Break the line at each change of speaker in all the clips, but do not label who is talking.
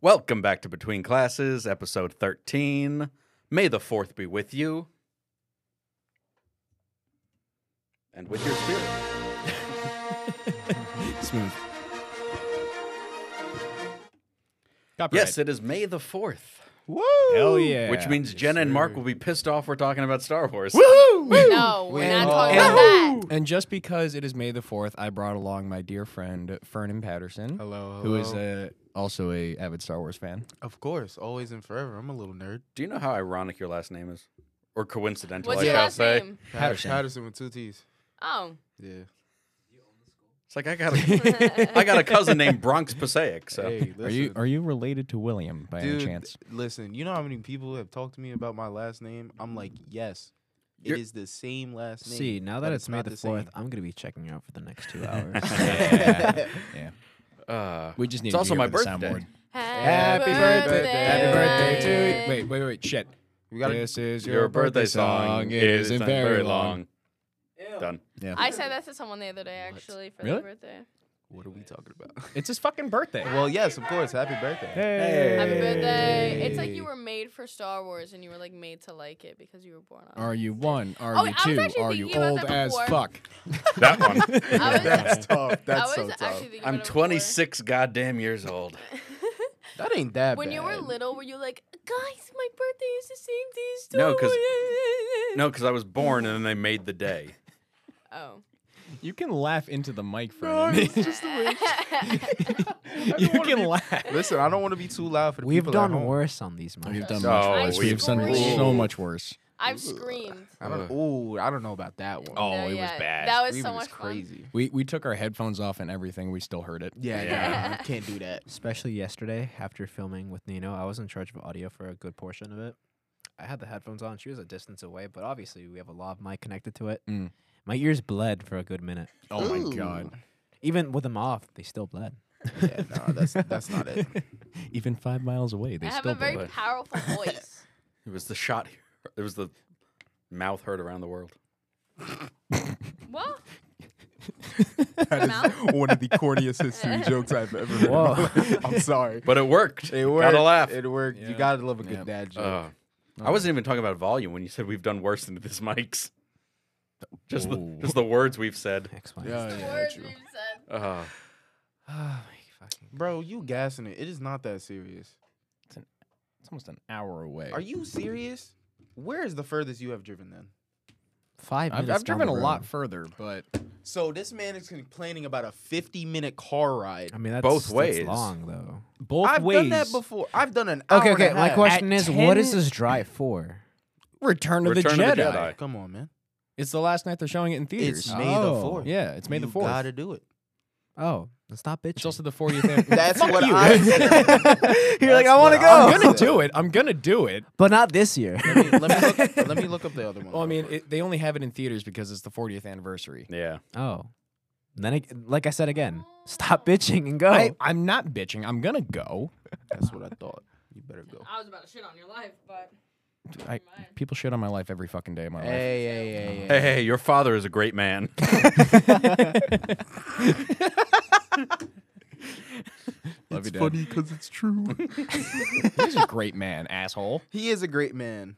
Welcome back to Between Classes, episode 13. May the 4th be with you. And with your spirit.
Smooth. Copyright.
Yes, it is May the 4th,
Woo!
Hell yeah.
which means Jenna and Mark will be pissed off we're talking about Star Wars.
Woohoo! Woo!
No, we're not
And-
talking about that.
And just because it is May the 4th, I brought along my dear friend Fernan Patterson,
Hello,
who is
hello.
a, also a avid Star Wars fan.
Of course, always and forever. I'm a little nerd.
Do you know how ironic your last name is? Or coincidental,
What's
I
your
shall
last
say.
name?
Pat-
Patterson.
Patterson with two T's.
Oh,
Yeah.
It's like I got a, I got a cousin named Bronx Passaic. So
Hey, listen,
Are you are you related to William by
dude?
any chance?
Listen, you know how many people have talked to me about my last name? I'm like, yes, it is
You're-
the same last name.
See, now that
but
it's May
not
the
same.
fourth, I'm gonna be checking you out for the next two hours.
yeah. yeah.
uh,
We just need
It's
to
also
hear
my
it with the
birthday.
soundboard.
happy, birthday,
Happy birthday to you. Wait, wait, wait, shit.
we got
this is
your birthday song
It isn't
not
very long.
Done.
Yeah.
I said that to someone the other day, actually, for
Really?
their birthday.
What are we talking about?
It's his fucking birthday.
well, yes, of course. Happy birthday.
Hey.
Happy birthday. It's like you were made for Star Wars and you were like made to like it because you were born on
Are
it.
you one? Are
Oh, I
you
was
two?
actually
Are you
thinking about
old
that
as
before.
fuck?
That one.
I was,
That's tough.
I
That's
was actually
so tough.
thinking
I'm
about it before.
26 goddamn years old.
That ain't that
When
bad.
you were little, were you like, guys, my birthday is the same day as Star
No, 'cause-
Wars."
No, because I was born and then they made the day.
Oh.
You can laugh into the mic for me. you
wanna
can
be-
laugh.
Listen, I don't want to be too loud for the
We've
people at
done
home.
worse on these mics.
We've done
So
much
I
worse. We've done
screamed.
so much worse.
I've screamed.
I don't. Ooh, I don't know about that one.
Oh,
No,
it was
yeah,
bad.
That was
Screaming
so
is
much fun.
crazy.
We we took our headphones off and everything. We still heard it.
Yeah,
Yeah.
yeah, you can't do that.
Especially yesterday after filming with Nino, I was in charge of audio for a good portion of it. I had the headphones on. She was a distance away, but obviously we have a lav mic connected to it.
Mm.
My ears bled for a good minute.
Oh my
Ooh.
god.
Even with them off, they still bled.
Yeah, no, that's that's not it.
Even five miles away,
I
they
have
still
a very
believe.
powerful voice.
It was the shot. It was the mouth heard around the world.
What?
That is one of the corniest history jokes I've ever heard. in my
Whoa.
life. I'm sorry.
But it worked.
It worked.
Gotta laugh.
It worked. You
Yeah.
gotta love a good
Yeah.
dad joke.
Uh, I wasn't even talking about volume when you said we've done worse than this mics. Just the,
Ooh.
just the words we've said.
Oh,
Explain.
Yeah,
The
yeah,
words
true.
we've said.
Uh,
Oh my fucking.
Bro, you gassing it. It is not that serious.
It's almost an hour away.
Are you serious? Where is the furthest you have driven then?
5
I've,
minutes
I've
down
driven a
the
lot
road.
further, but
So this man is complaining about a 50 minute car ride.
I mean, that's
Both
that's
ways.
long though.
both
I've
ways.
done that before. I've done an hour
Okay,
and a
okay. My
half.
question
At
is, what is
10
this drive for?
Return, of, the
Return of the
Jedi.
Jedi.
Come on, man.
It's the last night they're showing it in theaters.
It's May the
Oh.
fourth.
yeah, it's May the
You
fourth.
Gotta do it.
Oh, that's not bitch.
It's also the 40th. an-
That's
Fuck
what
you.
I said.
You're like,
That's
I want to
what
go.
I'm gonna do it. I'm gonna do it.
but not this year.
Let me, let me look, let me look up the other one.
Well, I
real
mean,
quick.
it, they only have it in theaters because it's the 40th anniversary.
yeah.
oh, then I, like I said again, stop bitching and go.
I, I'm not bitching. I'm gonna go.
that's what I thought. You better go.
I was about to shit on your life, but
I, people shit on my life every fucking day of my life.
Hey, hey, hey, hey.
Hey, hey, your father is a great man.
Love you, Dad.
because it's true.
He's a great man, asshole.
he is a great man.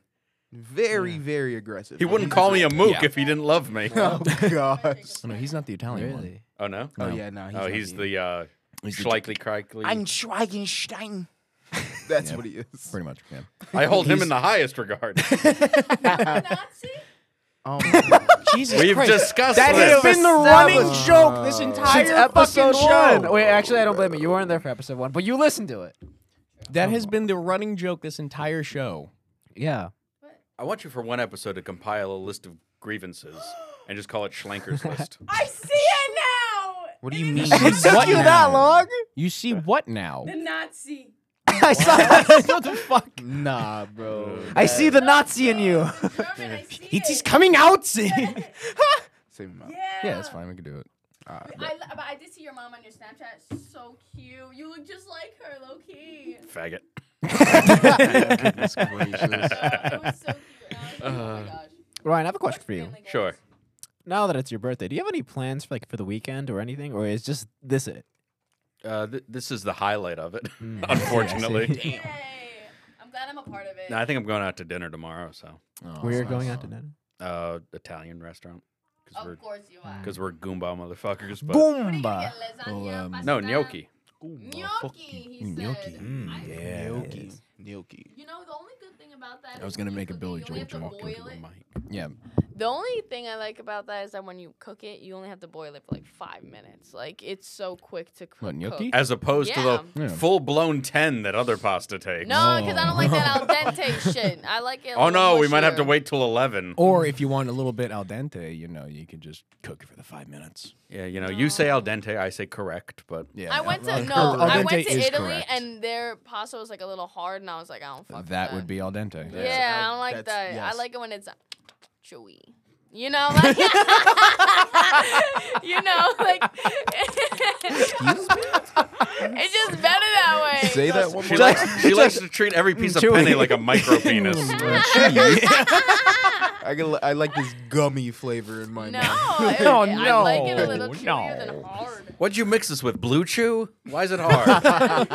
Very, very aggressive.
He wouldn't call me a mook
Yeah.
if he didn't love me.
Oh gosh.
Oh, no, he's not the Italian one.
really?
Oh no.
Oh yeah, no.
Oh,
not
he's
me.
the uh,
He's the-
Schleichly Crikely.
Schweigenstein. That's
Yeah.
what he is.
Pretty much, yeah.
I hold him in the highest regard.
Nazi?
Um,
Jesus
We've discussed
That
this.
has been the running joke this entire
Since episode
fucking show.
one.
Wait, actually, I don't blame you. You weren't there for episode one, but you listened to it.
That has been the running joke this entire show.
Yeah.
I want you for one episode to compile a list of grievances and just call it Schlanker's list.
I see it now.
what do you mean?
It took What you now? that
long?
You see what now?
Nazi.
I saw. what the fuck?
Nah, bro.
I see the Nazi in you.
German, I see
It's he's
it.
coming out.
Same amount.
Yeah.
yeah, it's fine. We can do it.
I, li- but I did see your mom on your Snapchat. So cute. You look just like her, low key.
Faggot.
So, it was so cute. And I was like, oh my gosh.
Ryan, I have a question for you.
Family Guy.
Sure.
Now that it's your birthday, do you have any plans for like for the weekend or anything, or is just this it?
uh, th- this is the highlight of it,
Mm.
unfortunately.
Yay. I'm glad I'm a part of it.
No, I think I'm going out to dinner tomorrow, so
Oh,
We're going out to dinner.
uh, Italian restaurant because
of
we're
course you are.
because we're Goomba motherfuckers. But
What are you gonna
Goomba.
get,
Oh,
lasagna,
um,
no
pasta?
gnocchi.
Gnocchi, he said.
Gnocchi.
Mm,
I-
yeah.
Gnocchi.
Yes.
Gnocchi.
You know, the only good thing about that
I was
is
gonna
when you
make a
cook it,
Billy
you only
Joel
have to
joke.
Talking to
boil
the
it.
mic.
Yeah.
The only thing I like about that is that when you cook it, you only have to boil it for like five minutes. Like it's so quick to cook.
What, gnocchi?
cook.
As opposed to the
Yeah.
full blown ten that other pasta takes.
No, because I don't like that al
Oh.
dente shit. I like it. a
Oh
little
no, we might have to
mushier.
wait till eleven.
Or if you want a little bit al dente, you know, you can just cook it for the five minutes.
Yeah, you know, you say al dente, I say correct, but
Yeah.
I went to
al-
no,
al
I
dente
went to
is
Italy
correct.
and their pasta was like a little hard, and I was like, I don't fuck. with
that would be al dente.
Yeah,
That's-
I don't like that.
that's-
I
yes.
like it when it's uh, chewy. You know, like you know, like it's just better that way.
Say that one
she
more
likes
time.
she likes to treat every piece of
Chewy.
penny like a micro penis.
I, can, li- I like this gummy flavor in my
No,
mouth.
it,
Oh, No,
I like it a little
no,
chewier
no.
than hard.
What'd you mix this with? Blue Chew? Why is it hard?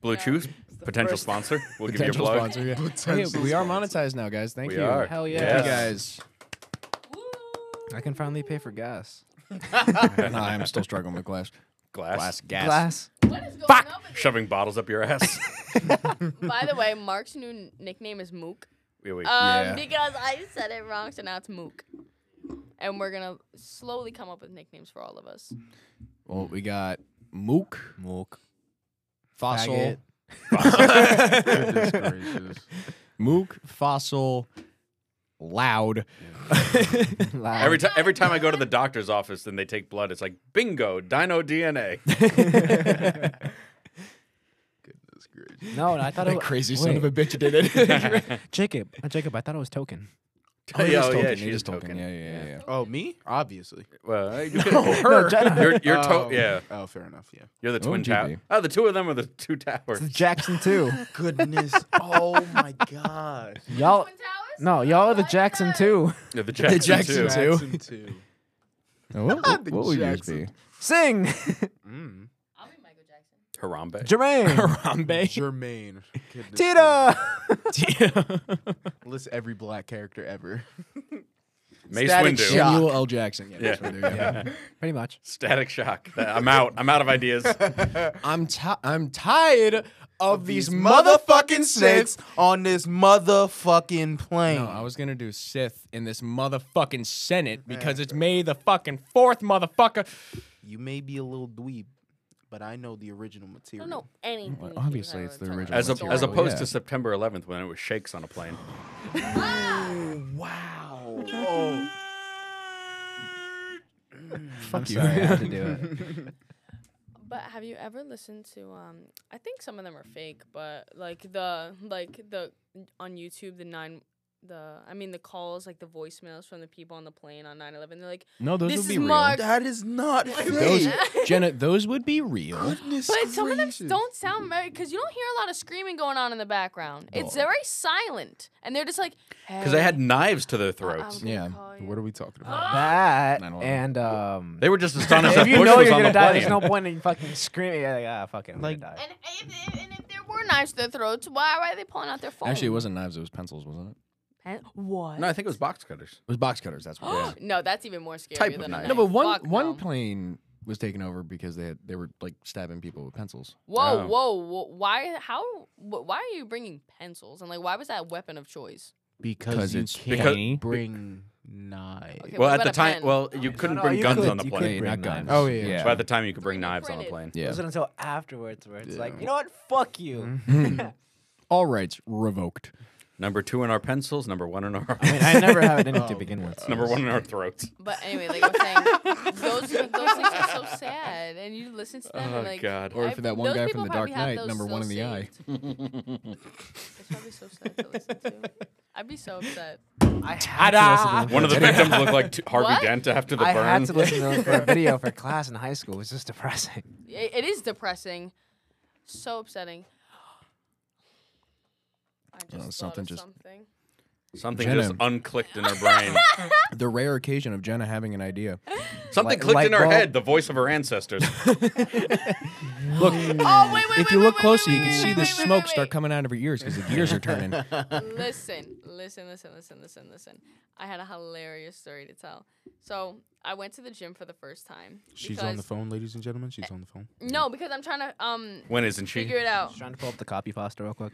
Blue
No.
Chew's potential sponsor. We'll give you a
Potential
plug.
sponsor. Yeah.
Potential
we are monetized now, guys. Thank
We
you.
are.
Hell yeah.
Thank
Yes.
you guys.
Woo.
I can finally pay for gas.
No, I'm still struggling with glass.
Glass.
Glass gas.
Glass.
What is going
Fuck!
on with
Shoving bottles up your ass.
you? By the way, Mark's new n- nickname is Mook.
Wait, wait.
Um,
Yeah.
because I said it wrong, so now it's Mook. And we're gonna slowly come up with nicknames for all of us.
Well, we got Mook,
Milk.
Fossil,
Faggot.
Goodness gracious.
Mook, Fossil, Loud.
every time every time I go to the doctor's office and they take blood, it's like bingo, dino DNA.
Goodness gracious.
no, I thought it
That
was
crazy son of a
wait.
bitch did it.
Jacob. uh, Jacob, I thought it was token.
Oh, yeah, oh, yeah, she
she
is
is talking.
token.
Yeah, yeah, yeah.
Oh, me? Obviously.
Well, uh, you
her. Jenna.
You're, you're to-
Oh,
yeah.
Oh, fair enough. Yeah.
You're the twin
OMG,
tower.
babe.
Oh, the two of them are the two towers.
Jackson too.
Goodness. oh my gosh.
y'all.
Twin Towers?
No, y'all are the
Why
Jackson
not?
too.
Yeah, the Jackson,
Jackson
two.
too.
Jackson two.
Now,
Oh,
What, what,
The
what would yours
Jackson.
be?
Sing,
Mm.
I'll be Michael Jackson.
Harambe.
Jermaine,
Harambe.
Jermaine. Goodness
Tita.
gracious. List every black character ever.
Mace
Static
Windu.
Shock. Samuel L. Jackson. Yeah.
Yeah.
that's what they're- yeah.
Pretty much.
Static shock. That- I'm out. I'm out of ideas.
I'm ti- I'm tired of these
motherfucking snakes on this motherfucking plane.
No, I was gonna do Sith in this motherfucking Senate because it's May the fucking fourth, motherfucker.
you may be a little dweeb, but I know the original
I
material.
don't know anything.
Well,
he
obviously
was
it's the
ever
original
As,
telling.
a,
Material,
as opposed
yeah.
to September 11th when it was shakes on a plane.
Oh.
Wow. Oh.
Fuck
Sorry, I had to do it.
But have you ever listened to um I think some of them are fake, but like the like the on YouTube the nine the I mean the calls like the voicemails from the people on the plane on 9/11 they're like
No, those
This
would be
is
real.
Mark.
That is not
Those,
fake.
Jenna, those would be real.
Goodness
but some of them s-
gracious.
don't sound very because you don't hear a lot of screaming going on in the background. It's very silent and they're just like
Because they had knives to their
Oh,
throats.
Yeah.
What are we talking about?
That
9/11.
and um.
They were just astonished
if
that
you
Bush
know
was
you're
on
gonna
the
die,
plane.
there's no point in fucking screaming. Yeah, like, ah, fuck it, I'm
Like-
gonna die.
and if, and if there were knives to their throats, why why are they pulling out their phone?
Actually, it wasn't knives; it was pencils, wasn't it?
Pen- what?
No, I think it was box cutters.
It was box cutters. That's what. it was.
no, that's even more scary
Type of
than
knife.
A
No, but one
Fuck
one
no.
plane was taken over because they had, they were like stabbing people with pencils.
Whoa,
Oh.
whoa, whoa! Why? How? Wh- why are you bringing pencils? And like, why was that a weapon of choice?
Because you
it's
Because-
can't bring knives.
Okay,
well,
what
at the
about a
time,
pen?
well, you couldn't
no,
bring
Oh, you
guns
could-
on the
you could
plane.
bring
not guns.
knives.
Oh, yeah, yeah.
But at the time, you could bring
Three
knives on a
printed.
plane.
Yeah.
It wasn't until afterwards where it's like,
Yeah.
you know what? Fuck
Mm-hmm.
you.
All rights revoked.
Number two in our pencils, number one in our
I mean, I never had it in it to begin with.
Oh, number one in our throats.
But anyway, like I'm saying, those those things are so sad, and you listen to them
Oh,
and like,
God.
Or
I-
for that one
those
guy
people
from The Dark
probably have
Knight,
those
number one in the
still
eye.
saved. It's probably so sad to listen to. I'd be so upset.
I had to listen to
One of the victims looked like t- Harvey
What?
Dent after the
I
burn.
had to listen to it for a video for class in high school. It was just depressing.
It, it is depressing, so upsetting. I just
Oh,
thought
something
of
just-
something.
Something
Jenna.
just unclicked in her brain.
The rare occasion of Jenna having an idea.
Something
Light-
clicked in
light
her
bulb.
head, the voice of her ancestors.
Look,
Oh wait, wait,
if
wait,
you
wait,
look
wait,
closer,
wait,
you can
wait,
see
wait,
the
wait, wait,
smoke start
wait.
coming out of her ears because the gears are turning.
listen, listen, listen, listen, listen, listen. I had a hilarious story to tell. So I went to the gym for the first time.
She's on the
because-
phone, ladies and gentlemen. She's on the phone.
No, because I'm trying to um
when isn't she?
figure it out.
Just trying to pull up the copy pasta real quick.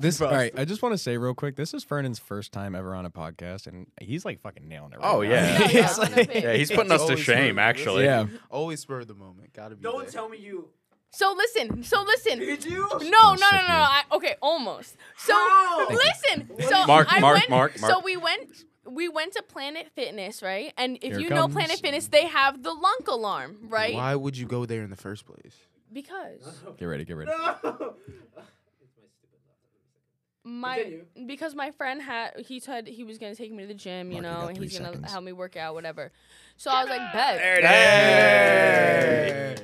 This, all right, I just want to say real quick, this is Fernan's first time ever on a podcast, and he's like fucking nailing it. Right
Oh,
now.
yeah.
No, yeah,
He's
I'm
like-
gonna pick.
Yeah, he's putting us to
Always
shame,
her.
actually.
Yeah.
Always spur of the moment. Gotta be.
Don't
there.
tell me you.
So listen, so listen.
Did you?
No, no, no,
Yes,
no.
I
no. I, okay, almost. So
How?
listen. So
Mark,
I
Mark,
went,
Mark,
So
Mark.
we went. We went to Planet Fitness, right? And if
Here
you
it
know
comes.
Planet Fitness, they have the lunk alarm, right?
Why would you go there in the first place?
Because
Get ready, get ready.
No.
my
Continue.
because my friend had he said he was gonna take me to the gym, you
Mark, you
know,
got
and
three
he's gonna
seconds.
help me work out, whatever. So I was like, bet.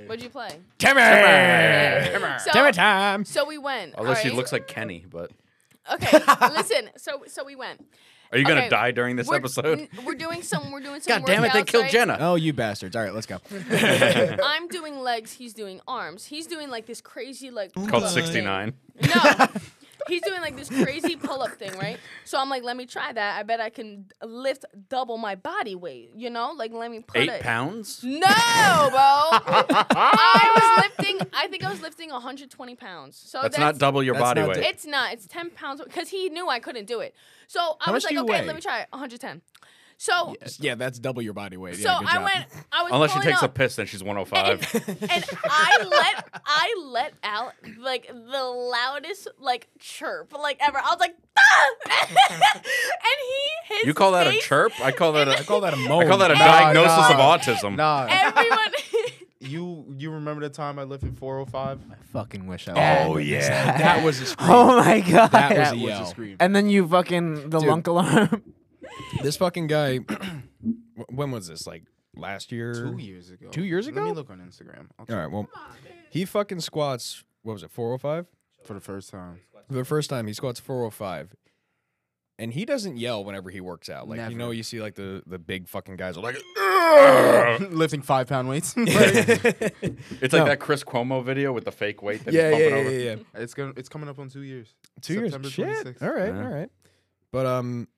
What'd you play?
Timmer!
So,
Timmer time!
so we went.
Unless she
alright?
looks like Kenny, but
Okay, listen. So so we went.
are you gonna
Okay,
die during this
we're,
episode?
n- We're doing some. We're doing some.
God damn it! They
workouts,
killed
right?
Jenna.
Oh, you bastards. All right, let's go.
I'm doing legs, he's doing arms. He's doing like this crazy like
Oh
It's
pull-up
called
thing.
sixty nine.
No. He's doing like this crazy pull-up thing, right? So I'm like, let me try that. I bet I can lift double my body weight, you know? Like let me put
Eight
it.
pounds.
No, bro. I was lifting I think I was lifting 120 pounds. So
That's not double your
That's
body
not
weight.
di-
it's not. It's 10 pounds because he knew I couldn't do it. So I
How
was
much
like,
do you
okay,
weigh?
let me try it. 110. So
Yeah, that's double your body weight.
so I went I was
Unless she
pulling
takes a
up.
piss, then she's one hundred
and,
five.
and I let I let out like the loudest like chirp like ever. I was like, "Ah!" and he his
You call that a
face-
chirp? I call that
I
a
call that a moan.
I call that a
Nah,
diagnosis
nah.
of autism.
Nah,
Everyone,
you you remember the time I left at 405?
I fucking wish I
Oh,
That-
was.
That was a scream.
Oh my god.
That was
That
a
was
yell.
a scream.
and then you fucking the
Dude.
lunk alarm.
This fucking guy. wh- when was this? Like last year?
Two years ago.
Two years
Let
ago?
me look on Instagram I'll
All
check
right. Well, he fucking squats. What was it? Four hundred five.
for the first time.
The first time he squats four hundred five, and he doesn't yell whenever he works out. Like you know,
Never.
you see like the the big fucking guys are like.
Lifting five pound weights.
It's like
No.
that Chris Cuomo video with the fake weight that
yeah, yeah,
he's pumping
yeah,
over.
yeah, yeah.
it's gonna it's coming up on two years.
Two
September
years. Shit.
26th.
All right.
Yeah.
All right. But um,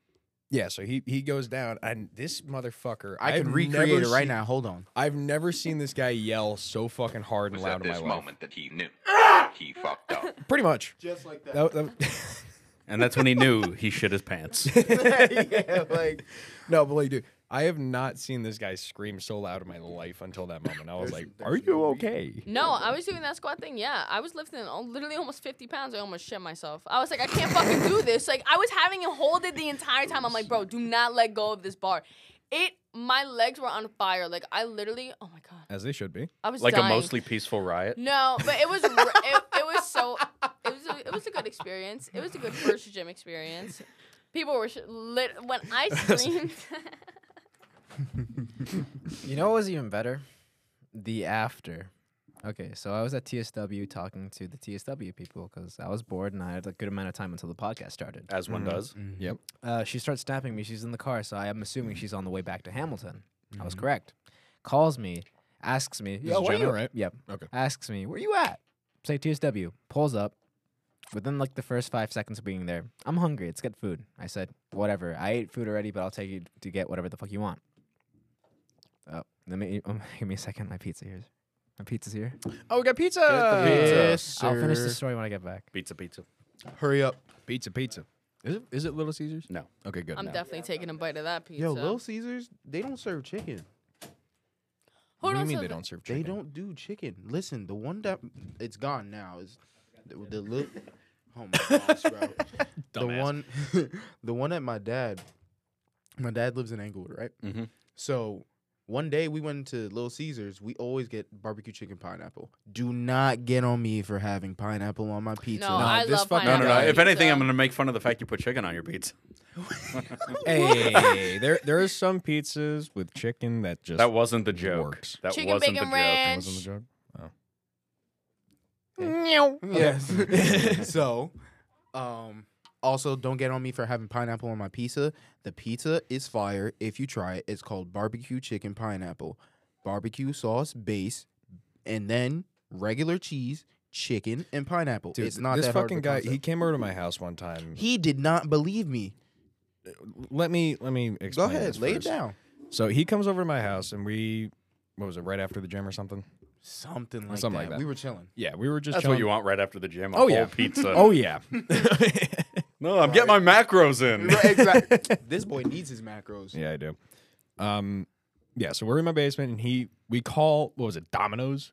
yeah. So he he goes down, and this motherfucker.
I
I've
can
never
recreate it right
seen-
now. Hold on.
I've never seen this guy yell so fucking hard and
was
loud
at
in
this
my life.
moment that he knew
Ah!
he fucked up.
Pretty much.
Just like
That- that-
And that's when he knew he shit his pants.
yeah, like
no, but like, dude, I have not seen this guy scream so loud in my life until that moment. I was like, "Are you okay?"
no, I was doing that squat thing. Yeah, I was lifting al- literally almost 50 pounds. I almost shit myself. I was like, I can't fucking do this. Like I was having him hold it the entire time. I'm like, bro, do not let go of this bar. It, my legs were on fire. Like I literally, oh my god,
As they should be.
I was
like a
dying.
mostly peaceful riot.
No, but it was r- it, it was so it was a, it was a good experience. It was a good first gym experience. People were sh- lit when I screamed.
You know what was even better? The after. Okay, so I was at TSW talking to the TSW people because I was bored and I had a good amount of time until the podcast started.
As
Mm-hmm.
one does.
Uh, she starts snapping me. She's in the car, so I am assuming she's on the way back to Hamilton. I
Mm-hmm.
was correct. Calls me, asks me,
is
"Yo, where
Jenna,
you?"
right?
Yep.
Okay.
Asks me, "Where you at?" Say TSW. Pulls up. Within like the first five seconds of being there, I'm hungry. Let's get food. I said, "Whatever. I ate food already, but I'll take you to get whatever the fuck you want." Oh, let me um, give me a second. My pizza here. My pizza's here.
Oh, we got pizza.
uh, yes,
I'll finish the
sir.
story when I get back.
Pizza, pizza.
Hurry up.
Pizza, pizza. Is it is it Little Caesars?
No.
Okay, good.
I'm definitely taking a bite of that pizza.
Yo, Little Caesars, they don't serve chicken.
What
Hold
do you
on,
mean
so
they
the-
don't serve
They
chicken?
don't do chicken. Listen, the one that it's gone now is the, the little. Oh my gosh, bro! the
Dumbass.
one, the one at my dad. My dad lives in Englewood, right?
Mhm.
So one day we went to Little Caesars. We always get barbecue chicken pineapple. Do not get on me for having pineapple on my pizza.
No,
No,
I
this
love
fucking-
No, no, no.
pineapple
If anything,
pizza.
I'm gonna make fun of the fact you put chicken on your pizza.
Hey, there there is some pizzas with chicken that just
That wasn't the joke.
Works.
That
Chicken
wasn't
bacon
the joke.
ranch.
wasn't the joke.
Yes. so, um, Also, don't get on me for having pineapple on my pizza. The pizza is fire if you try it. It's called barbecue chicken pineapple. Barbecue sauce base, and then regular cheese, chicken, and pineapple.
Dude,
it's not
this
that hard of
fucking
a
guy. He
concept.
came over to my house one time.
He did not believe me.
let me let me explain.
Go ahead,
this
lay
first.
it down.
So he comes over to my house and we, what was it, right after the gym or something?
Something like,
Something
that.
like that.
We were chilling.
Yeah, we were just.
That's what you want right after the gym. A
Oh,
whole
yeah.
pizza.
Oh yeah.
no, I'm getting my macros in.
exactly. This boy needs his macros.
Yeah, I do. Um, yeah. So we're in my basement, and he we call what was it Domino's?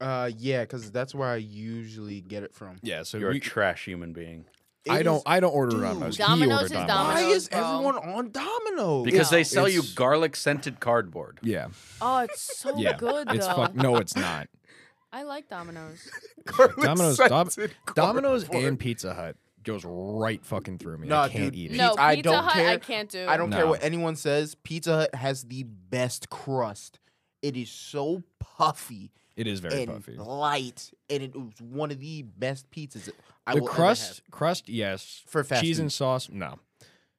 Uh, yeah, because that's where I usually get it from.
Yeah. So
You're a
we,
trash human being.
I
It
don't
is-
I don't order
Dude,
Domino's. He
Domino's
ordered
is
Domino's.
Why
Domino's,
is
bro.
everyone on Domino's?
Because
No.
they sell you
It's-
garlic scented cardboard.
Yeah.
Oh, it's so
Yeah.
good though.
It's fuck. No, it's not.
I like Domino's.
Domino's. Dom- Domino's and Pizza Hut goes right fucking through me.
Nah,
I can't
dude.
eat it.
No,
I
Pizza
don't
Hut I
care.
can't do.
I don't care
No.
what anyone says. Pizza Hut has the best crust. It is so puffy
It is very
and
puffy.
light, and it was one of the best pizzas I
the
will ever have.
crust, crust, yes.
For fast
cheese
food.
and sauce, no.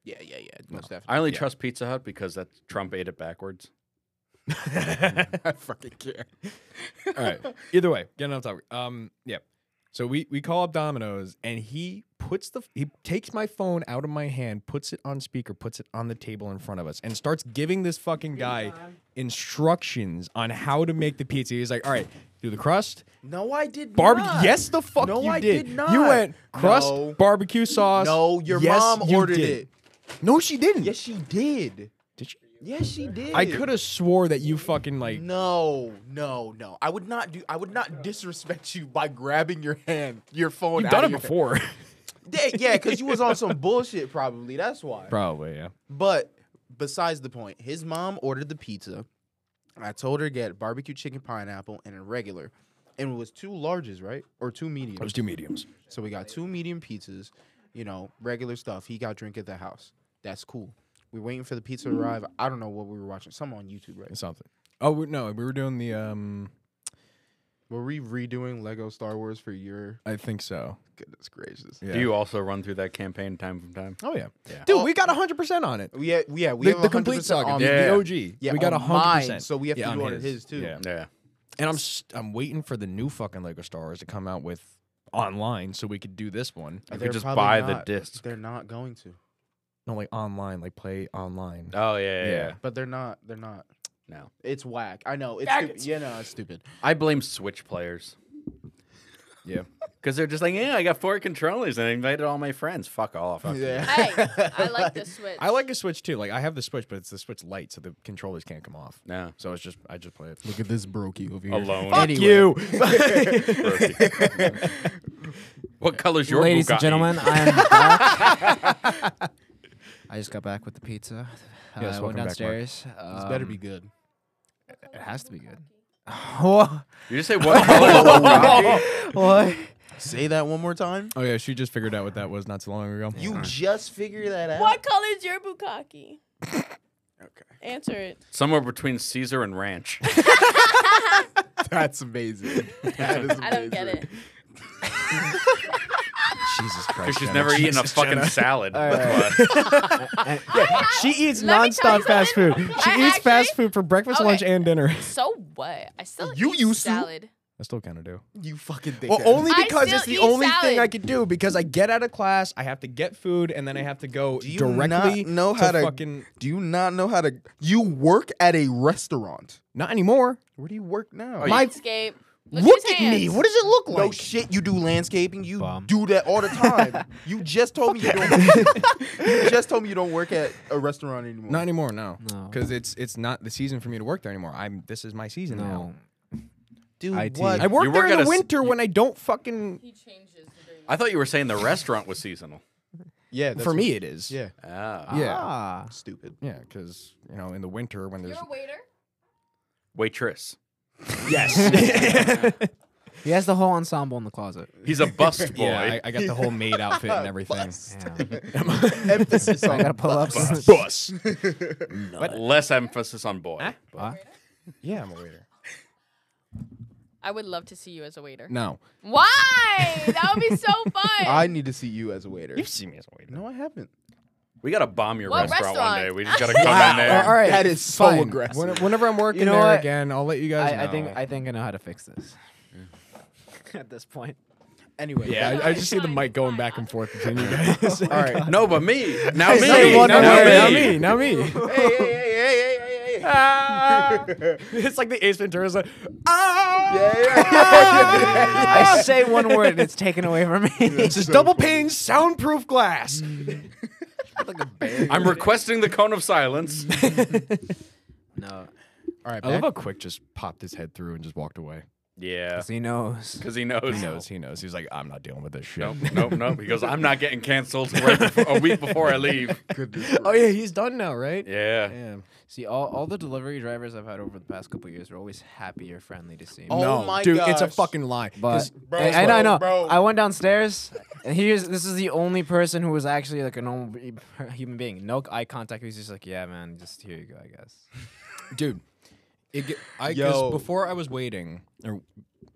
Yeah, yeah, yeah. Most
I only
Yeah.
trust Pizza Hut because that Trump ate it backwards.
definitely. I fucking care.
All right. Either way, getting off topic. Um, yeah. So we we call up Domino's, and he puts the he takes my phone out of my hand, puts it on speaker, puts it on the table in front of us, and starts giving this fucking guy instructions on how to make the pizza. He's like, "All right, do the crust,
No, I did
barbecue.
not.
Yes, the fuck
No,
you
I
did.
did not.
You went crust,
No.
barbecue sauce.
No, your
Yes,
mom
you
ordered
did.
it.
No, she didn't.
Yes, she did.
Did she?
Yes, she did.
I could have swore that you fucking like.
No, no, no. I would not do. I would not disrespect you by grabbing your hand, your phone.
You've
out
done
of
it
your hand.
before.
Yeah, yeah, because you was on some bullshit probably. That's why.
Probably, yeah.
But besides the point, his mom ordered the pizza. I told her to get barbecue chicken pineapple and a regular. And it was two larges, right? Or two mediums.
It was two mediums.
So we got two medium pizzas, you know, regular stuff. He got drink at the house. That's cool. We're waiting for the pizza to arrive. I don't know what we were watching. Some on YouTube, right?
Something. Oh we- no, we were doing the um.
Were we redoing Lego Star Wars for your
I think so.
goodness gracious?
Yeah.
Do you also run through that campaign time from time?
Oh yeah. Dude, we got hundred percent on it.
We had, we had, we
The,
have
the complete
100%
saga,
on
the-
the-
Yeah.
the OG.
Yeah,
we got
on
hundred
mine,
percent.
so we have to
yeah,
do on his, too.
Yeah.
Yeah.
And I'm st- I'm waiting for the new fucking Lego Star Wars to come out with online so we could do this one.
If we
They're
just
probably
buy the
not-
disc.
They're not going to.
No, like online, like play online.
Oh yeah, yeah, yeah.
Yeah.
But they're not. They're not.
No.
It's whack. I know. It's stupid. Yeah, no, it's stupid.
I blame Switch players.
Yeah.
Because they're just like, yeah, I got four controllers and I invited all my friends. Fuck off.
Yeah.
Hey, I like the Switch.
I like a Switch too. Like I have the Switch, but it's the Switch light, so the controllers can't come off.
No.
So it's just I just play it.
Look at this brokey over here.
Alone.
you.
what color's your
Ladies and
Bugatti?
gentlemen, I am back. I just got back with the pizza.
Yes,
I
welcome
went
back, Mark.
downstairs.
This better
um,
be good.
It has to be good. what?
Oh,
You just say what color?
What?
Say that one more time.
oh yeah, she just figured out what that was not so long ago.
You just figure that out.
What color is your bukkake? okay. Answer it.
Somewhere between Caesar and Ranch.
That's amazing. That is amazing.
I don't get it.
Jesus Christ.
Because she's
Jenna.
never eaten a
Jesus,
fucking
Jenna.
salad.
All
That's why.
And- yeah, she eats
let me tell
nonstop
you
fast food. She
something.
eats
I
fast
actually-
food for breakfast,
Okay.
lunch, and dinner.
So what? I still
You
eat
used to.
salad.
I still kind of do.
You fucking think.
Well, only
I
because
still
it's the
eat
only thing I
salad.
could do because I get out of class, I have to get food, and then I have to go
Do you
directly
not know how to,
fucking
Do you not know how to? You work at a restaurant.
not anymore.
Where do you work now?
My-
Landscape. Look,
Look
at, his
at me.
hands.
What does it look like?
no shit. You do landscaping. You
Bum.
do that all the time. you just told me you don't. you just told me you don't work at a restaurant anymore.
Not anymore. No,
No.
because it's it's not the season for me to work there anymore. I'm this is my season now.
No.
Dude,
IT.
what?
I work
You
there
work
in
at
the
a s-
winter when I don't fucking.
He changes the
I thought you were saying the restaurant was seasonal.
yeah, that's
For
what-
me, it is.
Yeah,
Ah.
Yeah.
Ah.
stupid.
yeah, because you know in the winter when there's
You're a waiter?
Waitress.
yes,
He has the whole ensemble in the closet.
He's a bust boy.
yeah, I, I got the whole maid outfit and everything.
Damn.
Emphasis
I
on
gotta pull up.
Bus.
Less emphasis on boy.
What?
Yeah, I'm a waiter.
I would love to see you as a waiter.
No.
Why? That would be so fun.
I need to see you as a waiter.
You've seen me as a waiter.
No, I haven't.
We gotta bomb your
What
restaurant, one
restaurant?
day. We just gotta come in there.
All right.
That is so
fine.
aggressive.
When- Whenever I'm working
know
there
what?
again, I'll let you guys
I, I think
know.
I think I know how to fix this. At this point,
Anyway,
yeah, I, I just see the mic going back and forth between you guys.
All right.
No, but me. Now me.
say
Now
one word.
me.
now me, now me.
hey, hey, hey, hey, hey, hey, hey.
it's like the Ace Ventura's like, ah!
Yeah, yeah.
I say one word and it's taken away from me.
It's just double pane, soundproof glass.
I'm requesting the cone of silence.
no,
All right,
I love
back.
how Quick just popped his head through and just walked away.
yeah,
'cause he knows.
because he knows.
He knows. He knows. He's like, I'm not dealing with this shit.
Nope, nope, nope. He goes, I'm not getting canceled right before, a week before I leave.
Oh yeah, he's done now, right?
Yeah.
See, all, all the delivery drivers I've had over the past couple years are always happy or friendly to see me.
Oh
no,
my
dude, it's a
gosh.
fucking lie.
But
'Cause-
and, and I know
bro.
I went downstairs, and here's this is the only person who was actually like a normal be- human being. No eye contact. He was just like, "Yeah, man, just here you go, I guess."
dude. It ge- I
Yo.
because before I was waiting or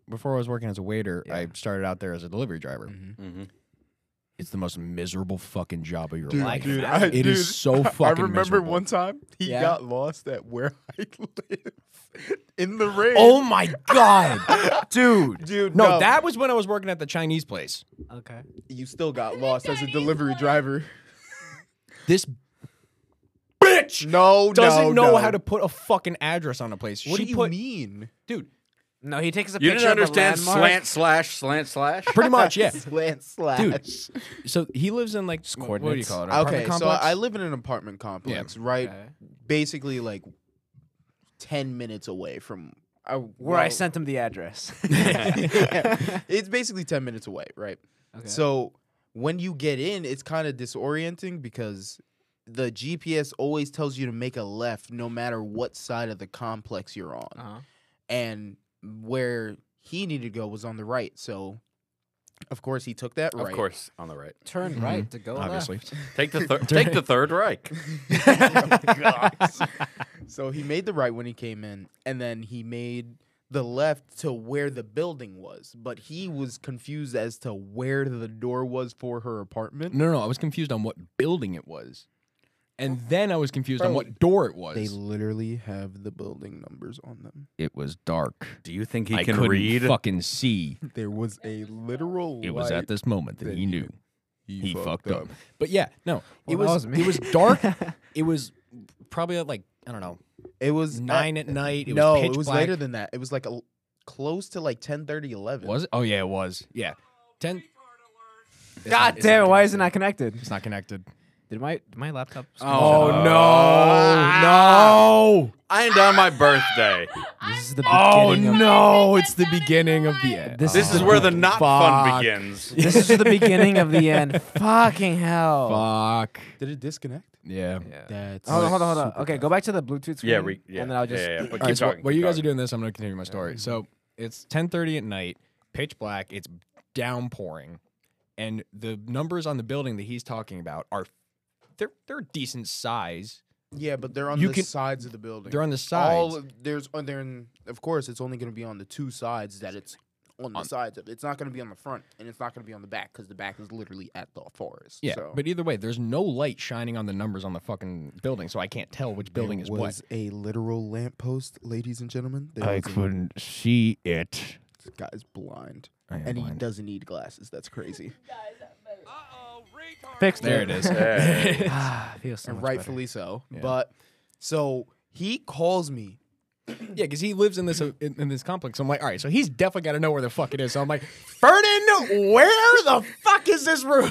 before I was working as a waiter, I started out there as a delivery driver.
Mm-hmm.
It's the most miserable fucking job of your
Dude,
life.
dude,
It
I,
is
dude,
so fucking.
I remember
miserable.
one time he
Yeah.
got lost at where I live in the rain.
Oh my god, dude.
Dude,
no,
no.
that was when I was working at the Chinese place.
Okay.
you still got lost as a delivery driver.
This bitch
No,
doesn't
no,
know
no.
how to put a fucking address on a place.
What
she
do you
put,
mean?
dude?
No, he takes a
You
picture
didn't understand
of a landmark.
slant slash slant slash.
Pretty much, yeah.
Slant slash.
Dude, so he lives in like what do you
coordinates.
call it?
Okay,
apartment
so
complex?
I live in an apartment complex, right?
Okay.
Basically, like ten minutes away from I,
Where I
well,
sent him the address.
Yeah. it's basically 10 minutes away, right? So when you get in, it's kind of disorienting because the GPS always tells you to make a left no matter what side of the complex you're on.
Ah.
Uh-huh.
And where he needed to go was on the right. So, of course, he took that right.
Of course, on the right.
Turn right to go
obviously.
Take the third. take the Third Reich.
So he made the right when he came in, and then he made the left to where the building was. But he was confused as to where the door was for her apartment.
No, no, I was confused on what building it was, and then I was confused on what door it was.
They literally have the building numbers on them.
it was dark.
Do you think he
I
can
couldn't
read?
fucking see.
There was a literal.
It was at
light
this moment that
that
he
he-
knew he fucked up. But yeah, no, it
Well, that
was,
was me.
it was dark. it was probably at like I don't know
It was at-
nine at night. It
no,
was pitch
it was
black.
later than that. It was like a, close to like 10, 11.
Was it? Oh yeah, it was. Yeah, ten.
God damn it! Why is it not connected?
It's not connected.
Did my did my laptop?
Oh, Ah.
no! Ah! no!
I ain't on my birthday.
This is the
Oh
beginning. Of,
no! It's the beginning of the end.
This
This is where the not fun begins.
this is the beginning of the end. Fucking hell.
fuck.
Did it disconnect?
Yeah.
That's
Hold on, hold on, hold on. Okay, go back to the Bluetooth screen.
Yeah, re- yeah,
And then I'll just.
yeah, yeah, yeah. But
All
keep
right, so
talking,
while
keep
you guys are
talking.
doing this, I'm going to continue my story. So it's 10:30 at night, pitch black. It's downpouring, and the numbers on the building that he's talking about are they're they're decent size.
Yeah, but they're on
You
the
can-
sides of the building.
They're on the sides.
all of- there's on there and of course it's only going to be on the two sides that it's on the sides of it's not going to be on the front and it's not going to be on the back because the back is literally at the forest
yeah,
so.
but either way, there's no light shining on the numbers on the fucking building, so I can't tell which building is what.
a literal lamppost ladies and gentlemen there was a-
see it.
this guy's blind
I am
and he
blind.
doesn't need glasses that's crazy
Fixed
There it is.
Yeah.
Ah, feels so
and
much
rightfully so but so he calls me
Yeah, because he lives in this uh, in, in this complex. I'm like, all right, so he's definitely got to know where the fuck it is. So I'm like, Ferdin, where the fuck is this room?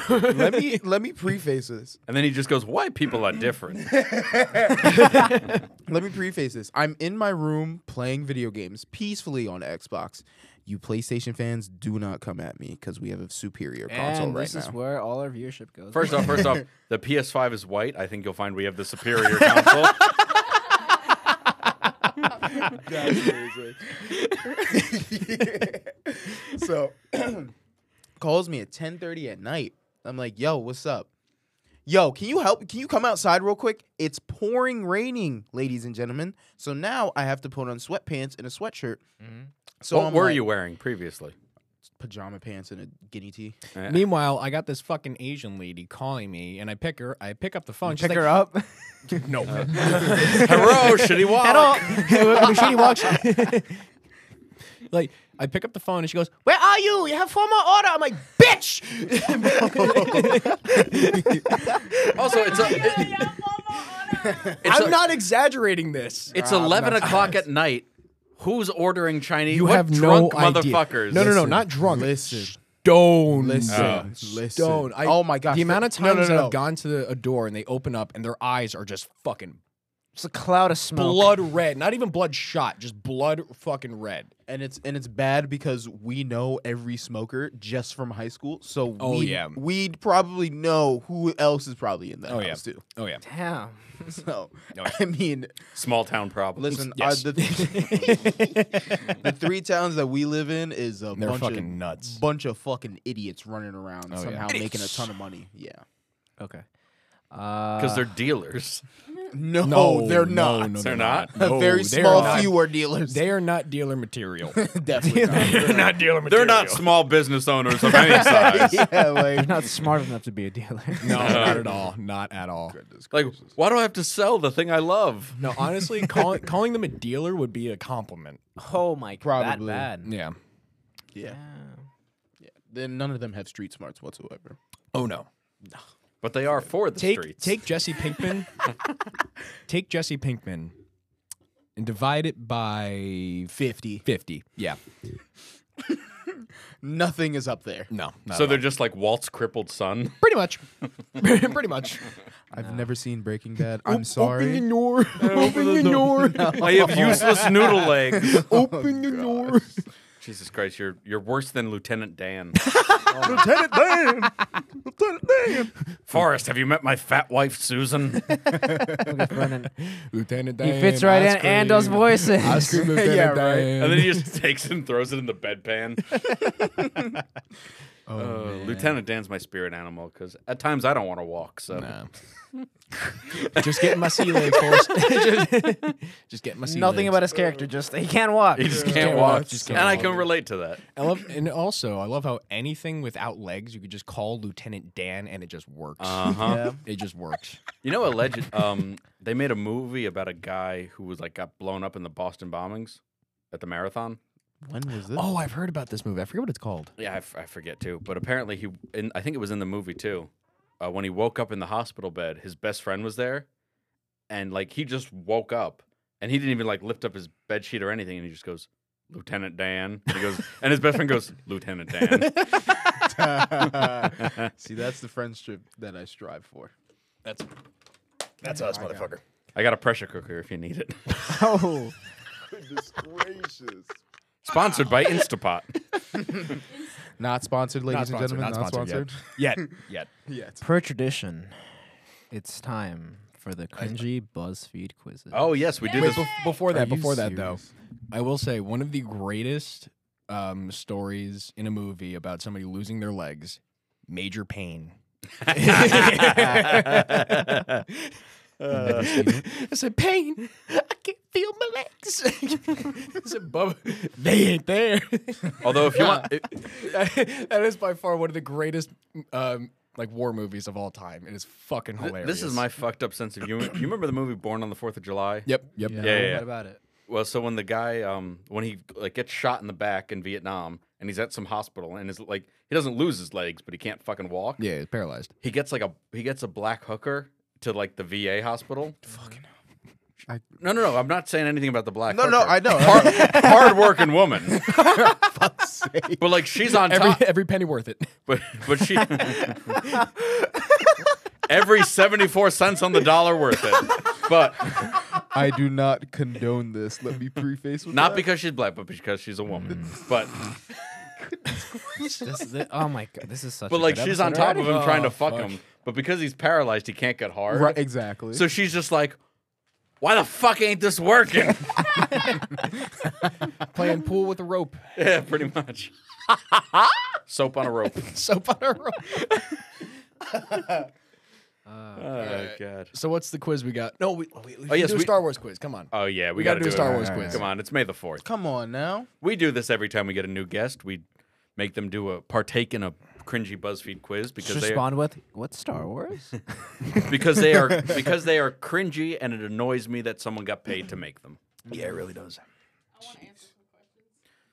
let me let me preface this
And then he just goes, "Why people are different."
Let me preface this. I'm in my room playing video games peacefully on Xbox. You PlayStation fans, do not come at me because we have a superior
better. And
console right
this
now.
is where all our viewership goes.
First off, first off, the PS5 is white. I think you'll find we have the superior console.
so calls me at 10:30 at night. I'm like, yo, what's up? Yo, can you help? Can you come outside real quick? It's
Mm-hmm.
pouring raining, ladies and gentlemen. So now I have to put on sweatpants and a sweatshirt So
what
I'm
were
like,
you wearing previously?
Pajama pants and a guinea tee.
Yeah.
Meanwhile, I got this fucking Asian lady calling me, and I pick her. I pick up the phone. She's
Pick
like,
her up.
No.
Hello, shitty walk.
I mean, she walks. like, I pick up the phone and she goes, "Where are you? You have four more order." I'm like, "Bitch!"
Also, it's a, it- it's,
I'm
a-
not exaggerating this.
it's eleven o'clock at night. Who's ordering Chinese?
You
what
have
drunk
no idea.
motherfuckers.
No, no, no,
Listen,
not drunk.
listen,
Stoned.
Listen,
Oh.
listen.
Stoned. I-
oh my gosh.
The amount of
No,
times that
no, no.
I've gone to the, a door and they open up and their eyes are just fucking
It's a cloud of smoke.
blood red. Not even blood shot, just blood fucking red.
and it's and it's bad because we know every smoker just from high school. So
Oh,
we
yeah.
we'd probably know who else is probably in that
Oh, yeah.
house too.
Oh yeah.
Damn.
So
Oh, yeah.
I mean,
small town problem.
listen,
Yes.
uh, the, the three towns that we live in is a
They're
bunch
fucking
of
nuts.
bunch of fucking idiots running around
yeah.
somehow making a ton of money. Yeah.
Okay.
because
Uh,
they're dealers.
No,
No,
they're
no,
not.
no,
They're not.
a very
they're
small
not.
few are dealers.
They are not dealer material.
definitely not.
not dealer material.
They're not small business owners of any size.
yeah, like
you're not smart enough to be a dealer.
No, not at all. Not at all.
Like, why do I have to sell the thing I love?
No, honestly, calling calling them a dealer would be a compliment.
Oh my god. that
Probably.
bad.
Yeah.
yeah, yeah. Then none of them have street smarts whatsoever.
Oh no.
But they are for the
Take
streets.
take Jesse Pinkman. take Jesse Pinkman and divide it by
Fifty.
50. Yeah.
Nothing is up there.
No. not
so
at
they're
all.
just like Walt's crippled son.
pretty much pretty much.
I've never seen Breaking Bad. I'm
Open
sorry.
your door. Open your door.
I have useless noodle legs.
Oh,
Open your door.
Jesus Christ, you're you're worse than Lieutenant Dan.
Lieutenant Dan. Lieutenant Dan.
Forrest, have you met my fat wife Susan?
Vernon.
Lieutenant Dan.
He fits right
ice
in Ando's
cream.
voices.
Ice cream, Lieutenant
Yeah, right.
Dan.
And then he just takes it and throws it in the bedpan.
Oh,
Uh, Lieutenant Dan's my spirit animal because at times I don't want to walk. So
just getting my sea leg forced. just, just getting my sea
Nothing
legs.
about his character. Just he can't walk.
he just can't,
can't
walk.
walk, just can't
and I
walk.
can relate to that.
I love, and also I love how anything without legs you could just call Lieutenant Dan and it just works.
Uh huh.
It just works.
You know, alleged. Um, they made a movie about a guy who was like got blown up in the Boston bombings at the marathon.
When was this?
oh, I've heard about this movie. I forget what it's called.
Yeah, I, f- I forget too. But apparently he, in, I think it was in the movie too. Uh, when he woke up in the hospital bed, his best friend was there, and like he just woke up and he didn't even like lift up his bed sheet or anything, and he just goes. Lieutenant Dan, and he goes, and his best friend goes, Lieutenant Dan.
See, that's the friendship that I strive for.
That's
Oh
us, motherfucker.
I got a pressure cooker if you need it.
Oh.
Goodness gracious.
Sponsored by Instapot.
Not sponsored, ladies and gentlemen. Not sponsored.
Yet, yet.
Yet.
Per tradition, it's time for the cringy BuzzFeed quizzes.
Oh yes, we do
Wait,
this.
bef- before
Are
that,
you
before that though, I will say one of the greatest um, stories in a movie about somebody losing their legs, major pain. Uh, I said, pain. I can't feel my legs. I said, Bubba, they ain't there.
Although if you want,
that is by far one of the greatest um, like war movies of all time. It is fucking hilarious.
This is my fucked up sense of humor. you remember the movie Born on the Fourth of July?
Yep. Yep.
Yeah, yeah, yeah.
What about it?
Well, so when the guy, um, when he like gets shot in the back in Vietnam, and he's at some hospital, and is like he doesn't lose his legs, but he can't fucking walk.
Yeah. It's paralyzed.
He gets like a he gets a black hooker to like the VA hospital. Fucking.
I-
No, no, no! I'm not saying anything about the black.
No, no,
hooker.
I know.
Hard, hard-working woman, but like she's on
Every
top.
every penny worth it.
But but she every seventy four cents on the dollar worth it. But
I do not condone this. Let me preface with
not
that.
because she's black, but because she's a woman. But
This is it. Oh my god, this is such.
but
a
like
good
she's
episode
on top
already.
of him trying to
Oh,
fuck,
fuck.
him. But because he's paralyzed, he can't get hard.
Right, exactly.
So she's just like, why the fuck ain't this working?
Playing pool with a rope.
yeah, pretty much. Soap on a rope.
Soap on a rope.
Uh,
Oh
Alright.
god.
So what's the quiz we got? No, we, oh, wait, we should
yes,
do a
we-
Star Wars quiz. Come on.
Oh yeah, we,
We
gotta,
gotta do a
it.
Star Wars
Alright,
quiz.
Come on, it's May the fourth.
Come on now.
We do this every time we get a new guest. We make them do a partake in a cringy BuzzFeed quiz because
just
they
respond with what's Star Wars?
because they are because they are cringy and it annoys me that someone got paid to make them.
Yeah, it really does.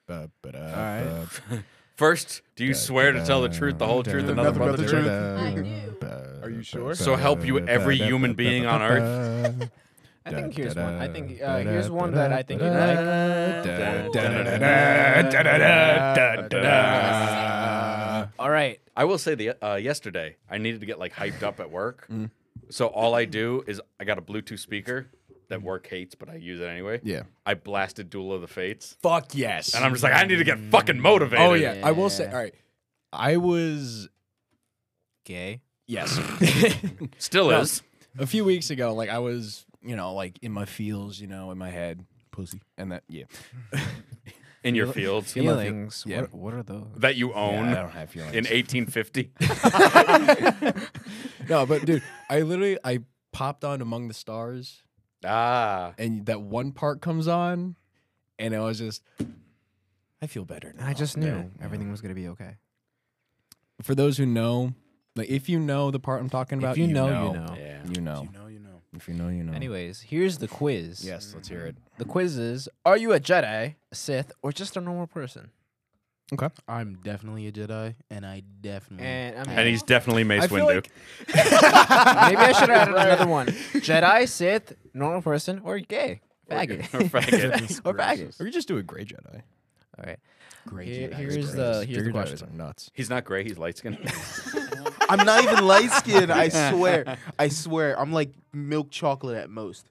All
Alright.
right.
First, do you swear to tell the truth, the whole truth, and nothing but the truth?
I
Are you sure?
So help you every human being on earth.
I think here's one. I think uh, here's one that I think you like.
Uh,
Da-da-da-da-da-da-da-da.
All right.
I will say the uh, yesterday I needed to get like hyped up at work,
Mm.
so all I do is I got a Bluetooth speaker that work hates, but I use it anyway.
Yeah.
I blasted Duel of the Fates,
Fuck yes.
and I'm just like, I need to get fucking motivated.
Oh yeah. I will say. All right. I was
Gay.
yes.
still
No.
is.
a few weeks ago, like I was, you know, like in my feels, you know, in my head, pussy, and that yeah.
in your fields
Feelings.
Yeah.
What, what are those?
that you own
I don't have feelings.
in 1850.
no, but dude, I literally I popped on Among the Stars,
ah,
and that one part comes on, and I was just, I feel better. Now.
I just
Yeah.
knew everything was gonna be okay.
For those who know, like if you know the part I'm talking about,
If you know, you know.
yeah.
you know.
You know, you know.
If you know, you know.
Anyways, here's the quiz.
yes, let's hear it.
The quiz is: Are you a Jedi, a Sith, or just a normal person?
I'm definitely a Jedi, and I definitely.
And I mean,
And he's definitely Mace
I feel
Windu.
like-
maybe I should have added another one: Jedi, Sith, normal person, or gay, faggot,
Or faggot.
or faggot.
Or you just do a gray Jedi.
All right.
Great
Here-
Jedi.
here's
Great.
the here's
Gray Jedis
the question.
are nuts.
He's not gray. He's light skinned.
I'm not even light skinned. I swear. I swear. I'm like milk chocolate at most.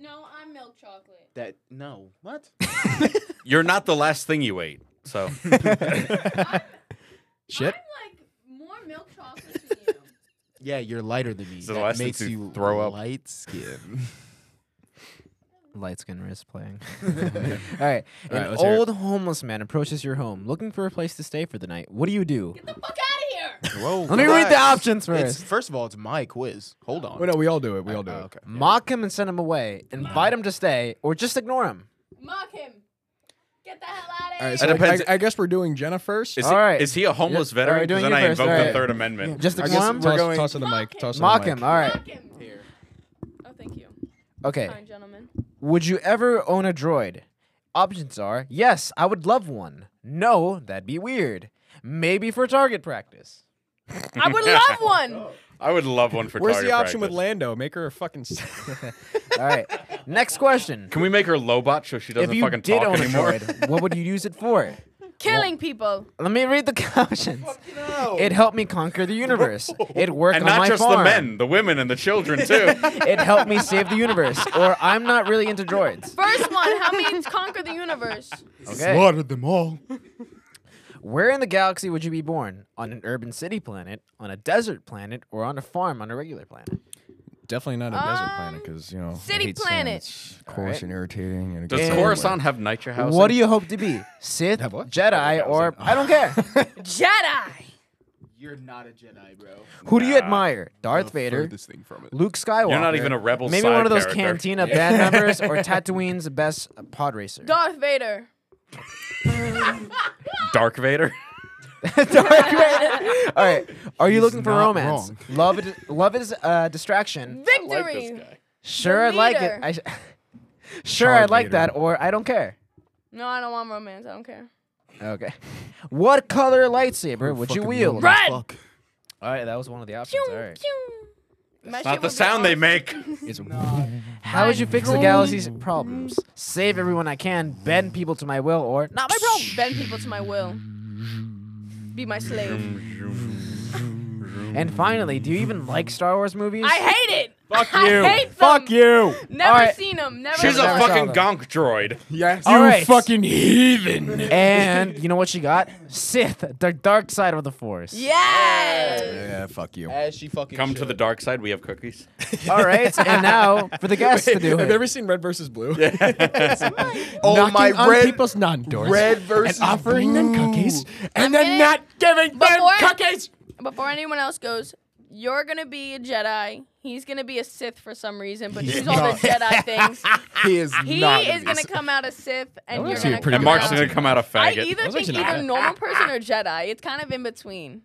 No, I'm milk chocolate.
That no. What?
You're not the last thing you ate. So
Shit.
I'm like more milk chocolate than you.
Yeah, you're lighter than me.
So the
that
last thing
makes
to
you
throw up.
light skin.
Light skin wrist playing. All right.
All right,
An
let's hear it.
old homeless man approaches your home looking for a place to stay for the night. What do you do?
Get the fuck out of here.
Whoa.
Let me read the options
It's,
first.
first of all, it's my quiz. Hold on.
Well, no, we all do it. We all do
Oh,
it.
okay.
Mock him and send him away. Invite him to stay, or just ignore him.
Mock him. Get the hell out of
All
here.
right, so
It
I-
depends-
I, I guess we're doing Jenna first.
is,
All
he,
right.
is he a homeless
Yeah,
veteran?
alright, doing
then
you
I
first,
invoke the
alright.
Third Amendment.
Just
I
ignore
guess
him.
toss,
going-
toss it the
Mock
mic.
him.
Toss it the
Mock
mic.
him. All right.
Mock him.
Here.
Oh, thank you.
Okay.
Fine, gentlemen.
Would you ever own a droid? Options are yes, I would love one. No, that'd be weird. Maybe for target practice.
I would love one.
I would love one for
Where's
target
the option with
practice.
Lando? Make her a fucking. s-
All right. Next question.
Can we make her Lobot so she doesn't
if you
fucking
did
talk
own
anymore?
a droid, what would you use it for?
Killing people.
Let me read the options. It helped me conquer the universe. It worked
and
on
not
my
just
farm.
the men, the women, and the children too.
It helped me save the universe. Or I'm not really into droids.
First one. How many conquer the universe?
Okay.
them all.
Where in the galaxy would you be born? On an urban city planet, on a desert planet, or on a farm on a regular planet?
Definitely not a desert
Um,
planet because you know. I
city
hate sand.
planet.
It's coarse and irritating. And it
Does
gets
Coruscant have Nitro House?
What do you hope to be? Sith,
Have what?
Jedi, or I don't care.
Jedi.
You're not a Jedi, bro.
Who do you admire? Darth Vader,
This thing from it.
Luke Skywalker.
You're not even a rebel.
Maybe
side
one of those
character.
Cantina band members or Tatooine's best pod racer.
Darth Vader.
Dark Vader.
Darth Vader. All right. Are you looking for
not
romance?
wrong.
Love, it, love is a distraction.
Victory.
Sure, I'd like it.
leader.
I sh- sure, I'd like that, or I don't care.
No, I don't want romance. I don't care.
Okay. What color lightsaber would you wield?
Red.
Fuck.
All right, that was one of the options.
Pew,
All right.
pew. My shit
Not the
would go
sound they
off.
make.
It's
How would you fix the galaxy's problems? Save everyone I can, bend people to my will, or not my problem.
Bend people to my will. Be my slave.
And finally, do you even like Star Wars movies?
I hate it.
Fuck
I hate them.
Fuck you.
Never
All right.
seen them. Never.
She's a
seen 'em.
fuck-
fucking
them.
gonk droid.
Yes.
All right.
heathen.
And you know what she got? Sith, the dark side of the Force.
Yes.
yeah, fuck you.
As she fucking
Come to
should.
the dark side. We have cookies.
All right. And now for the guests to do
Have you
it.
ever seen Red versus Blue?
Oh my
Knocking on
red.
people's non doors.
red versus
and offering them
blue.
cookies, and
I'm
then
getting-
not giving them
Before-
cookies.
Before anyone else goes, you're gonna be a Jedi. He's gonna be a Sith for some reason, but
He's
he's all the
not.
Jedi things.
He is
He
not.
is
gonna
gonna
be-
come out a Sith, and
was
you're
actually
gonna
a pretty
come
and Mark's
out.
gonna come out a
I
faggot
either
was
think
actually
either
not
normal person or Jedi. It's kind of in between.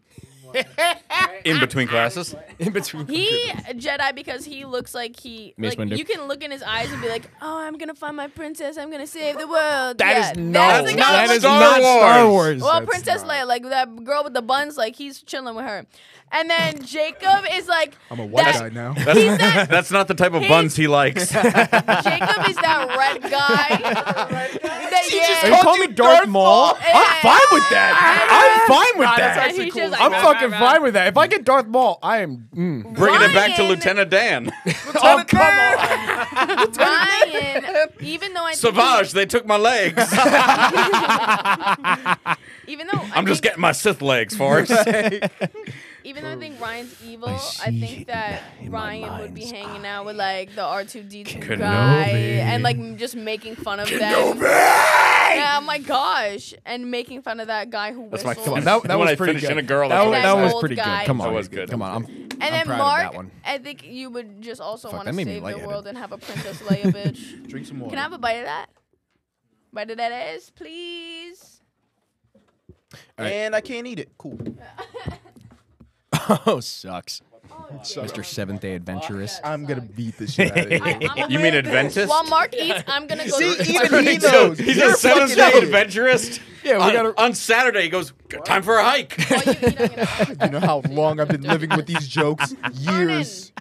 in between classes.
in between.
He a Jedi because he looks like he
Mace
like
Windu.
you can look in his eyes and be like, oh, I'm gonna find my princess. I'm gonna save the world.
That is
yeah,
not.
That's the kind
Oh, That
of
is
look-
Star
not Star
Wars.
Wars.
Well,
That's
Princess
not-
Leia, like that girl with the buns, like he's chilling with her, and then Jacob is like,
I'm a white
that-
guy now.
He's
That's,
that-
that's not the type of
He's-
buns he likes.
Jacob is that red guy. that,
They
yeah.
call me Darth Maul. I'm fine with that. I'm fine with
That's
that.
actually He's just cool. like,
I'm
rah,
fucking
rah, rah.
fine with that. If I get Darth Maul, I am. mm.
Bringing it back to
Ryan-
Lieutenant Dan.
Oh come on.
Ryan, even though I think
Savage, they took my legs.
he- even though I
I'm just
think-
getting my Sith legs, Forrest.
Even though I think Ryan's evil, I, think that Ryan would be hanging out with like the R two D two guy and like m- just making fun of them. Yeah, oh my gosh, and making fun of that guy who
That's my
whistles.
Come on,
Finish-
that, that
when
was
I
pretty
finish
good.
in a girl,
that
that's
was,
what
I
that
say.
was
Old
pretty
guy.
good. Come
That
on,
was good.
Come on, I'm,
and
I'm
then
proud
Mark,
of that one.
I think you would just also
Fuck,
want
that
to
made me
save the
lightheaded.
world and have a Princess Leia, bitch.
Drink some water.
Can I have a bite of that? Bite of that ass, please.
And I can't eat it. Cool.
Oh, sucks.
Oh,
Mr. Seventh Day Adventurist.
I'm gonna beat the shit out of you.
I'm
You
gonna
mean
go-
Adventist?
While Mark eats, I'm gonna go.
See,
to the
even he
toilet.
knows.
He's
You're
a
a
Seventh
fucking
Day
idiot.
Adventurist.
Yeah, we
on,
gotta-
on Saturday, he goes, "Good time for a hike.
While you eat, I'm gonna-
You know how long I've been living with these jokes? Years,
Vernon,
years.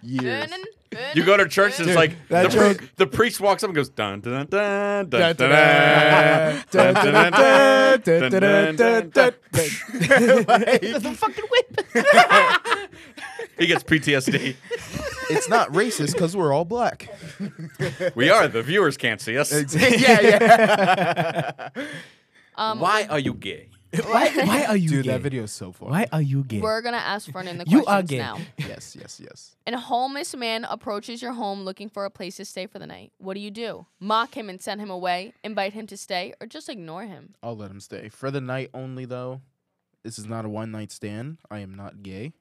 Vernon,
You
Vernon,
go to church, and
Vernon.
it's like
that
the, pri-
joke-
the priest walks up and goes, dun dun dun dun dun dun. dun, dun, dun, dun, dun, dun, dun, dun.
The fucking whip.
He gets PTSD.
It's not racist because we're all black.
We are the viewers can't see us.
yeah, yeah.
Um,
Why are you gay?
Why, why are you
Dude,
gay?
that video is so funny.
Why are you gay?
We're gonna ask Vernon the
You
questions
are gay.
now.
Yes, yes, yes.
And a homeless man approaches your home looking for a place to stay for the night. What do you do? Mock him and send him away, invite him to stay, or just ignore him?
I'll let him stay for the night only, though. This is not a one night stand. I am not gay.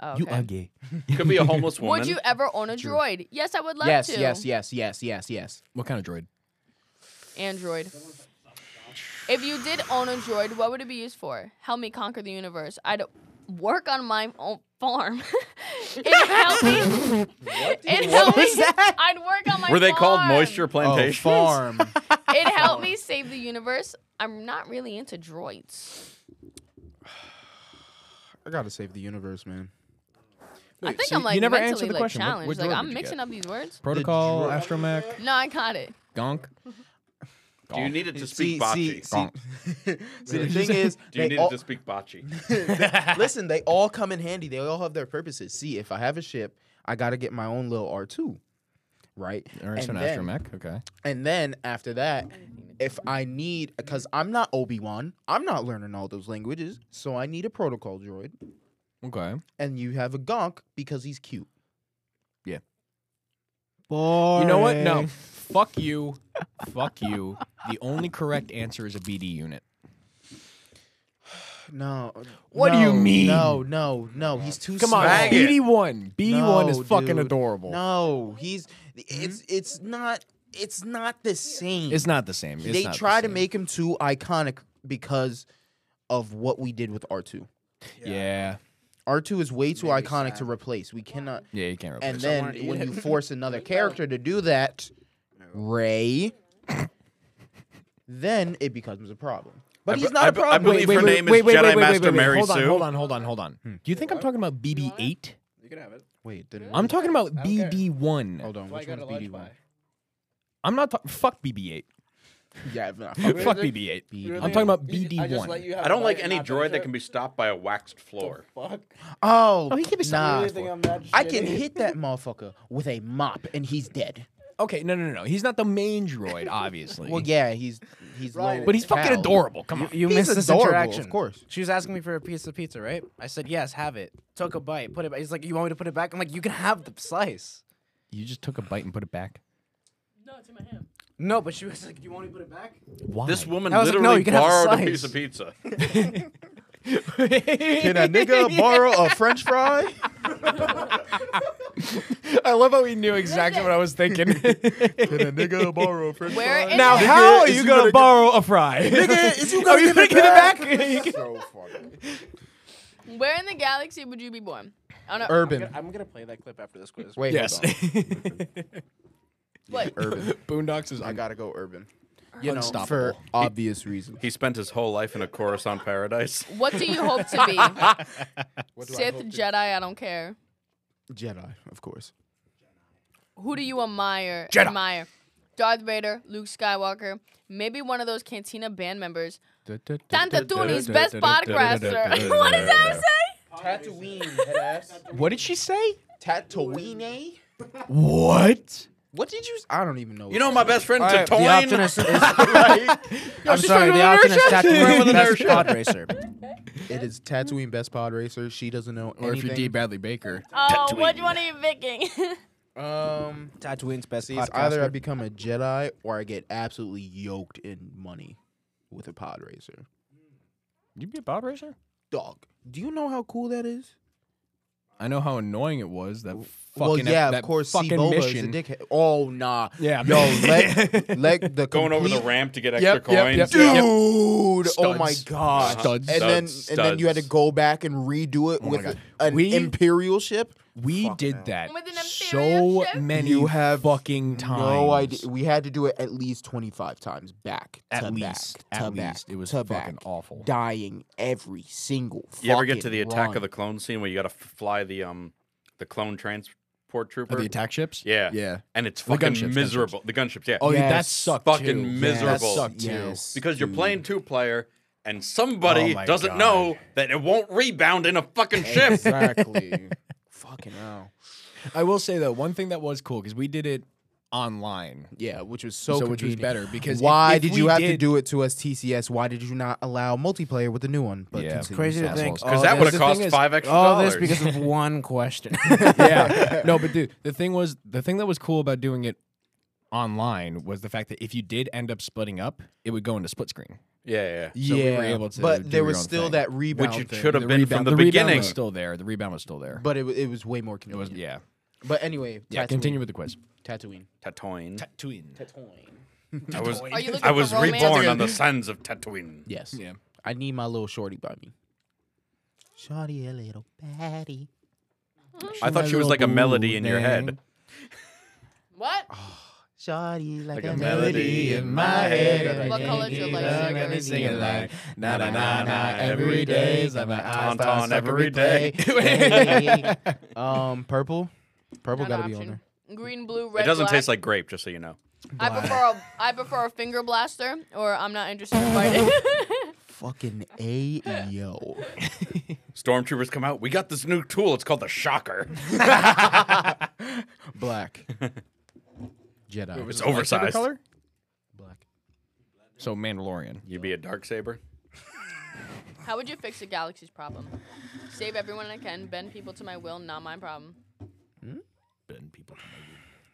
Oh,
You
okay.
are gay.
Could be a homeless woman.
Would you ever own a droid? Yes, I would love
yes,
to.
yes, yes, yes, yes, yes.
What kind of droid?
Android. If you did own a droid, what would it be used for? Help me conquer the universe. I'd work on my own farm. It'd help me. It'd help me. I'd work on my
Were they called
farm.
moisture
Oh,
plantations?
farm.
It helped me save the universe. I'm not really into droids.
I gotta save the universe, man.
I think
so
I'm
you
like
never
mentally
answered the
like
question. What-
challenged.
what
like
droid
I'm
did you
mixing
get?
up these words.
Protocol,
droid.
astromech,
No, I caught it.
gonk.
Do you need it to speak bocce?
see, see, the thing is,
Do you
they
need
all-
it to speak bocce?
listen, they all come in handy. They all have their purposes. See, if I have a ship, I gotta get my own little R two, right?
All right, so an
and, then,
astromech. Okay.
and then after that, if I need, because I'm not Obi Wan, I'm not learning all those languages, so I need a protocol droid.
Okay.
And you have a Gonk because he's cute.
You know what? No. Fuck you. Fuck you. The only correct answer is a BD unit.
No.
What do you
no,
mean?
No, no, no. He's too
Come on,
small.
Faggot.
BD one. BD one is
No,
fucking
dude.
adorable.
No, he's it's it's not it's not the same.
It's not the same. It's
they
not the
try to
same.
make him too iconic because of what we did with R2.
Yeah.
R2 is way too iconic to replace. We cannot.
Yeah, you can't replace.
And then when you force another character to do that, Ray, then it becomes a problem. But
I
he's
be-
not
I
a
be- I
problem.
believe her name is Jedi Master Mary
hold
Sue. Hmm.
On, hold on, hold on, hold on. Do you think I'm talking about BD eight?
Wait, did
I'm talking about BD one.
Hold on, which one's BD1?
I'm not talking. Fuck BB eight.
Yeah, no, fuck
Fuck BB eight.
BD.
I'm talking about BD one.
I don't like any droid that can be stopped by a waxed floor.
Oh,
Oh, he can be
nah.
something.
I can hit that motherfucker with a mop and he's dead.
Okay, no, no, no, no. He's not the main droid, obviously.
Well, yeah, he's he's low
but he's fucking
cow.
adorable. Come on.
You
He's
missed this
adorable, of
interaction.
course.
She was asking me for a piece of pizza, right? I said, yes, have it. Took a bite, put it back. He's like, you want me to put it back? I'm like, you can have the slice.
You just took a bite and put it back.
No, but she was like, you want me to put it back?
Why?
This woman
I was like, no,
literally
you can have a
borrowed a
slice.
piece of pizza.
Can a nigga borrow a French fry?
I love how he knew exactly what I was thinking.
Can a nigga borrow French
Where
fries?
in
now,
Nigga,
how are
is
you
you
gonna,
gonna-
borrow a fry?
Nigga, is you
are
gonna
you
give
gonna
it
give it back?
so funny.
Where in the galaxy would you be born? On a
Urban.
I'm gonna play that clip after this quiz.
Wait,
yes.
hold
what?
on. urban.
Boondocks is
I
I got
gotta go urban. You know, for
Unstoppable.
obvious reasons.
He spent his whole life in a chorus on paradise.
What do you hope to be?
do I
Sith,
hope to-
Jedi, I don't care.
Jedi, of course.
Who do you admire? Admire. Darth Vader, Luke Skywalker, maybe one of those Cantina band members. Tanta Toonies, best podcaster. what does that say?
Tatooine, headass.
What did she say?
Tatooine?
What?
What did you? s- I don't even know.
You know my best friend
All right, the option
Tatooine.
is, is I'm sorry, the option is Tatooine best pod racer.
it is Tatooine best pod racer. She doesn't know
Or if you're D.
anything.
Bradley Baker.
Oh, which one are you picking?
um,
Tatooine's best
see, it's
podcaster.
either I become a Jedi or I get absolutely yoked in money with a pod racer.
You be a pod racer?
Dog, do you know how cool that is?
I know how annoying it was. That fucking
well, yeah,
that
of course.
Fucking
C-Boba
mission.
is a dickhead. Oh nah.
Yeah.
Yo, let, let the
Going over the
complete-
ramp to get
Yep,
extra
yep,
coins.
yep,
Yeah.
yep.
Dude, oh my
Studs.
god.
Studs. Oh
And then
Studs,
and then you had to
studs.
go back and redo it
my
with
God.
an
We-
imperial ship.
we
Fuck
did
no.
that
With an
so
imperial ship?
many
You have
fucking times.
No idea. We had to do it at least 25 times back.
At
to
least,
Back,
at
to
least,
back,
it was
to
fucking
back,
awful.
Dying every single
You ever get to the
fucking
attack of
run.
the clone scene where you got to fly the um the clone transport trooper?
Are the attack ships?
Yeah.
Yeah.
And it's
The
fucking
gunships, gunships.
miserable. The gunships, yeah.
Oh, yeah, that
Yes.
sucked.
Fucking
too. That
miserable.
sucked too.
Yes,
because you're
dude.
playing two player and somebody
Oh my
doesn't
God.
know that it won't rebound in a fucking ship.
Exactly. fucking hell.
I will say though, one thing that was cool because we did it online,
Yeah, which was so,
so, which was
convenient.
better because if-
Why
if
did
we
you have to do it to us, TCS? Why did you not allow multiplayer with the new one?
Yeah.
continue,
Crazy to
sorry.
think.
Because
all
that
this-
would have
the
cost
thing is-
five extra
All this
dollars.
because of one question.
yeah, no, but dude, the thing was, the thing that was cool about doing it online was the fact that if you did end up splitting up, it would go into split screen.
Yeah, yeah.
Yeah,
So we were able to do
but there
your
was
own
still
thing.
that rebound.
Which it
thing.
should have been from
rebound,
the,
rebound
beginning.
was still there. The rebound was still there.
But it, wa- it was way more
it was
convenient.
yeah.
But anyway,
Yeah,
Tatooine.
continue with the quiz.
Tatooine.
Tatooine.
Tatooine.
I was,
Are you looking
I was
for romance?
reborn on the sands of Tatooine.
Yes.
Yeah.
I need my little shorty by me. Shorty, a little patty.
I thought she was like a melody in your head.
what?
Shorty, like,
a melody in my head.
What color's your light
I'm
cigarette?
gonna sing it like na na na na every day. so my eyes
Tauntaun
start sucking
every
me
day.
play.
um, purple. Purple
Not
gotta
an
be on there.
option. Green, blue, red.
It doesn't
black.
taste like grape, just so you know.
I prefer a I prefer a finger blaster, or I'm not interested in fighting.
Fucking a E yo.
Stormtroopers come out. We got this new tool. It's called the Shocker.
Black. Jedi.
It's oversized.
Black.
So Mandalorian.
You'd be a dark saber.
How would you fix the galaxy's problem? Save everyone I can, bend people to my will, not my problem.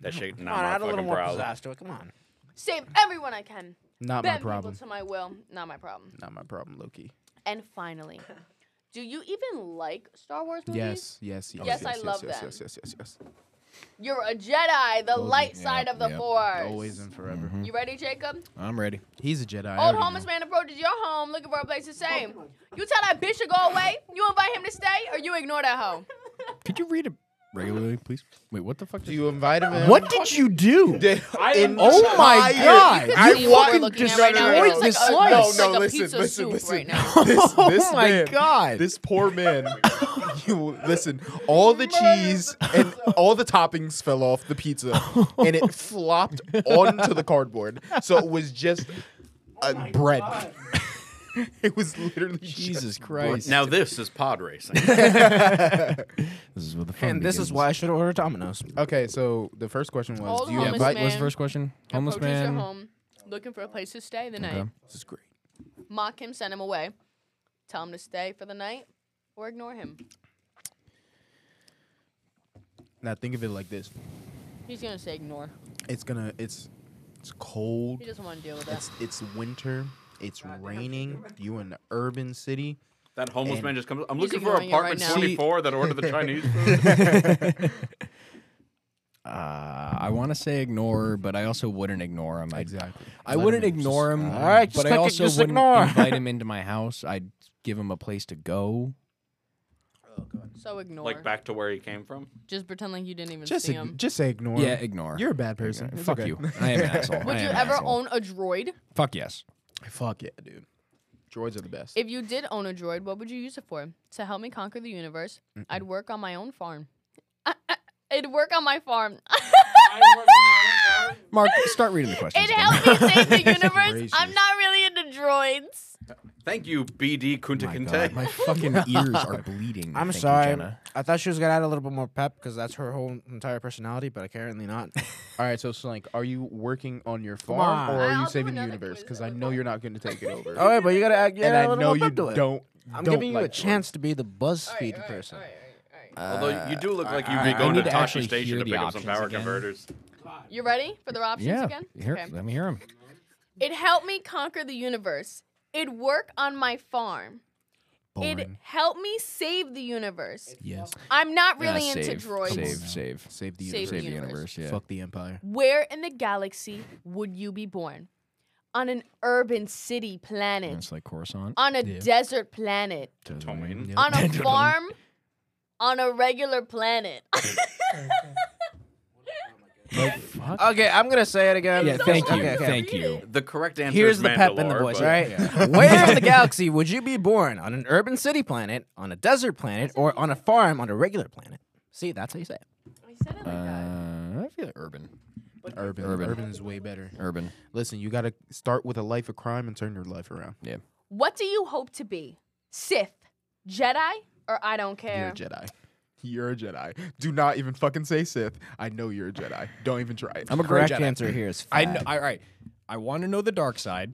That shit.
Come on,
Not
add
my
a little
fucking
more
problem.
pizzazz to it. Come on.
Save everyone I can,
Not my
bend
problem.
people to my will, not my problem.
Not my problem, Loki.
And finally, do you even like Star Wars movies?
Yes, yes, yes.
Yes, I
yes,
love
yes,
them.
Yes, yes, yes, yes, yes.
You're a Jedi, the light side of the
yep.
Force.
Always and forever.
Mm-hmm.
You ready, Jacob?
I'm ready.
He's a Jedi. I
Old
already
homeless man approaches your home looking for a place to stay.
Oh
You tell that bitch to go away, you invite him to stay, or you ignore that hoe.
Could you read it regularly, please? Wait, what the fuck?
know. Do you invite him? in?
What did you do?
They- in-
Oh my
entire-
God.
Because
I
you are
fucking
looking at right now,
destroyed
it's
this
like a,
slice.
it's like
No, no,
a
listen,
pizza
listen,
soup
listen.
right now.
This,
oh my god!
This poor man. you listen. All the cheese and all the toppings fell off the pizza, and it flopped onto the cardboard. So it was just a bread. it was literally
Jesus
just
Christ!
Now this is pod racing.
this is what the fun
And this is
begins.
why I should have ordered Domino's.
bread. Okay, so the first question was:
Old
Do you
homeless
invite?
man
What's the first question? Homeless
approaches
man.
your home looking for a place to stay the night.
Okay.
This is great.
Mock him, send him away. Tell him to stay for the night or ignore him.
Now think of it like this:
He's gonna say ignore.
It's gonna. It's it's cold.
He doesn't want to deal with that.
It's it's winter. It's raining. You in the urban city.
That homeless man just comes. I'm
He's
looking for
ignoring it
apartment
right now.
24 that ordered the Chinese food.
Uh, I want to say ignore, but I also wouldn't ignore him. I'd,
Exactly.
I wouldn't ignore him.
all right, just
but I
click it,
also
just
wouldn't
ignore.
invite him into my house. I'd give him a place to go.
So ignore.
like back to where he came from.
Just pretend like you didn't even
Just,
see
ig-
him.
just say ignore.
Yeah,
him.
ignore.
You're a bad person. It's
Fuck
okay.
you. I am an asshole.
Would
I
you
am an
ever
asshole.
own a droid?
Fuck yes.
Fuck yeah, dude. Droids are the best.
If you did own a droid, what would you use it for? To help me conquer the universe. I'd work on my own farm. Uh, It'd work on my farm.
Mark, start reading the questions.
It'd
again.
help me save the universe.
Gracious.
I'm not really into droids.
Thank you, BD Kunta
Oh My God,
Kinte.
my fucking ears are bleeding.
I'm
Thank you,
sorry.
Jenna.
I thought she was gonna add a little bit more pep because that's her whole entire personality, but apparently not.
All right, so Slank, are you working on your farm
on.
or are
I'll
you
do
saving the
another
universe?
quiz
Because
that
I
was
know
on.
you're not going to take it over.
All right, Oh, but you gotta add yeah,
and
a
I
little
know
more
you
pep to it.
don't.
I'm
don't
giving you a
like
chance to be the BuzzFeed person.
Although you do look like you'd
I-
be
I
going
need
to
to
Tashi
actually
Station
hear
to
the
pick up some
options
power
again.
converters.
You ready for the options
Yeah.
again?
Here,
Okay.
Let me hear him.
It'd help me conquer the universe. It'd work on my farm. It'd
Boring.
help me save the universe.
Yes.
I'm not really
Ah,
into
save,
droids.
Save, save,
Save the
Save
universe.
the
save the universe. Yeah.
Fuck the empire.
Where in the galaxy would you be born? On an urban city planet.
It's like Coruscant.
On a desert planet.
Tomaine.
On a farm. on a regular planet.
Okay, I'm gonna say it again.
Yeah,
so
thank
hard
you,
to
thank
read
you.
it.
The correct answer
Here's
is
the pep in the
Mandalore,
voice,
but-
all right? Where in the galaxy would you be born? On an urban city planet, on a desert planet, or on a farm on a regular planet? See, that's how you say it.
I said it like that.
Uh, I feel like urban.
Urban.
Urban.
Urban. is way better.
Urban.
Listen, you got to start with a life of crime and turn your life around.
What do you hope to be? Sith, Jedi, or I don't
You're
care?
a Jedi. You're a Jedi. Do not even fucking say Sith. I know you're a Jedi. Don't even try it.
I'm a
Correct
Jedi.
answer here is
I
fad.
know. All right. I want to know the dark side,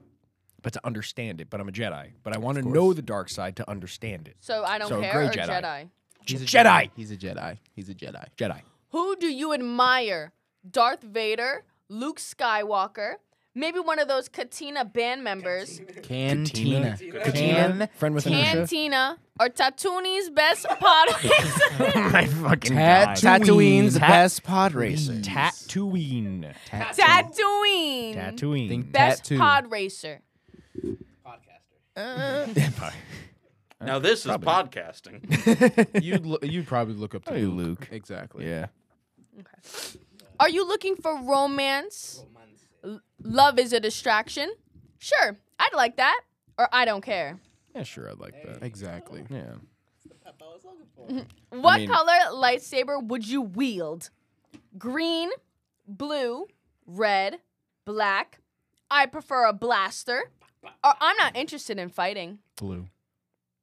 but to understand it. But I'm a Jedi. But I want to know the dark side to understand it.
so I don't
So,
care
gray
or
Jedi.
Jedi.
He's a
Jedi.
He's a Jedi. He's a Jedi.
Jedi.
Who do you admire? Darth Vader, Luke Skywalker, maybe one of those Katina band members,
Cantina.
Cantina.
Friend with an
Cantina, or Tatooine's best pod racer.
My fucking
Tat- Tatooine's
Tat-
best pod racer.
Tatooine.
Tatooine,
Tatooine.
Think-
best
Tattoo.
pod racer.
Now this is podcasting.
you'd lo- you'd probably look up to
Hey,
Luke.
Luke.
Exactly.
Yeah.
Are you looking for romance? L- love is a distraction. Sure, I'd like that, or I don't care.
Yeah. Sure. I'd like that.
Exactly.
Yeah.
What
mean-
color lightsaber would you wield? Green, blue, red, black. I prefer a blaster. Or I'm not interested in fighting.
Blue.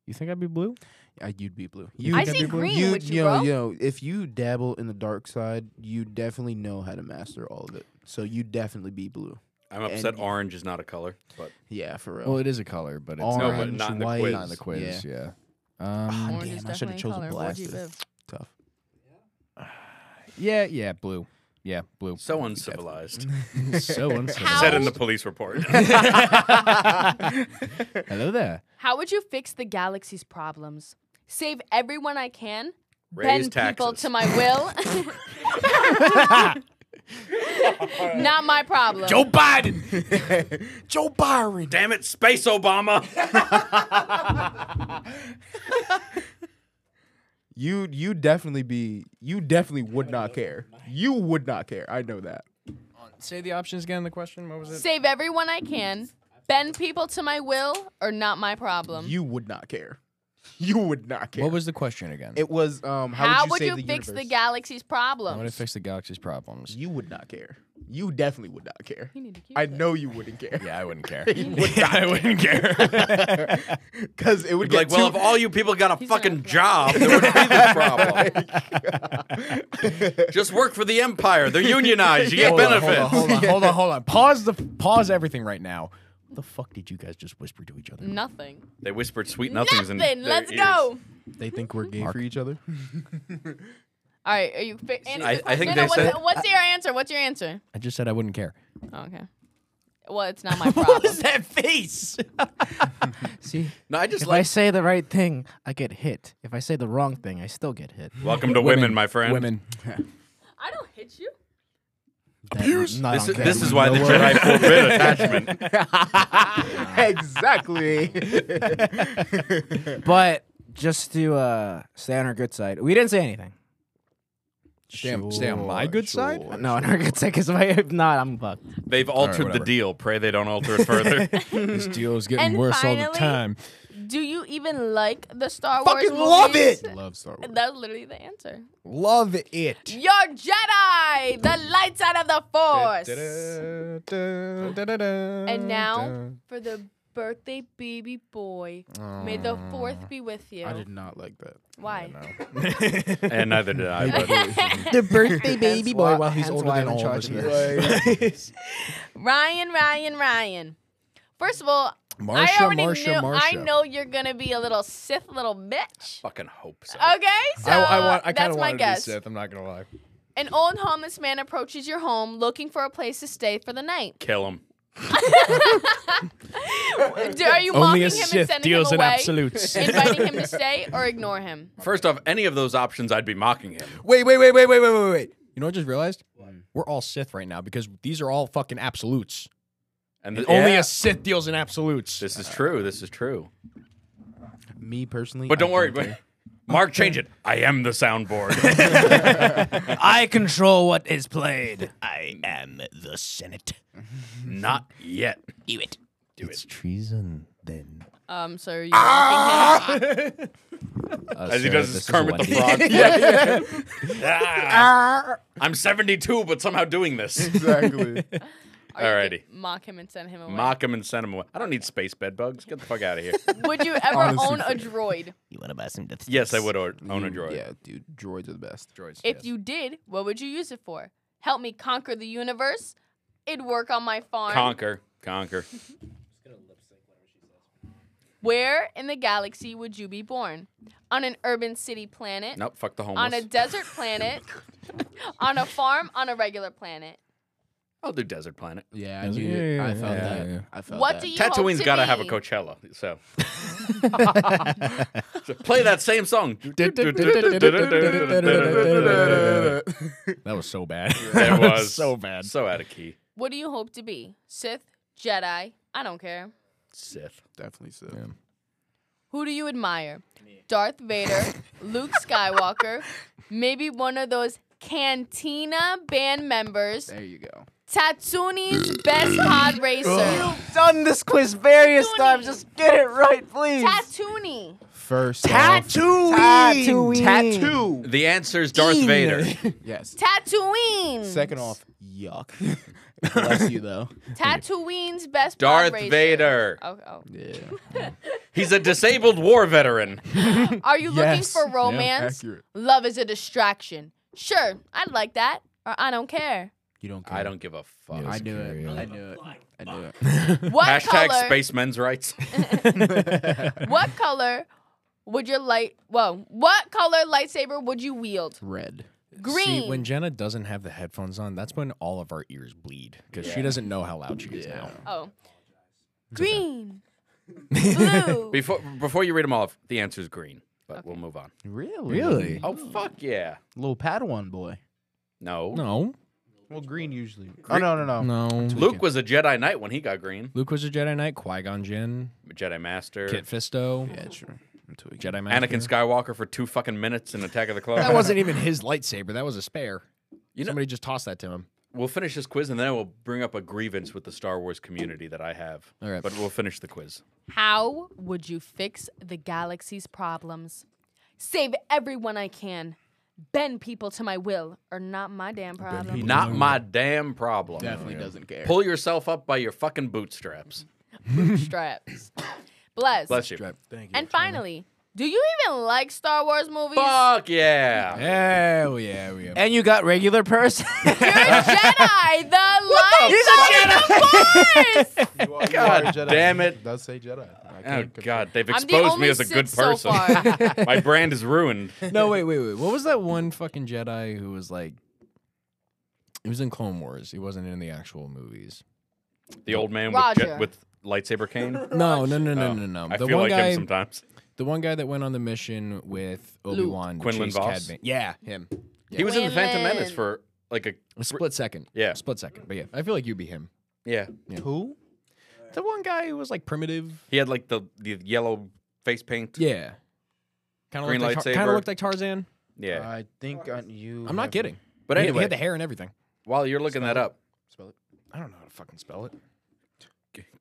You think I'd be blue?
Uh, you'd be blue. You,
I see green
you,
with you,
yo,
bro.
yo, if you dabble in the dark side, you definitely know how to master all of it. So you definitely be blue.
I'm upset
And-
orange is not a color, but
Yeah, for real.
Well, Oh, it is a color, but it's
No,
not,
but
Orange,
not in the
white,
quiz.
not in the quiz. Yeah. Um,
Orange is
Damn, I
definitely
should have
a
chosen
color.
black.
What'd you
That's Tough.
yeah. Yeah. Blue. Yeah. Blue.
so uncivilized.
so
How-
unsaid.
Said in the police report.
Hello there.
How would you fix the galaxy's problems? Save everyone I can.
Raise
bend people
taxes.
to my will. not my problem.
Biden.
Joe Byron.
Damn it, Space Obama.
You you definitely be you definitely would not care. You would not care. I know that.
Say the options again. The question. What was it?
Save everyone I can. Bend people to my will, or not my problem.
You would not care. You would not care.
What was the question again?
it was um how,
How
would you, save the
fix the
universe?
galaxy's
I'm gonna
problems?
fix the galaxy's problems.
You would not care. You definitely would not care.
need to keep
I
it.
know you wouldn't care.
I wouldn't care.
I wouldn't care. Because it would
You'd
get
be like, well, if
too-
all you people got a
gonna
fucking
fly.
job, there wouldn't be this problem. Just work for the empire. They're unionized. You get
Hold on, hold
benefits.
on, hold on, hold on, hold on. Pause the pause everything right now. What the fuck did you guys just whisper to each other?
Nothing.
They whispered sweet nothings in
Nothing.
their
Let's
ears.
go.
they think we're gay for each other.
All right. Are you fi- answer the
I- I think
question.
they
what's,
said-
what's your answer? What's your answer?
I just said I wouldn't care.
Oh, okay. Well, it's not my problem.
that face? See,
No, I just
if I
like.
say the right thing, I get hit. If I say the wrong thing, I still get hit.
Welcome to women, my friend.
Women.
I don't hit you.
That- not
This
on
is, this
camera.
is why the
No
Jedi
worries.
forbid attachment.
exactly.
But just to uh, stay on our good side, we didn't say anything.
Stay on- stay on my good side?
No, on our good side, because if, I- if not, I'm fucked.
They've
right,
altered the
whatever.
deal. Pray they don't alter it further.
this deal is getting
And
worse all
finally-
the time.
Do you even like the Star
Fucking
Wars?
love
movies?
Love Star Wars.
That's literally the answer.
Love it.
You're Jedi, the light side of the Force.
And
And now for the birthday baby boy, may the fourth be with you.
I did not like that.
Why?
and neither did I. But
The birthday
baby boy, while he's older than all of us.
Ryan, Ryan, Ryan. First of all, I
Marsha,
already
Marsha,
knew. I
Marsha.
know you're gonna be a little Sith, little bitch.
fucking hope so.
Okay, so
I, I want. I kind
that's
of
my
want to be
guess.
Sith. I'm not gonna lie.
An old homeless man approaches your home looking for a place to stay for the night.
Kill him.
Do- Are you
Only
mocking
a
him and
Sith
sending him
deals in
away,
absolutes.
inviting him to stay, or ignore him?
First off, any of those options, I'd be mocking him.
Wait, wait, wait, wait, wait, wait, wait, wait. You know what I just realized? We're all Sith right now because these are all fucking absolutes.
And
And
the,
Only
yeah,
a Sith deals in absolutes.
This is true. This is true.
Me personally,
But don't
I
worry. But, Mark, change it. I am the soundboard.
I control what is played.
I am the Senate.
Not yet.
Do it. Do
it's treason. Then
Um, so are you
Ah!
mocking him?
As he does his Kermit the Frog. Ah. I'm 72, but somehow doing this.
exactly.
Are you
Alrighty.
gonna Mock him and send him away.
Mock him and send him away. I don't need space bed bugs. Get the fuck out of here.
Would you ever own a droid?
You want to buy some death?
yes, I would or- own a
You-
droid.
Yeah, dude, droids are the best.
droids.
If you did, what would you use it for? Help me conquer the universe. It'd work on my farm.
Conquer. Conquer.
Where in the galaxy would you be born? On an urban city planet?
Nope, fuck the homeless.
On a desert planet? on a farm? On a regular planet?
I'll do Desert Planet.
Yeah, I
Yeah,
knew it.
yeah,
I
yeah,
felt
yeah,
that.
yeah.
I felt
what
that.
do you hope
Tatooine's
to
got to
be?
have a Coachella. So. So play that same song.
That was so bad.
It was
so bad.
So out of key.
What do you hope to be? Sith? Jedi? I don't care.
Sith.
Definitely so.
Who do you admire? Darth Vader, Luke Skywalker, maybe one of those Cantina band members,
There you go.
Tatsuni's best pod racer.
done this quiz various times. Just get it right, please.
Tatsuni.
First,
Tattoo.
tattoo.
The answer is Darth Vader.
Yes.
Tatooine.
Second off, yuck. Bless you though.
Tatooine's best pod
Darth
racer.
Vader.
Oh, oh.
Yeah.
He's a disabled war veteran.
Are you looking
Yes.
for
Yeah,
romance?
Accurate.
Love is a distraction. Sure, I'd like that. Or I don't care.
You don't. Care.
I don't give a fuck.
I knew it. I knew it. I knew it.
What
Hashtag
color?
space men's rights.
What color would your light? Whoa! What color lightsaber would you wield?
Red.
Green.
See, when Jenna doesn't have the headphones on, that's when all of our ears bleed because she doesn't know how loud she is now.
oh, green, blue.
Before before you read them all, off, the answer is green. But we'll move on.
Really?
Oh fuck yeah!
Little Padawan boy.
No.
No,
Well, green usually. Oh no no no.
no.
Luke was a Jedi Knight when he got green.
Luke was a Jedi Knight, Qui Gon Jinn,
Jedi Master.
Kit Fisto,
Yeah, true. I'm tweaking.
Jedi Master.
Anakin Skywalker for two fucking minutes in Attack of the Clones.
That wasn't even his lightsaber. That was a spare.
You know-
Somebody just tossed that to him.
We'll finish this quiz and then I will bring up a grievance with the Star Wars community that I have.
All right.
But we'll finish the quiz.
How would you fix the galaxy's problems? Save everyone I can. Bend people to my will, or not my damn problem.
Not my damn problem.
Definitely doesn't care.
Pull yourself up by your fucking bootstraps.
Straps. Bless.
Bless you.
Thank
And finally, do you even like Star Wars movies?
Fuck yeah.
Hell yeah, we have.
And you got regular person.
You're a Jedi, the light side of the Force.
God damn it.
Does say Jedi. I
Oh
can't
God, they've
I'm the
exposed
only
me as a
Sith
good
so
person.
far.
My brand is ruined.
no, wait, wait, wait. What was that one fucking Jedi who was like? It was in Clone Wars. He wasn't in the actual movies.
The old man with,
Roger.
jet, with lightsaber cane.
No, no, no, no,
Oh,
no, no.
I
the
feel
one
like
guy,
him sometimes.
the one guy that went on the mission with Obi Wan,
Quinlan Voss?
Yeah, him. Yeah.
He was in the Phantom Menace
Quinlan.
for like a
A split second.
Yeah.
split second. But yeah, I feel like you'd be him.
yeah.
Who?
The one guy who was like primitive.
He had like the the yellow face paint.
Yeah. Kind of
Green
looked, like Tar-
lightsaber.
kinda looked like Tarzan.
Yeah.
I think I, you.
I'm not
have-
kidding.
but
He had- he
anyway,
had the hair and everything.
while you're looking that up,
Spell it.
I don't know how to fucking spell it.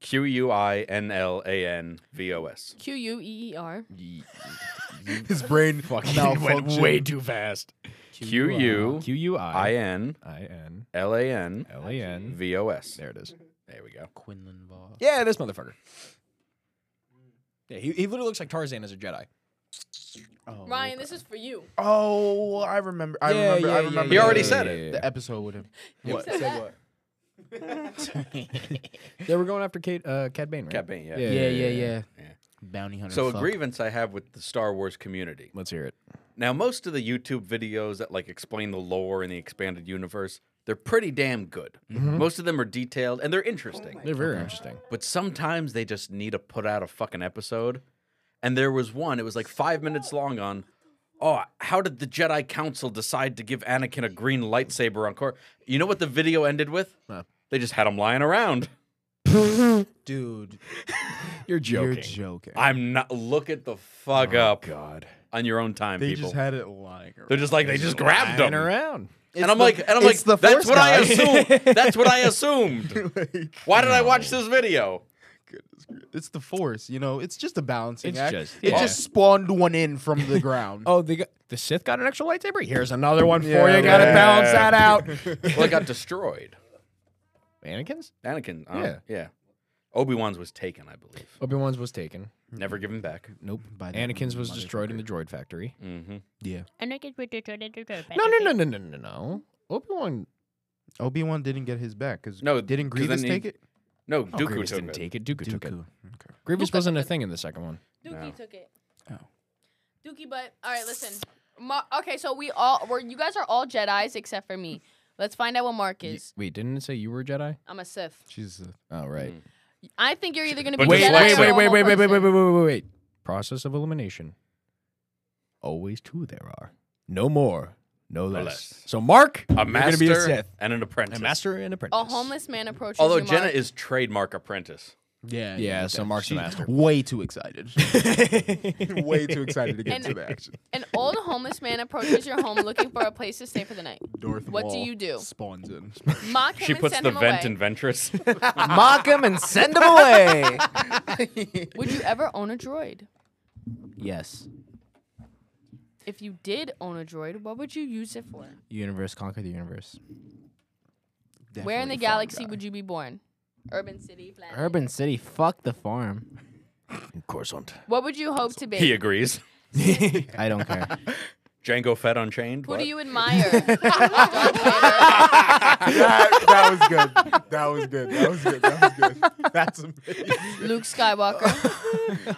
Q U I N L A N V O S.
Q U E E R.
His brain
Fucking went way too fast.
Q U
Q U
I
I
N
I N
L A N
L A N.
V O S.
There it is.
There we go.
Quinlan Voss.
Yeah, this motherfucker. Yeah, he, he literally looks like Tarzan as a Jedi.
Oh,
Ryan,
okay.
this is for you.
Oh, I remember. I
Yeah,
remember.
yeah,
I
yeah,
remember.
He
the-
already said it.
The episode with him. What?
said that?
what?
They were going after Kate, uh, Cad Bane, right?
Cat Bane, yeah.
Yeah.
Yeah, yeah, yeah.
Yeah.
Bounty hunter.
So a
fuck.
grievance I have with the Star Wars community.
Let's hear it.
Now most of the YouTube videos that like explain the lore and the expanded universe, they're pretty damn good.
Mm-hmm.
Most of them are detailed and they're interesting.
They're very interesting.
but sometimes they just need to put out a fucking episode. And there was one, it was like five minutes long on, oh, how did the Jedi Council decide to give Anakin a green lightsaber on Cor? You know what the video ended with?
Huh.
They just had him lying around.
dude,
You're
you're
joking.
joking.
I'm not, look at the fuck up
Oh God.
on your own time,
they
people.
just had it lying. around.
They're just like, they just grabbed him.
around.
And I'm like, and I'm like,
it's the
that's
Force
what I
guy."
assumed. That's what I assumed. Why did I watch this video?
It's the force, you know. It's just a balancing
It's
act.
just-
it
yeah.
just spawned one in from the ground.
Oh, they got, the Sith got an extra lightsaber. Here's another one
Yeah.
for you. Got to
Yeah.
balance that out.
Well, it got destroyed.
Anakin's
Anakin. I don't-
Yeah.
yeah. Obi Wan's was taken, I believe.
Obi Wan's was taken.
Never given back.
Nope.
By that
Anakin's was destroyed in the droid factory.
Mm-hmm.
Yeah,
No, no, no, no, no, no, no. Obi Wan.
Obi Wan didn't get his back because
No,
didn't
'cause then
Grievous
he-
take it?
No, Dooku
Oh, Grievous
took
didn't
it.
take it. Dooku, took it.
Dooku.
Grievous wasn't a thing in the second one.
Dookie
No.
took it.
Oh.
Dookie, but all right, listen. Ma- okay, so we all we're you guys are all Jedi's except for me. Let's find out what Mark
Y-
is.
wait, didn't it say you were a Jedi?
I'm a Sith.
She's
Oh, right.
I think you're either gonna be
But
Wait,
Jedi
dyslexia.
wait,
or
wait, wait,
I'm a
wait, wait, wait, wait,
person.
wait, wait, wait, wait. Process of elimination. Always two there are. No more, no less. Uh,
less.
So Mark,
A
you're gonna
master
be a Sith,
and an apprentice.
a master and apprentice.
A homeless man approaches.
Although
you,
Jenna
Mark.
is trademark apprentice.
yeah,
Yeah, so Mark's the
she's
master.
Way too excited. way too excited to get
And-
into the action.
An old homeless man approaches your home looking for a place to stay for the night.
Darth
What do
Maul
you do?
Spawns in.
Mock him
She
and
puts
send
the
him
vent
away.
in Ventress.
Mock him and send him away.
Would you ever own a droid?
yes.
If you did own a droid, what would you use it for?
Universe conquer the universe.
Where in the
Definitely fun
galaxy
guy.
would you be born? Urban city, planet.
Urban city. Fuck the farm.
Coruscant.
What would you hope to be?
he agrees.
I don't care.
Django Fett Unchained.
Who
what?
do you admire? Darth Vader.
that, that was good. That was good. That was good. That was good. That's amazing.
Luke Skywalker.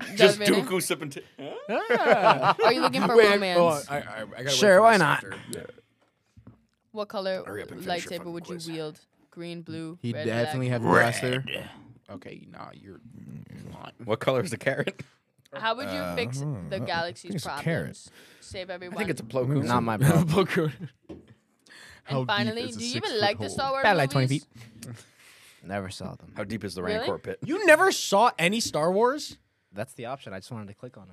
Darth
Just
Vader?
Dooku sipping tea. Huh?
Are you looking for romance?
I, I, I
Sure, why not?
What color
Hurry up and finish your
lightsaber
fucking
would you
quiz.
wield? Green, blue,
He
red,
definitely have glass there. Okay, nah, you're lying.
What color is the carrot?
black. How would you fix the galaxy's
it's a carrot.
problems? Save everyone.
I think it's a Plo Koon.
Not my problem.
How
and
deep
finally,
is a
do you even
six-foot
like the
hole?
Star Wars
About like 20
movies?
Never saw them.
How deep is the
Really?
Rancor pit?
You never saw any Star Wars?
That's the option. I just wanted to click on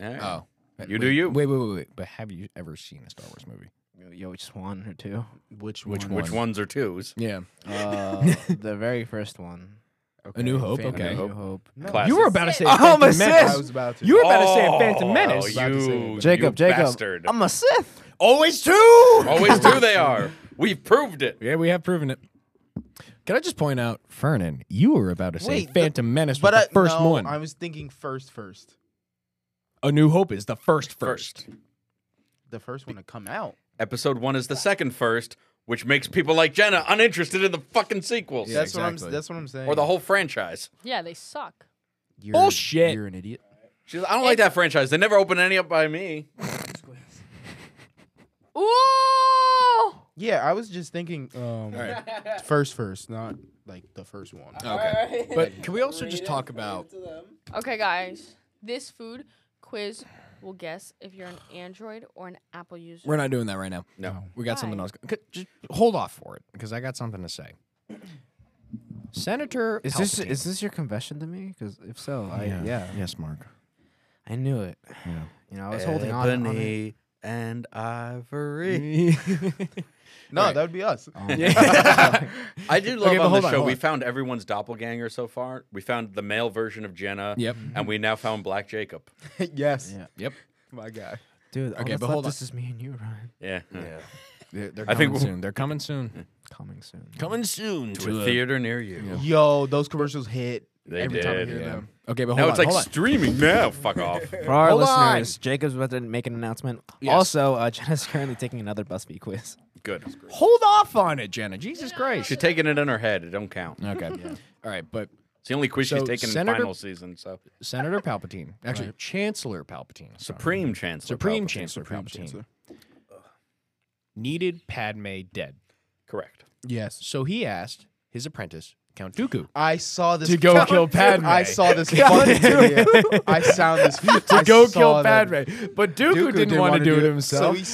it.
Alright.
Wait,
You do you.
Wait, wait, wait, wait. But have you ever seen a Star Wars movie?
Yo, just one or two.
Which
Which
one?
Which ones are twos?
Yeah.
Uh, the very first one.
Okay,
New Hope,
Phantom
okay.
New
Hope.
Hope.
Classic.
You were about to say
I'm
Phantom
a
Menace.
Sith.
I was about to.
You were about to say a Phantom
Oh,
Menace.
about to say
You,
it.
Jacob,
you
Jacob.
Bastard.
I'm a Sith.
Always two.
Always do they are. We've proved it.
Yeah, we have proven it. Can I just point out, Fernan, you were about to say
Wait, the-
Phantom Menace
but
was
I,
the first
no,
one.
I was thinking first, first.
A New Hope is the first first.
First.
The first one to come out.
Episode one is the second first, which makes people like Jenna uninterested in the fucking sequels.
Yeah,
that's what
exactly.
I'm. That's what I'm saying.
Or the whole franchise.
Yeah, they suck.
You're,
Bullshit.
You're an idiot.
She's like, I don't like that franchise. They never open any up by me.
Ooh!
uh, Yeah, I was just thinking. Um, first, first, not like the first one.
Okay. But can we also just talk about
Okay, guys. This food quiz will guess if you're an Android or an Apple user.
We're not doing that right now.
No.
We got something
Why?
else. C- Just hold off for it because I got something to say. Senator
Is this
Palpatine.
is this your confession to me? Because if so, I yeah.
Yes, Mark.
I knew it.
Yeah.
You know, I was holding on. on it.
eh?
and ivory.
No, that would be us.
I do love on
Okay, but
the
hold on,
show.
hold
we
on.
found everyone's doppelganger so far. We found the male version of Jenna.
Yep.
And we now found Black Jacob.
yes.
Yeah.
Yep.
My guy.
Dude, all
Okay,
that's
but
left
hold on.
is me and you, Ryan.
Yeah.
They're, they're
I
coming
think we'll-
soon. They're coming soon.
Coming soon.
Coming soon
To a theater near you.
Yo, those commercials hit
They
every time I
did.
hear
Yeah.
them.
Okay, but
Now
hold
it's
on.
like
hold on.
streaming now. Fuck off.
For our
Hold on.
listeners, Jacob's about to make an announcement.
Yes.
Also, uh, Jenna's currently taking another BuzzFeed quiz.
Good.
Hold off on it, Jenna. Jesus Christ.
She's taking it in her head. It don't count.
Okay. All right, but
It's the only quiz
So,
she's taken
Senator-
in final season. So
Senator Palpatine, actually Chancellor Palpatine, sorry.
Supreme Chancellor.
Supreme
Palpatine.
Chancellor
Supreme
Palpatine,
Chancellor.
needed Padme dead.
Correct.
Yes.
So he asked his apprentice, Count Dooku.
I saw this
To go
Count
kill
Dooku.
Padme.
I saw this fucking video. I sound this
To
I
go
saw
kill
that.
Padme, but Dooku, didn't,
didn't
want to
wanna
do,
do
it
it,
himself.
so he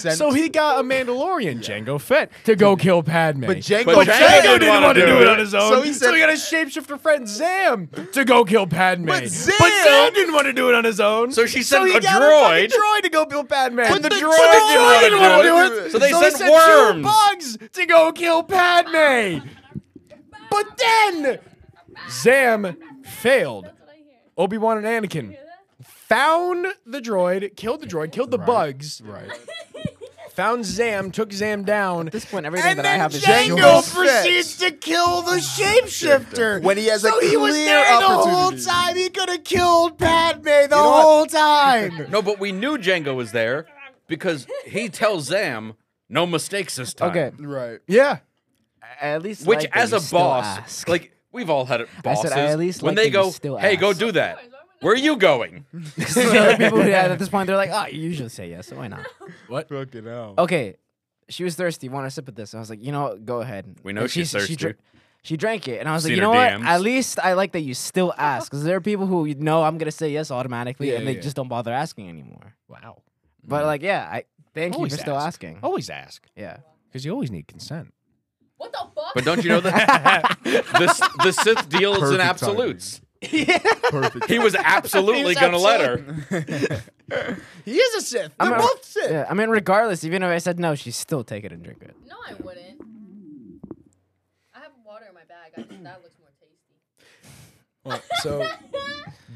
sent-
got a Mandalorian, Jango Fett, to go kill Padme.
But Jango,
But Jango
Jango
didn't
didn't
wanna
want to
do
do it
it.
on his own, so
So
he,
he said-
got a shapeshifter friend Zam to go kill Padme.
But Zam-
didn't want to do it on his own,
So she sent
he
a
got fucking
droid.
droid to go kill Padme.
But the the droid droid didn't wanna
didn't
do
wanna
it. So they
he
sent
two
worms.
bugs to go kill Padme. But then Zam failed. Obi Wan and Anakin found the droid, killed the droid, killed the bugs,
Right.
found Zam, took Zam down.
At this point, everything that I have is
Jango
yours.
Fett. proceeds
to kill the shapeshifter.
When he has a clear opportunity.
He could have killed Padme the
what?
time.
No, but we knew Django was there because he tells Zam no mistakes this time.
Okay,
Right.
yeah.
at least
Which,
like that
as
you
a
still
boss,
ask.
like we've all had it.
I
Bosses
said, I at least
when
like
they
that you
go,
still
"Hey, go
ask."
do that." Where are you going?
So the people who at this point, they're like, oh, you usually say yes, so why not?
Fucking hell.
Okay, she was thirsty. Want a sip of this? I was like, you know what? Go ahead.
We know
And
she's
s- She,
thirsty.
dra- she drank it, and I was like,
Seen
you
her
know what?
DMs.
At least I like that you still ask, because there are people who you know I'm gonna say yes automatically,
Yeah,
and
yeah,
they
yeah.
just don't bother asking anymore.
Wow.
But like, yeah, I thank you
Always
for still
ask.
Mm. asking. Oh.
Always ask
yeah.
because you always need consent.
What the fuck?
But don't you know that the S- the Sith deals in
Perfect
absolutes?
Perfect.
He was absolutely gonna let her.
He is a Sith.
I mean, yeah, I mean, regardless, even if I said no, she still take it and drink it.
no, I wouldn't. I have water in my bag. I think that looks more tasty.
so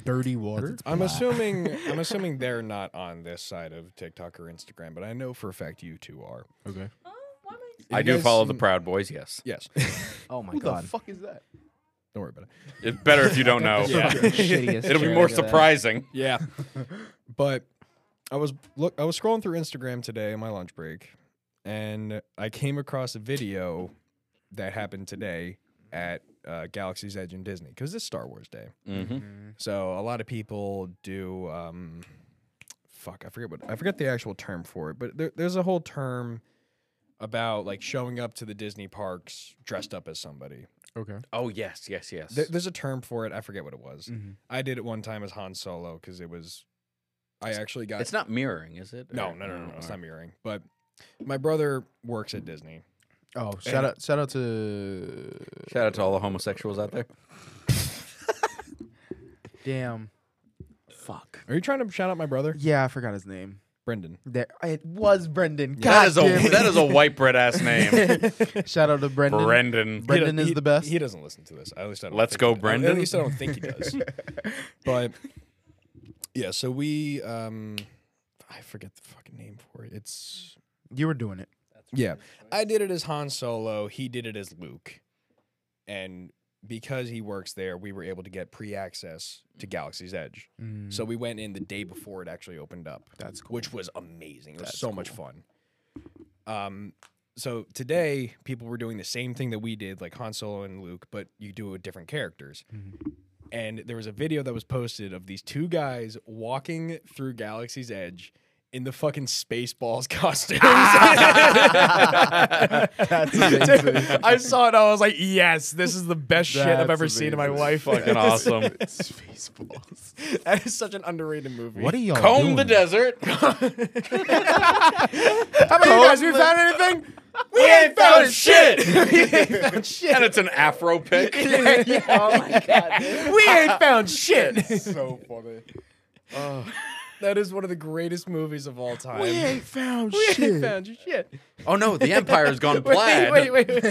Dirty water.
I'm assuming I'm assuming they're not on this side of TikTok or Instagram, but I know for a fact you two are.
Okay.
Huh? Oh, Why am I?
I
You
do
guys
follow the
seen-
Proud Boys. Yes,
Yes.
Oh my
Who the
god.
fuck is that?
Don't worry about it.
it's better if you don't know.
Shittiest
It'll be
shirt
more
I've ever-
surprising.
Yeah. but I was look I was scrolling through Instagram today on my lunch break and I came across a video that happened today at uh, Galaxy's Edge in Disney because it's Star Wars Day.
Mm-hmm.
So a lot of people do. Um, fuck, I forget what I forget the actual term for it, but there, there's a whole term about like showing up to the Disney parks dressed up as somebody.
Okay.
Oh yes, yes, yes.
There, there's a term for it. I forget what it was.
Mm-hmm.
Mhm.
I did it one time as Han Solo because it was. I actually got
it's not mirroring, is it?
no,
Or-
no, no, no, no. It's
all
not
right.
mirroring, but my brother works at Disney.
Oh, shout out! Shout out to
Shout out to all the homosexuals out there.
damn. Fuck.
Are you trying to shout out my brother,
Yeah, I forgot his name.
Brendan?
There, it was Brendan.
That
God
is a that is a white bread ass name,
shout out to Brendan.
Brendan.
He do-
Brendan is
he-
the best.
He doesn't listen to this. At least I don't.
Let's
think
go,
he does. At
Brendan.
least I don't think he does. but yeah, so we um, I forget the fucking name for it. It's
you were doing it.
yeah, I did it as Han Solo. He did it as Luke, and because he works there, we were able to get pre-access to Galaxy's Edge. So we went in the day before it actually opened up
Mm, That's cool.
which was amazing. It was
That's
so much fun. Um, so today people were doing the same thing that we did, like Han Solo and Luke, but you do it with different characters.
Mm-hmm.
And there was a video that was posted of these two guys walking through Galaxy's Edge in the fucking Spaceballs costumes.
That's amazing.
I saw it. and I was like, yes, this is the best shit I've
That's
ever seen in my
amazing.
life.
Fucking awesome.
Spaceballs.
that is such an underrated movie.
What are y'all
Comb
doing?
the desert. Oh,
How about you guys? We found anything?
We ain't found Oh, shit. And it's an afro pick.
oh my god. dude.
We ain't found shit.
so funny.
that is one of the greatest movies of all time.
We ain't found
We ain't
shit.
found your shit.
Oh no, the empire's gone plaid.
Wait, wait, wait. wait.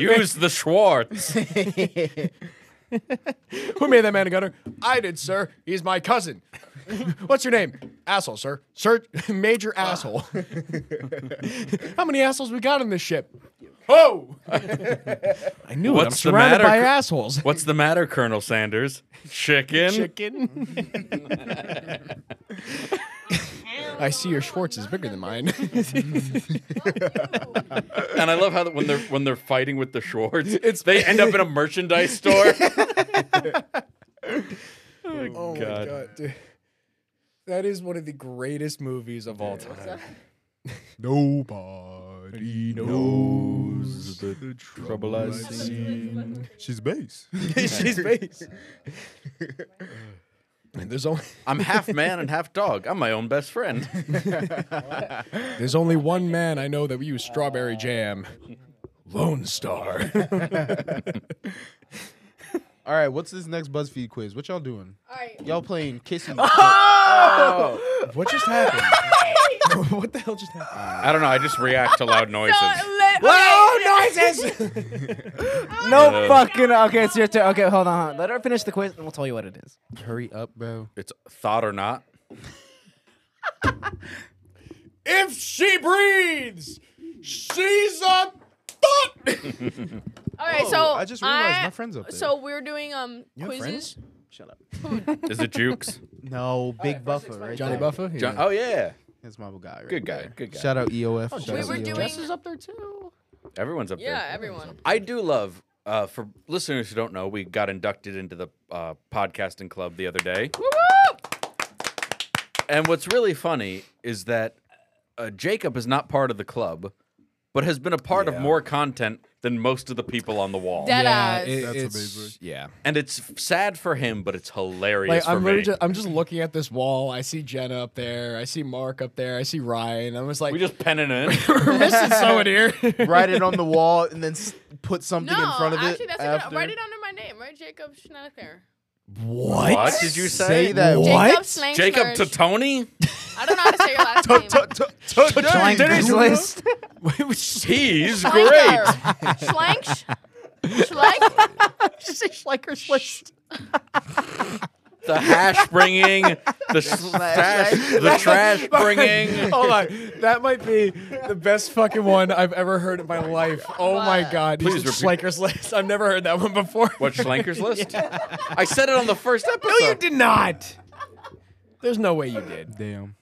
Use the Schwartz.
Who made that man a gunner? I did, sir. He's my cousin. What's your name? Asshole, sir. Sir, major
Ah.
asshole. How many assholes we got in this ship? Oh! I knew it. I'm
What's the
surrounded
matter,
by
Cr-
assholes.
What's the matter, Colonel Sanders? Chicken.
Chicken. I see your Schwartz is bigger than mine.
And I love how that when they're when they're fighting with the Schwartz, it's they end up in a merchandise store.
oh my
God.
god, dude. That is one of the greatest movies of all time.
Nobody knows the trouble I
seen.
She's base.
She's face. There's only
I'm half man and half dog. I'm my own best friend.
There's only one man I know that we use strawberry jam. Lone Star.
All right, what's this next BuzzFeed quiz? What y'all doing?
All right.
Y'all playing kissy.
what just happened? what the hell just happened?
I don't know. I just react to loud noises.
let,
Oh,
Uh,
no fucking. Okay, it's your turn. Okay, hold on. hold on. Let her finish the quiz, and we'll tell you what it is.
Hurry up, bro.
It's thought or not.
If she breathes, she's a thought.
All right,
Oh,
so
I just realized
I-
my friend's up there.
So we're doing um
have
quizzes.
Is it Jukes?
No, big buffer, right?
Johnny
there.
Buffer?
John- oh yeah,
That's my guy. Right
good guy.
there.
Good guy.
Shout out EOF.
Oh,
shout
We
out E
were
EOF.
doing
Everyone's up there.
yeah, everyone.
I do love. Uh, for listeners who don't know, we got inducted into the uh, podcasting club the other day. And what's really funny is that uh, Jacob is not part of the club, but has been a part of more content than most of the people on the wall.
Dead eyes.
That's amazing.
Yeah.
and it's f- sad for him, but it's hilarious
Like
for
I'm
me.
literally just, I'm just looking at this wall. I see Jenna up there. I see Mark up there. I see Ryan. I'm just like
we just penning in.
we're missing someone here.
Write it on the wall and then s- put something
No,
in front of
actually,
it.
that's a
after.
good. Write it under my name, right? Jacob Schnecker.
What?
What did you say?
Say that.
What?
Jacob Schlenk.
Jacob to Tony?
I don't know how to say your last name.
Join this list.
He's great.
Schlenk. Schlenk.
The hash bringing, the s- trash, the trash bringing.
Hold on. That might be the best fucking one I've ever heard in my life. Oh my god.
Please
Please
repeat.
Slaker's list. I've never heard that one before.
What Schlenker's list? I said it on the first episode.
No, you did not. There's no way you did.
Damn.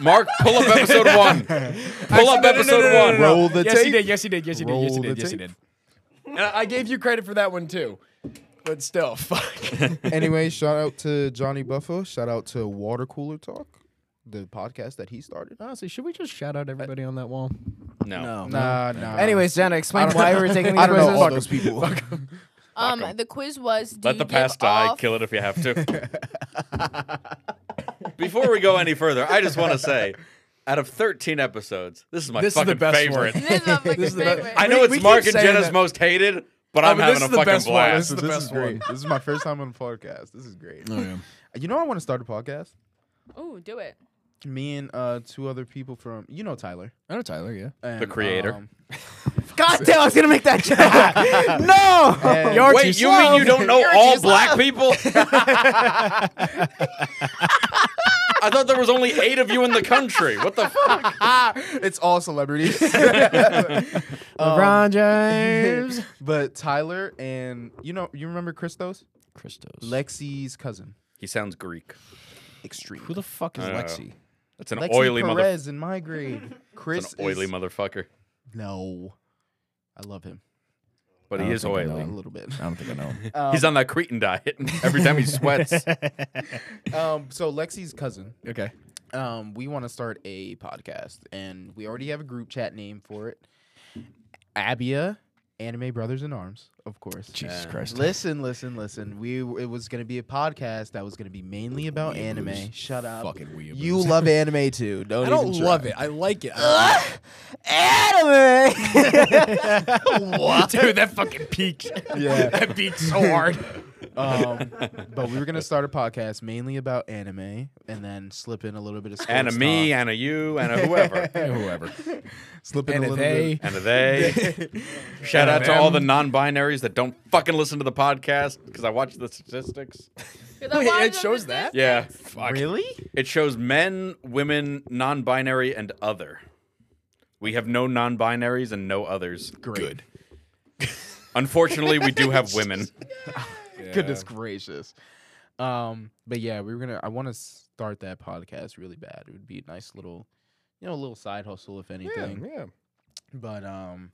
Mark, pull up episode one. Pull up
No, no, no,
episode
no, no,
one.
no, no.
Roll the
yes, He
tape.
did, yes, he did. Yes, he did. Yes, he did.
Roll the
Yes, he did.
tape.
And I I gave you credit for that one too. But still, fuck.
anyway, shout out to Johnny Buffer. Shout out to Water Cooler Talk, the podcast that he started.
Honestly, should we just shout out everybody on that wall?
No.
Nah, nah.
Anyways, Jenna, explain why we're taking these
I don't know all
quizzes.
those people.
Um, the quiz was. Do
Let
you
the
give
past die.
off-
Kill it if you have to. Before we go any further, I just want to say, out of 13 episodes, this is my
This is the
fucking
best
favorite.
one.
This is my fucking
This is the best-
favorite.
I know
We-
it's
we keep
Mark and
saying
Jenna's
that.
most hated, but
Oh,
I'm
but this
having
is
a
the
fucking
best one. This
blast.
is the
this
best
is great.
one.
This is my first time on a podcast. This is great.
Oh,
You know, I want to start a podcast.
Oh, do it.
Me and uh, two other people from, you know, Tyler,
I know Tyler, yeah.
and,
creator.
um,
God damn, I was gonna make that joke. no.
and-
You're
Wait,
too
you
slow.
mean you don't know
You're
all
too
black people? I thought there was only eight of you in the country. What the fuck?
Ah, it's all celebrities. Um,
LeBron James.
but Tyler and you know, you remember Christos,
Christos.
Lexi's cousin,
He sounds Greek.
extreme.
Who the fuck is
I don't know.
Lexi?
That's an
Lexi
oily mother.
Perez in my grade. Chris
That's an oily
is,
motherfucker.
No, I love him
But
I
he
don't
is
think I know
a
oily.
little bit.
I don't think I know him.
He's on that cretin diet. Every time he sweats,
Um, so Lexi's cousin
Okay.
um, we want to start a podcast, and we already have a group chat name for it. Abia, Anime Brothers in Arms, of course.
Jesus Christ.
Listen, listen, listen. We it was gonna be a podcast that was gonna be mainly about anime. Shut up.
Fucking weeaboos.
You love anime too. Don't
I don't
even try.
love it. I like it. I
anime. what?
don't- Dude, that fucking peaked.
Yeah.
that beat so hard.
Um, but we were gonna start a podcast mainly about anime, and then slip in a little bit of sports
And a me,
talk.
and a you, and a whoever,
Whoever.
slip in
And
a
a
little
they.
and a they. Shout
And a
out to all the
them.
non-binaries that don't fucking listen to the podcast because I watch the statistics.
'Cause I
Wait,
wanted
it
them
shows
to
that?
do-
Yeah,
bit. Really?
it shows men, women, non-binary, and other. We have no non-binaries and no others.
Great.
Unfortunately, we do have women.
Goodness gracious. Um, but yeah, we were gonna. I want to start that podcast really bad. It would be a nice little, you know, a little side hustle if
Yeah,
anything.
yeah.
But um,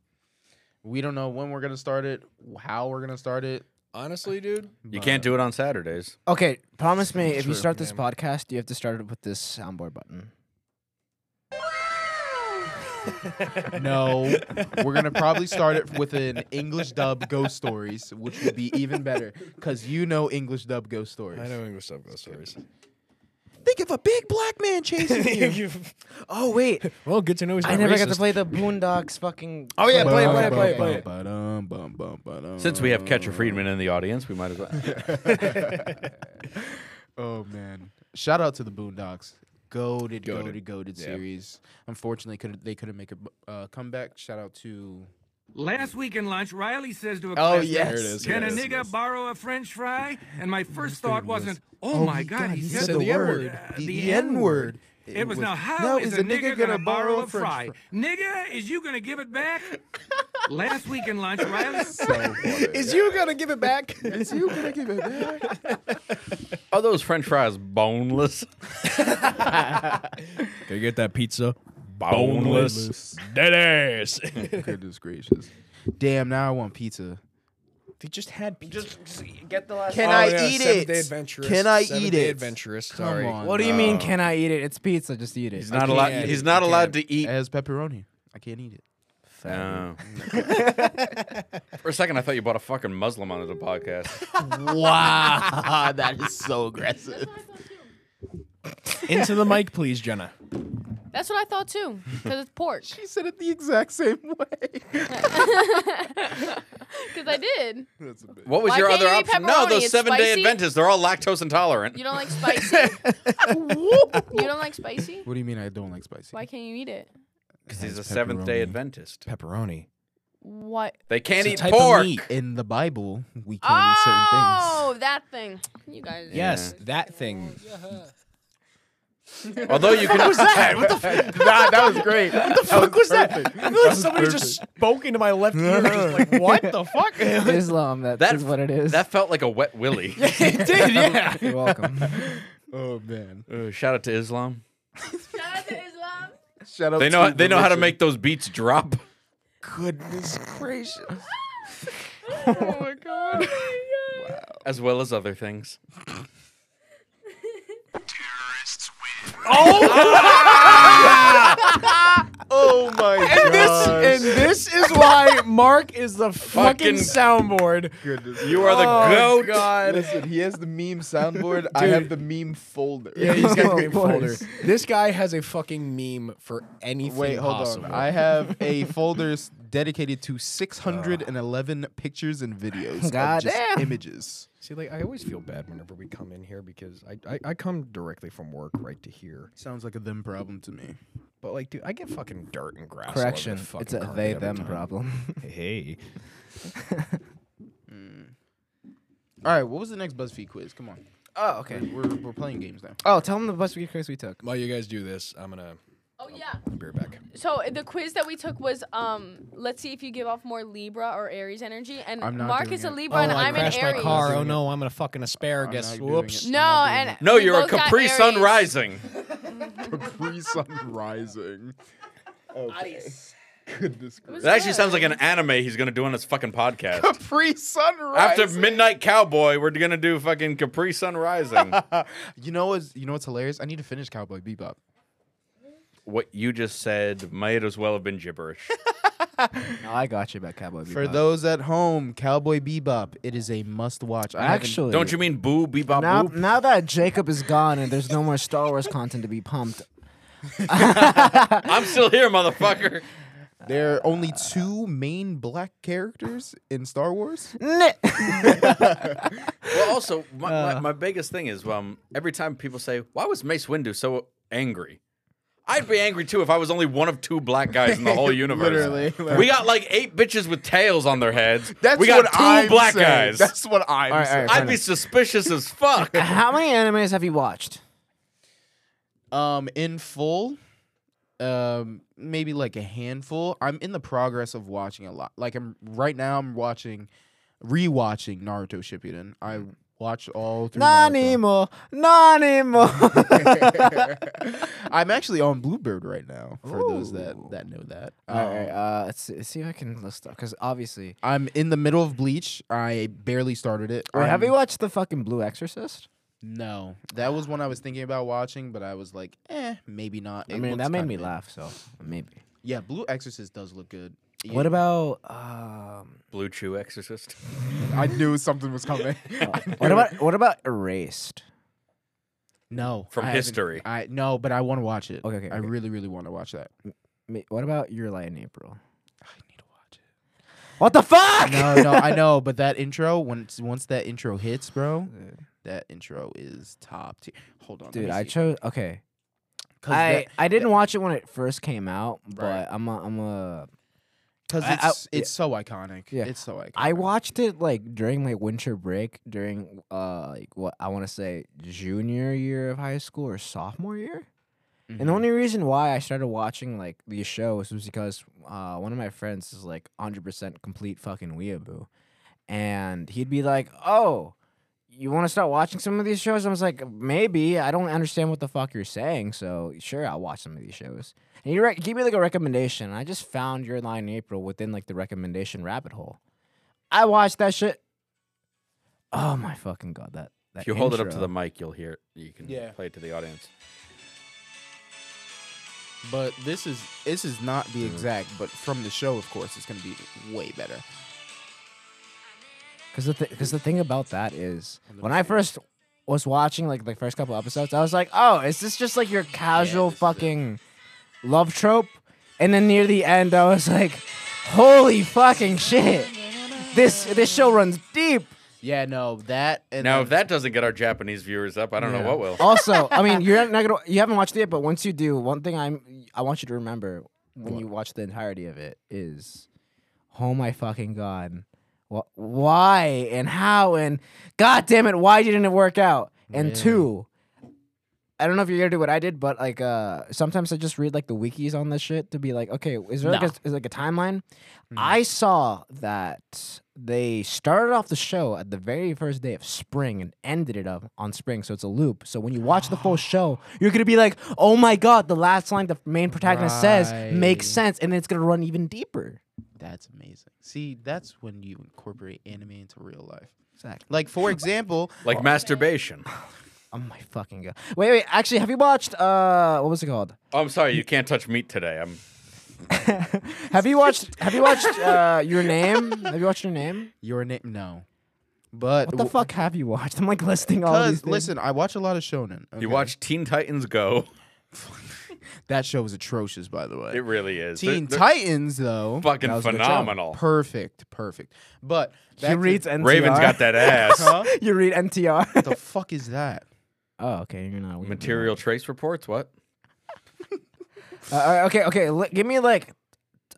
we don't know when we're gonna start it, how we're gonna start it.
Honestly, dude.
You can't do it on Saturdays.
Okay, promise me if
True,
you start this
yeah.
podcast, you have to start it with this soundboard button.
No, we're gonna probably start it with an English dub ghost stories, which would be even better because you know English dub ghost stories.
I know English sub ghost stories.
Think of a big black man chasing you.
Oh wait,
well, good to know he's not
I never got to
racist.
play the Boondocks fucking.
Oh yeah, play it, play it, play it, play it.
it.
Since we have Catcher Friedman in the audience, we might as well.
oh man! Shout out to the Boondocks. Goaded,
Goated.
goaded, goaded
Yeah.
series. Unfortunately, could they couldn't make a b- uh, comeback. Shout out to
Last week in lunch, Riley says to a
oh
classmate,
yes,
There it is.
Can a
Yes,
nigga
yes.
borrow a french fry? And my first thought wasn't, oh, my God, he,
he
said,
said the
word.
N-word.
Uh,
the, N word.
It, was, now, how is a nigga, gonna borrow a fry? Nigga, is you gonna give it back? Last week in lunch, Riley.
Is you gonna give it back?
Is you gonna give it back?
Are those French fries boneless?
Can you get that pizza?
Boneless.
Dead ass.
Goodness gracious. Damn, now I want pizza.
they just had pizza.
Get the last.
Can
Oh,
I
yeah,
eat
Seventh
it?
Day Adventurist.
Can I
Seventh
eat
Day
it?
Adventurist.
Come
Sorry.
on.
What do you mean? Can I eat it? It's pizza. Just eat it.
He's not
can't
allowed.
eat it.
He's not
I
allowed to
It
e-
eat.
has pepperoni. I can't eat it.
Oh. For a second, I thought you bought a fucking Muslim onto the podcast.
wow, that is so aggressive.
That's what I thought too.
Into the mic, please, Jenna.
That's what I thought too, because it's pork.
She said it the exact same way.
Because I did.
What was
Why
your
can't
other
you eat
option? No,
pepperoni?
those
It's
seven day
spicy.
Adventists, they're all lactose intolerant.
You don't like spicy. you don't like spicy.
What do you mean I don't like spicy?
Why can't you eat it?
Because he's a
Has
seventh day
pepperoni.
Adventist.
Pepperoni.
What?
They can't
It's a
eat
type of
pork.
meat.
In the Bible, we can't eat certain things.
Oh, that thing. You guys.
Yes, that thing.
Although you can.
nah, that was great. What the fuck was that?
I feel like somebody just spoke into my left ear. Just like, what the fuck?
Islam.
That-
that is what it is.
that felt like a wet willy.
it did, yeah.
You're welcome.
Oh man.
Uh, shout out to Islam.
Shout out to Islam.
Shout out
They know.
to
They know how to
religion.
make those beats drop.
goodness gracious.
Oh my god.
As well as other things.
Oh my god.
This and this is why Mark is the
Fucking-
fucking soundboard.
goodness.
You are the
Oh,
goat.
God.
Listen, he has the meme soundboard. I have the meme folder.
Yeah, he's got a
Of
meme folder.
course.
This guy has a fucking meme for anything
Wait, hold
possible.
on. I have a folder s- dedicated to 611 pictures and videos
God
of just
damn.
images.
See, like I always feel bad whenever we come in here because I, I I come directly from work right to here.
Sounds like a them problem to me.
But like, dude, I get fucking dirt and grass. all over the
Correction. It's
fucking
a
carpet
they
every
them
time.
problem.
Hey,
All right, what was the next BuzzFeed quiz? Come on.
Oh okay.
We're, we're playing games now.
Oh, tell them the bus we quiz we took.
while you guys do this, I'm gonna
Oh yeah.
I'll be right back.
So uh, the quiz that we took was um, let's see if you give off more Libra or Aries energy, and
I'm not
Mark
doing
is a
it.
Libra and I'm an Aries.
Oh, no,
I'm gonna fucking asparagus.
I'm not doing it.
No,
I'm not doing
and
No,
we
you're a
both got
Capri Sun
Aries.
rising.
Capri Sun Rising. Okay.
Goodness
It was
That actually
good.
sounds like an anime he's gonna do on his fucking podcast.
Capri Sunrise.
After Midnight Cowboy, we're gonna do fucking Capri Sun Rising.
you know what's you know what's hilarious? I need to finish Cowboy Bebop.
what you just said might as well have been gibberish.
No, I got you about Cowboy Bebop.
For those at home, Cowboy Bebop, it is a must watch. I haven't-
actually,
Don't you mean boo bebop
now,
boop?
now that Jacob is gone and there's no more Star Wars content to be pumped,
I'm still here, motherfucker.
there are only two main black characters in Star Wars.
well, also, my,
Uh.
my, my biggest thing is um, every time people say, "Why was Mace Windu so angry?" I'd be angry too if I was only one of two black guys in the whole universe.
Literally, literally.
we got like eight bitches with tails on their heads.
That's
we got
what
2
I'm
black
saying.
guys.
That's what I'm
All right, all
saying.
right, fair
I'd be suspicious as fuck.
how many animes have you watched?
Um, in full, um, maybe like a handful. I'm in the progress of watching a lot. Like I'm right now. I'm watching, rewatching Naruto Shippuden. I watched all through. Naruto.
Nanimo, Nanimo.
I'm actually on Bluebird right now. For those that
Ooh.
that know that.
All
Um,
right, uh, let's see, let's see if I can list up because obviously,
I'm in the middle of Bleach. I barely started it.
or have
I'm-
you watched the fucking Blue Exorcist?
No, that was one I was thinking about watching, but I was like, eh, maybe not.
I
It
mean,
looks
that made
kinda
me
mid.
laugh, so maybe.
Yeah, Blue Exorcist does look good. Yeah,
What about um?
Blue Chew Exorcist.
I knew something was coming.
uh, what about what about Erased?
no
From
I haven't-
history.
I no, but I want to watch it.
Okay, okay,
I
okay.
really, really want to watch that.
Ma- What about Your Lie in April?
I need to watch it.
What the fuck?
No, no, I know, but that intro once once that intro hits, bro, that intro is top tier. Hold on, let
Dude,
me
I
see.
chose okay.
'Cause
I
that-
I didn't watch it when it first came out, but
Right.
I'm a, I'm a
Because
I- I-
it's it's so iconic.
Yeah.
It's so iconic.
I watched it like during my winter break during uh like what I want to say junior year of high school or sophomore year.
Mm-hmm.
And the
Mm-hmm.
only reason why I started watching like these shows was because uh, one of my friends is like 100% complete fucking weeaboo, and he'd be like, "Oh, you want to start watching some of these shows?" I was like, "Maybe I don't understand what the fuck you're saying, so sure, I'll watch some of these shows." And he re- gave me like a recommendation. And I just found Your Line in April within like the recommendation rabbit hole. I watched that shit. Oh my fucking god! That, that
If you hold it up to
intro.
the mic, you'll hear it. You can
Yeah.
play it to the audience.
But this is this is not
Mm.
the exact, but from the show, of course, it's gonna be way better.
Because the because the thing about that is, when I first was watching like the first couple episodes, I was like, "Oh, is this just like your casual fucking love trope?" And then near the end, I was like, "Holy fucking shit! This this show runs deep."
Yeah, no, that and
Now,
then-
if that doesn't get our Japanese viewers up, I don't know what will.
Also, I mean, you're not gonna you haven't watched it yet, but once you do, one thing I'm I want you to remember when you watch the entirety of it is, oh my fucking god, wh- why and how and god damn it, why didn't it work out? And two, I don't know if you're gonna do what I did, but like uh sometimes I just read like the wikis on this shit to be like, okay, is there like a,
No.
is there, like a timeline? I saw that they started off the show at the very first day of spring and ended it up on spring, so it's a loop. So when you watch the full show, you're gonna be like, oh my god, the last line the main protagonist says makes
Right.
sense, and it's gonna run even deeper.
that's amazing. See, that's when you incorporate anime into real life.
Exactly.
Like for example,
Like masturbation.
Oh my fucking god. Wait, wait. Actually, have you watched uh, what was it called?
Oh, I'm sorry, you can't touch meat today. I'm
Have you watched? Have you watched uh, your name? Have you watched your name?
your name, no, but
What the fuck have you watched? I'm like listing all these
Because
things.
listen, I watch a lot of shonen.
You
okay?
watch Teen Titans Go.
that show is atrocious, by the way.
It really is. They're-
Teen
they're
Titans though,
fucking
was a good show.
phenomenal.
perfect, perfect. But
He reads NTR.
Raven's got that ass.
Huh?
you read NTR.
the fuck is that?
oh, okay. You're not weird.
Material trace reports. What?
Uh, all right, okay, okay. L- give me like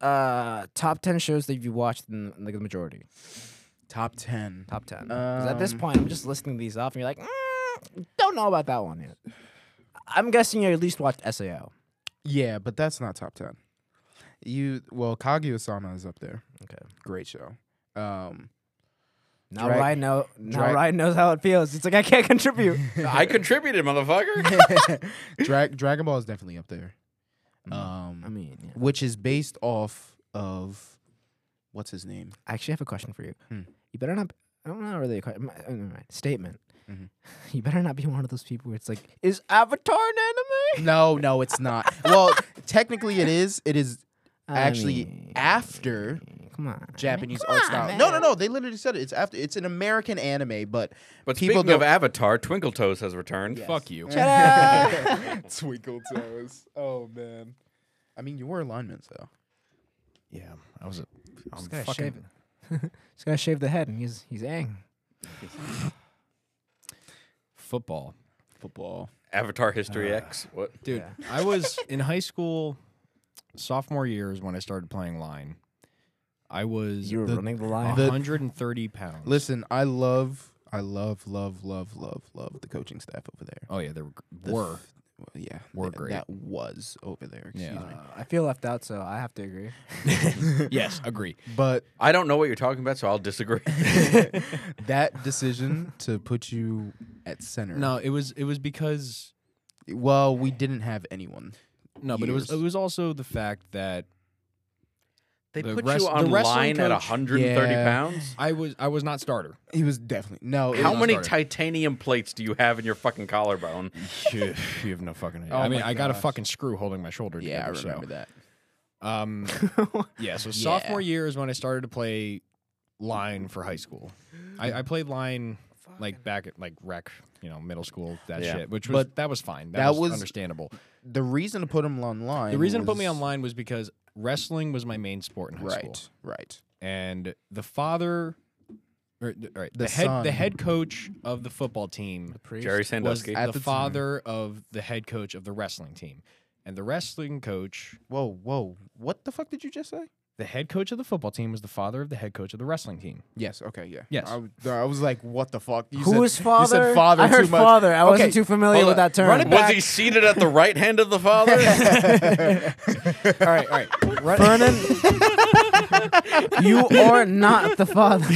uh top ten shows that you watched in like the majority.
Top ten.
Top ten. 'Cause at this
Um,
point, I'm just listing these off, and you're like, "Mm, don't know about that one yet. I'm guessing you at least watched SAO.
Yeah, but that's not top ten. You well, Kaguya-sama is up there.
Okay.
Great show. Um,
Now
Drag-
Ryan know. Now
drag-
Ryan knows how it feels. It's like I can't contribute.
I contributed, motherfucker.
Drag- Dragon Ball is definitely up there.
I
Um,
mean, yeah.
which is based off of what's his name?
I actually have a question for you.
Hmm.
You better not. I don't know really a question. Never mind. Statement.
Mhm.
You better not be one of those people where it's like, is Avatar an anime?
No, no, it's not. well, technically it is. It is
I
actually
mean,
after
Come on.
Japanese art style. No, no, no. They literally said it. It's after it's an American anime, but
But
People
speaking of
don't-
Avatar, Twinkle Toes has returned.
Fuck you.
Twinkle Toes. Oh man. I mean, you were alignments though.
Yeah, I was. A, I'm
Just gotta
fucking.
shave it. Just gotta shave the head, and he's he's Aang.
Football,
Football.
Avatar History X. What?
dude.
Yeah.
I was in high school, sophomore years when I started playing line. I was
You were running the line.
the-
130 pounds.
Listen, I love, I love, love, love, love, love the coaching staff over there.
Oh yeah, there were,
The
were
f- well, yeah,
were
th-
great.
That was over there. Excuse
Yeah.
me.
Uh, I feel left out, so I have to agree.
yes, agree.
But
I don't know what you're talking about, so I'll disagree.
that decision to put you at center.
No, it was it was because
Well, we didn't have anyone.
no, but it was it
Years.
was also the fact that
they
The
put
rest-
you
the
on
wrestling
line at
coach-
130
Yeah.
pounds.
I was I was not starter.
He was definitely no. it
How
was-
many
starter.
titanium plates do you have in your fucking collarbone?
you have no fucking idea.
Oh
I mean,
my
I got a
gosh.
fucking screw holding my shoulder.
Yeah, I
together, so.
remember that.
Um, yeah, so sophomore year is when I started to play line for high school. I, I played line like back at like rec, you know, middle school that
Yeah.
shit, which was that was fine. That,
that
was,
was-
understandable.
The reason to put him online.
The reason to put me
was-
online was because wrestling was my main sport in high
Right,
school,
right.
and the father, or, th- all right, the,
The
head, the
son.
head coach of the football team
Jerry
was
Sandusky.
At
the,
the time.
father of the head coach of the wrestling team, and the wrestling coach
Whoa, whoa. What the fuck did you just say?
The head coach of the football team was the father of the head coach of the wrestling team.
Yes. Okay. Yeah.
Yes.
I, w- I was like, what the fuck? You
Who
said,
is father?
You said father
I heard
too much.
father. I wasn't
Okay,
too familiar
hold
with
on.
that term.
Run it
Was he seated at the right hand of the father?
all right, all right. Run-
Vernon, you are not the father.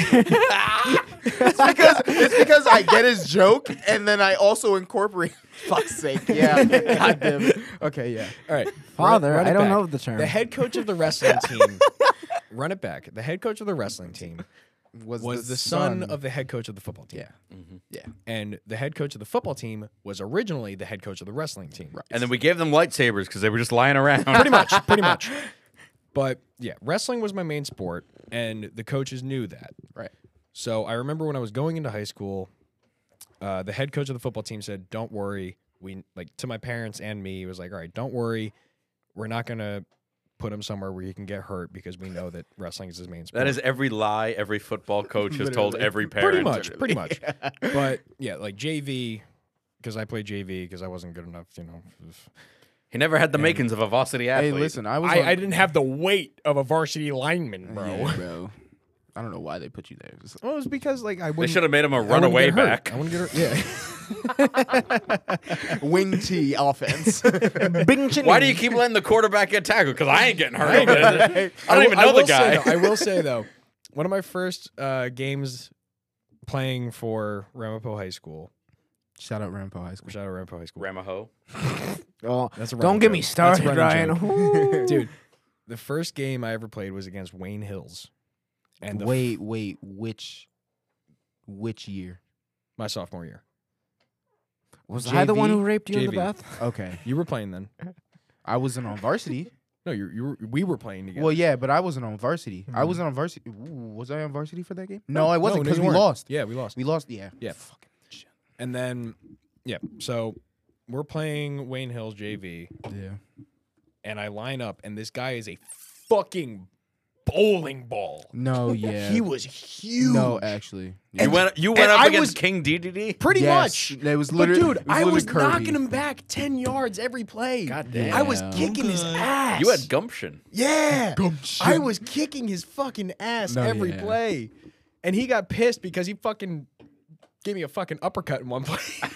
because it's because I get his joke and then I also incorporate. Fuck's sake. Yeah. God damn it. Okay. Yeah.
all right.
father,
Run- run it
I don't
back.
know the term.
The head coach of the wrestling team. run it back. The head coach of the wrestling team was the son of the head coach of the football team.
Yeah.
Mm-hmm.
Yeah.
And the head coach of the football team was originally the head coach of the wrestling team. Right.
and then we gave them lightsabers because they were just lying around.
Pretty much, pretty much. But yeah, wrestling was my main sport, and the coaches knew that.
Right.
So I remember when I was going into high school, uh, the head coach of the football team said, "Don't worry." We like to my parents and me he was like, "All right, don't worry. We're not gonna put him somewhere where he can get hurt because we know that wrestling is his main sport."
That is every lie every football coach has told
Literally.
every parent.
pretty much, pretty much. But yeah, like JV, because I played JV because I wasn't good enough, you know.
He never had the makings of a varsity
Hey,
athlete.
listen. I was.
I,
on-
I didn't have the weight of a varsity lineman, bro.
Yeah, bro. I don't know why they put you there. It's
Well, it was because like
They
I wouldn't.
should have made him a
I wouldn't
runaway
get hurt.
back.
I want to get hurt. Yeah.
like Wing T offense.
Why do you keep letting the quarterback get tackled? Because I ain't getting hurt. over there. I don't
will-
even know the
will say,
guy.
though- I will say though, one of my first uh, games playing for Ramapo High School.
Shout out Rampo High School.
Shout out Ramapo High School.
Ramaho.
Oh,
That's a
don't
running
get me
joke. That's a
started, Ryan.
running
Ooh.
Dude, the first game I ever played was against Wayne Hills, and the f-
wait, wait, which, which year?
my sophomore year.
was I the one
JV?
who raped you in the
JV.
bath?
Okay,
You were playing then?
I wasn't on varsity.
No, you you were, we were playing together.
Well, yeah, but I wasn't on varsity. I wasn't on varsity. Ooh, was I on varsity for that game? No, I
Hmm. No,
wasn't
no,
because
you
we
weren't.
lost.
Yeah, we lost.
We lost. Yeah.
Yeah.
Fucking shit.
And then, yeah. So we're playing Wayne Hills JV,
Yeah.
and I line up, and this guy is a fucking bowling ball.
No. Yeah.
He was huge.
no, actually. Yeah.
You went. You went
And
up
I
against
was-
King DDD.
Pretty
Yes,
much.
That was
But
literally.
dude,
it
I
literally
was
Kirby.
knocking him back ten yards every play. God
damn.
I was
Yeah.
kicking his ass.
You had gumption.
yeah. I was kicking his fucking ass
No,
every
yeah.
play, and he got pissed because he fucking gave me a fucking uppercut in one play.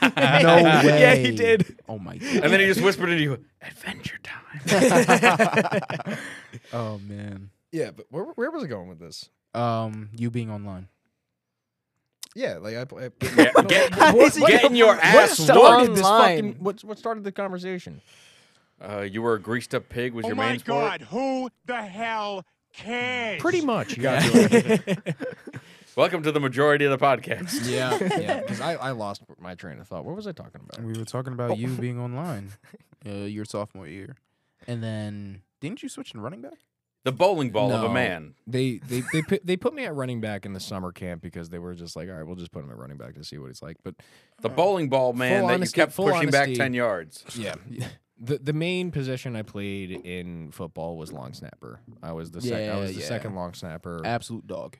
no
No way.
Yeah, he did.
Oh my
And
god.
then he just whispered into you, "Adventure time."
oh man.
Yeah, but where, where was I going with this?
Um, you being online.
Yeah, like I. pl- I
Yeah, get- getting your
What
ass
started this
online.
fucking? What, what started the conversation?
Oh Uh, you were a greased up pig. Was your main sport?
Who the hell cares?
Pretty much. Yeah.
Welcome to the majority of the podcast.
yeah. Yeah. Because I, I lost my train of thought. What was I talking about?
We were talking about you being online uh, your sophomore year. And then didn't you switch to running back?
The bowling ball of
No.
a man.
They they they put, they put me at running back in the summer camp because they were just like, all right, we'll just put him at running back to see what he's like. But
The bowling ball man that
honesty-
you kept
full
pushing back
honesty.
ten yards.
yeah. The, the main position I played in football was long snapper. I was the sec- I
Yeah,
was the
yeah.
second long snapper,
Absolute dog.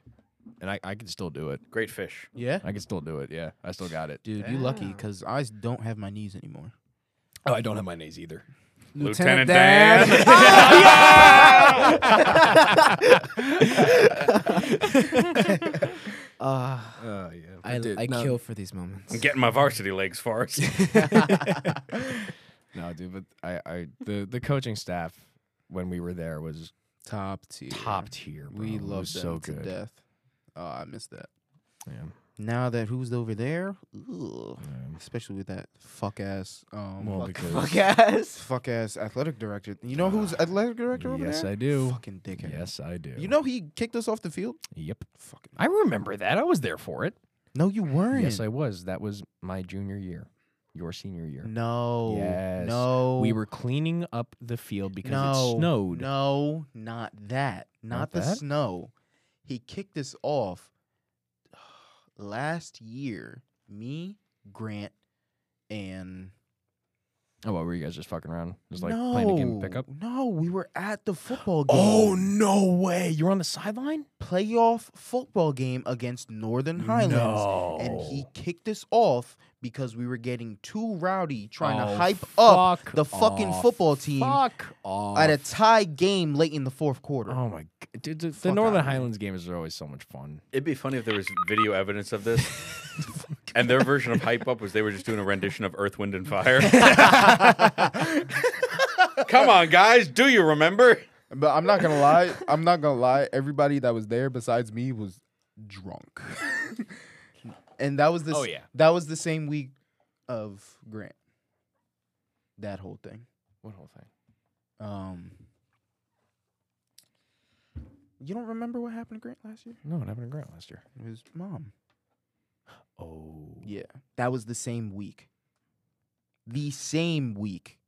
and I, I could still do it.
Great fish.
Yeah.
I can still do it. Yeah, I still got it.
Dude, you lucky because I s- don't have my knees anymore.
Oh, I don't have my knees either.
Lieutenant, Dan.
Dan. Ah,
Oh yeah,
I,
Dude,
I
no,
kill for these moments.
I'm getting my varsity legs first.
No, dude, but I, I the the coaching staff when we were there was
Top tier.
top tier. Bro.
We
It
love
was
them
so
to
good.
death. Oh, I miss that.
Yeah,
Now that who's over there, ugh.
yeah.
especially with that fuck ass, um,
Well,
fuck,
because
ass.
fuck ass athletic director. You know who's athletic director over
yes,
there?
I do.
Fucking dickhead.
Yes, I do.
You know he kicked us off the field.
Yep.
Fucking.
I remember that. I was there for it.
No, you weren't.
Yes, I was. That was my junior year. Your senior year.
No.
Yes.
No.
We were cleaning up the field because
no,
it snowed.
No, not that. Not,
Not
the
that?
snow. He kicked us off last year. Me, Grant, and
Oh, what were you guys just fucking around? Just like playing a game of
No,
pickup.
No, we were at the football game.
Oh no way! You're on the sideline.
playoff football game against Northern Highlands.
No.
And he kicked us off because we were getting too rowdy trying
Oh,
to hype up
fuck
the fucking
off.
football team
Fuck off.
at a tie game late in the fourth quarter.
Oh my god, dude! The, the
Fuck
Northern
outta here.
Highlands games are always so much fun.
It'd be funny if there was video evidence of this. and their version of hype up was they were just doing a rendition of Earth, Wind, and Fire. Come on, guys, do you remember?
But I'm not gonna lie. I'm not gonna lie. Everybody that was there besides me was drunk, and that was this.
Oh, yeah.
that was the same week of Grant. That whole thing.
What whole thing?
Um, you don't remember what happened to Grant last year?
No, it happened in Grant last year.
His mom.
Oh,
Yeah, that was the same week. The same week.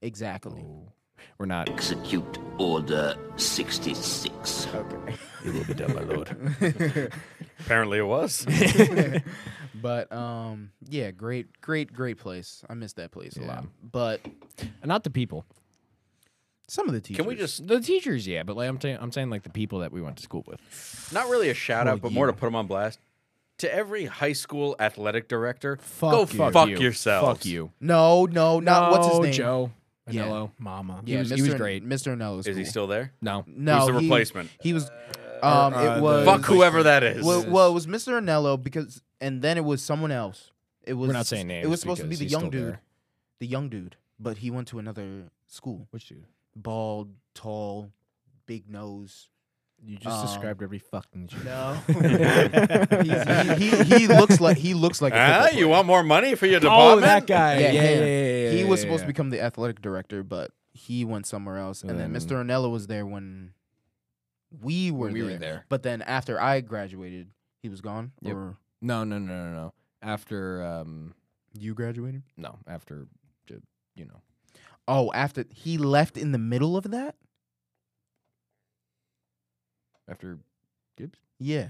Exactly.
Oh. we're not.
Execute Order 66.
It will be done, my lord.
Apparently it was.
But um, yeah, great, great, great place. I miss that place a lot.
Yeah.
But
Not the people.
some of the teachers.
Can we just
The teachers, yeah, but like I'm saying, I'm saying like the people that we went to school with.
not really a shout out, but more to put them on blast? To every high school athletic director,
Fuck
go
you.
fuck, yourselves.
Fuck you.
No, no, Oh, not what's his
No,
name?
Joe.
Yeah.
Anello.
Mama.
Yeah,
He was-
Mr.
he was
N-
great.
Mr. Nellis.
Is he still there?
No.
No,
the
he-
replacement?
He was. Um,
uh, the-
it was
fuck whoever that is.
Well, well, it was Mr. Anello because, and then it was someone else. It was.
We're not saying names.
It was supposed to be
because
the
he's
young
still
dude,
there.
the young dude, but he went to another school.
Which dude?
Bald, tall, big nose.
You just
Um,
described every fucking joke.
No, he, he, he looks like he looks like. A football
Ah,
player.
you want more money for your
Oh,
department?
that guy.
Yeah,
Yeah, yeah, yeah.
him.
yeah,
he
yeah,
was
yeah,
supposed
yeah.
to become the athletic director, but he went somewhere else. And, then,
Then-
Mr. Ornella was there when we were,
Mm. When we
there.
were there.
But then after I graduated, he was gone.
Yep.
Or
No, no, no, no, no. After, um,
you graduated?
no, after, j- you know.
Oh, after he left in the middle of that?
After Gibbs?
Yeah.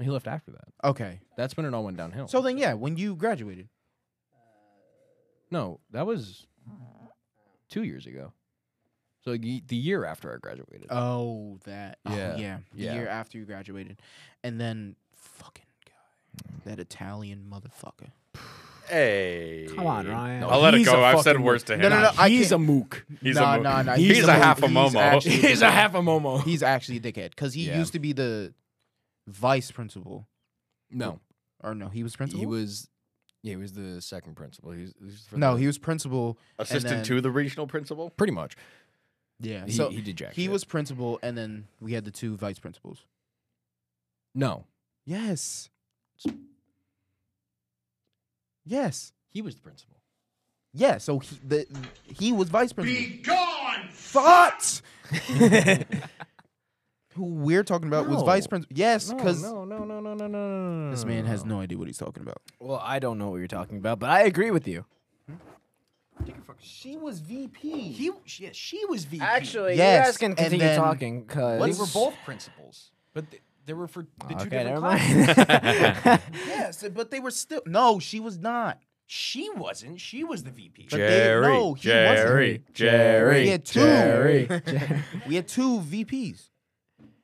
He left after that.
Okay.
That's when it all went downhill.
So then, yeah, when you graduated.
no, that was two years ago. So like, ye- the year after I graduated.
Oh, that. oh,
Yeah,
yeah. The
yeah.
year after you graduated. And then, fucking guy. That Italian motherfucker.
Hey.
Come on, Ryan.
I'll let it
He's a
go. I've said
fucking-
worse to him.
No, no, no. I
he's
can't-
a mook.
He's
Nah,
a mo-
nah, nah,
He's,
he's
a,
a
half a
mook. He's
momo.
actually-
he's a half a momo.
He's actually a dickhead because he
Yeah.
used to be the vice principal.
no,
Or no, he was principal.
he was. Yeah, he was the second principal. He was, he was for
No,
the-
he was principal.
Assistant
then-
to the regional principal.
pretty much.
Yeah,
He-
so
he did jack
He
shit.
was principal, and then we had the two vice principals.
No,
Yes. Yes.
he was the principal.
Yeah. So he the he was vice principal.
gone,
thoughts. Who we're talking about was vice
No.
principal. Yes,
Oh,
No,
because
no, no, no, no, no, no, no.
this man has no idea what he's talking about.
Well, I don't know what you're talking about, but I agree with you.
She was VP. He,
yeah, she was VP.
Actually,
Yes,
you guys can
and
continue
then-
talking because
they were both principals, but they, they were for the two
Okay,
different
never
classes.
mind.
Yes, but they were still. No, she was not.
She wasn't. She was the VP.
But they-
Jerry,
no, he wasn't.
Jerry,
We
Jerry.
had two.
Jerry.
We had two VPs.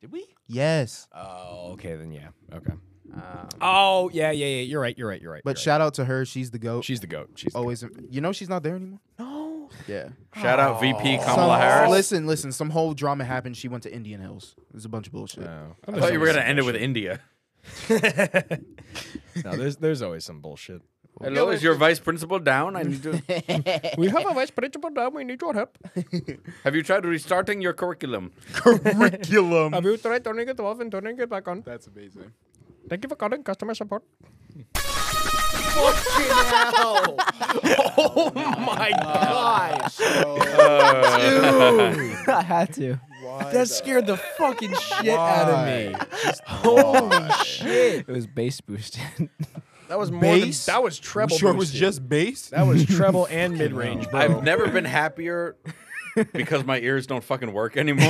Did we?
Yes,
Oh, okay, then yeah. Okay.
Um,
Oh, yeah, yeah, yeah. You're right. You're right. You're right.
but
you're
shout Oh, out to her. She's the goat.
right. she's the goat. She's the
always. You know she's not there anymore.
No.
Yeah.
Shout out VP
Some-
Kamala Harris.
Oh. Listen, listen. Some whole drama happened. She went to Indian Hills. There's a bunch of bullshit.
goat. No.
I thought you were gonna end it with India.
no, there's there's always some bullshit.
Hello, is your vice principal down? I need to.
we have a vice principal now. We need your help.
Have you tried restarting your curriculum?
Curriculum.
Have you tried turning it off and turning it back on?
That's amazing.
Thank you for calling customer support.
Oh
I had to.
That scared the fucking shit
out of
me. Holy
Shit. It was bass boosted.
That was more
Bass?
than that was treble.
sure it was
boosted.
just bass.
that was treble and mid range, bro.
I've never been happier because my ears don't fucking work anymore.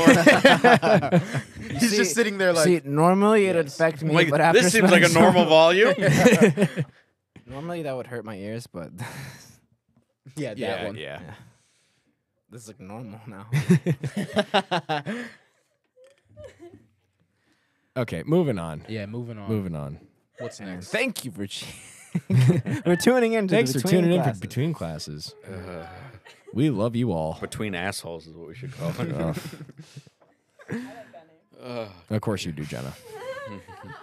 He's just sitting there like.
See, normally it'd affect me,
like,
but after
this seems like a
spending so
normal
long-
volume.
Normally that would hurt my ears, but
yeah, that
yeah,
one.
yeah.
this is like normal now.
Okay, moving on.
Yeah, moving on.
Moving on.
What's
And
next?
thank you for we're tuning in. To
Thanks
the
for
Between
tuning in
Classes.
for Between Classes. we love you all.
Between assholes is what we should call it.
Of course you do, Jenna.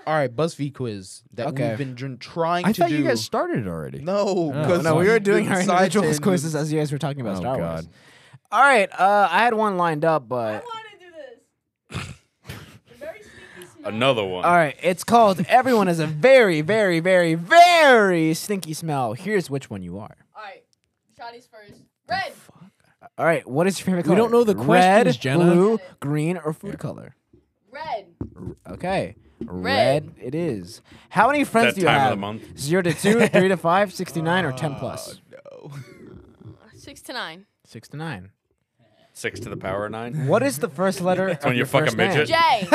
All right, BuzzFeed quiz that
Okay.
we've been dr- trying
I
to
thought
do.
you guys started already.
no,
Oh,
because
no, we were doing our
side
individual
tangent.
quizzes as you guys were talking about
Oh,
Star Wars.
God.
All right, uh, I had one lined up,
I
Uh,
but
want to do this. The very sneaky smell.
Another one.
all right, it's called "Everyone Is a Very, Very, Very, Very Stinky Smell." Here's which one you are.
All right, Shotty's first. Red.
All right, what is your favorite
We
color?
don't know the
Red,
questions, Jenna.
blue, green, or food color.
Red.
Okay.
Red.
Red. it is. How many friends
That
do you
time of
have?
the month.
Zero to two, three to five, 69, or ten plus?
Six to nine.
Six to nine.
Six to the power of nine.
What is the first letter of
when
your
you fuck a
first name?
midget.
J.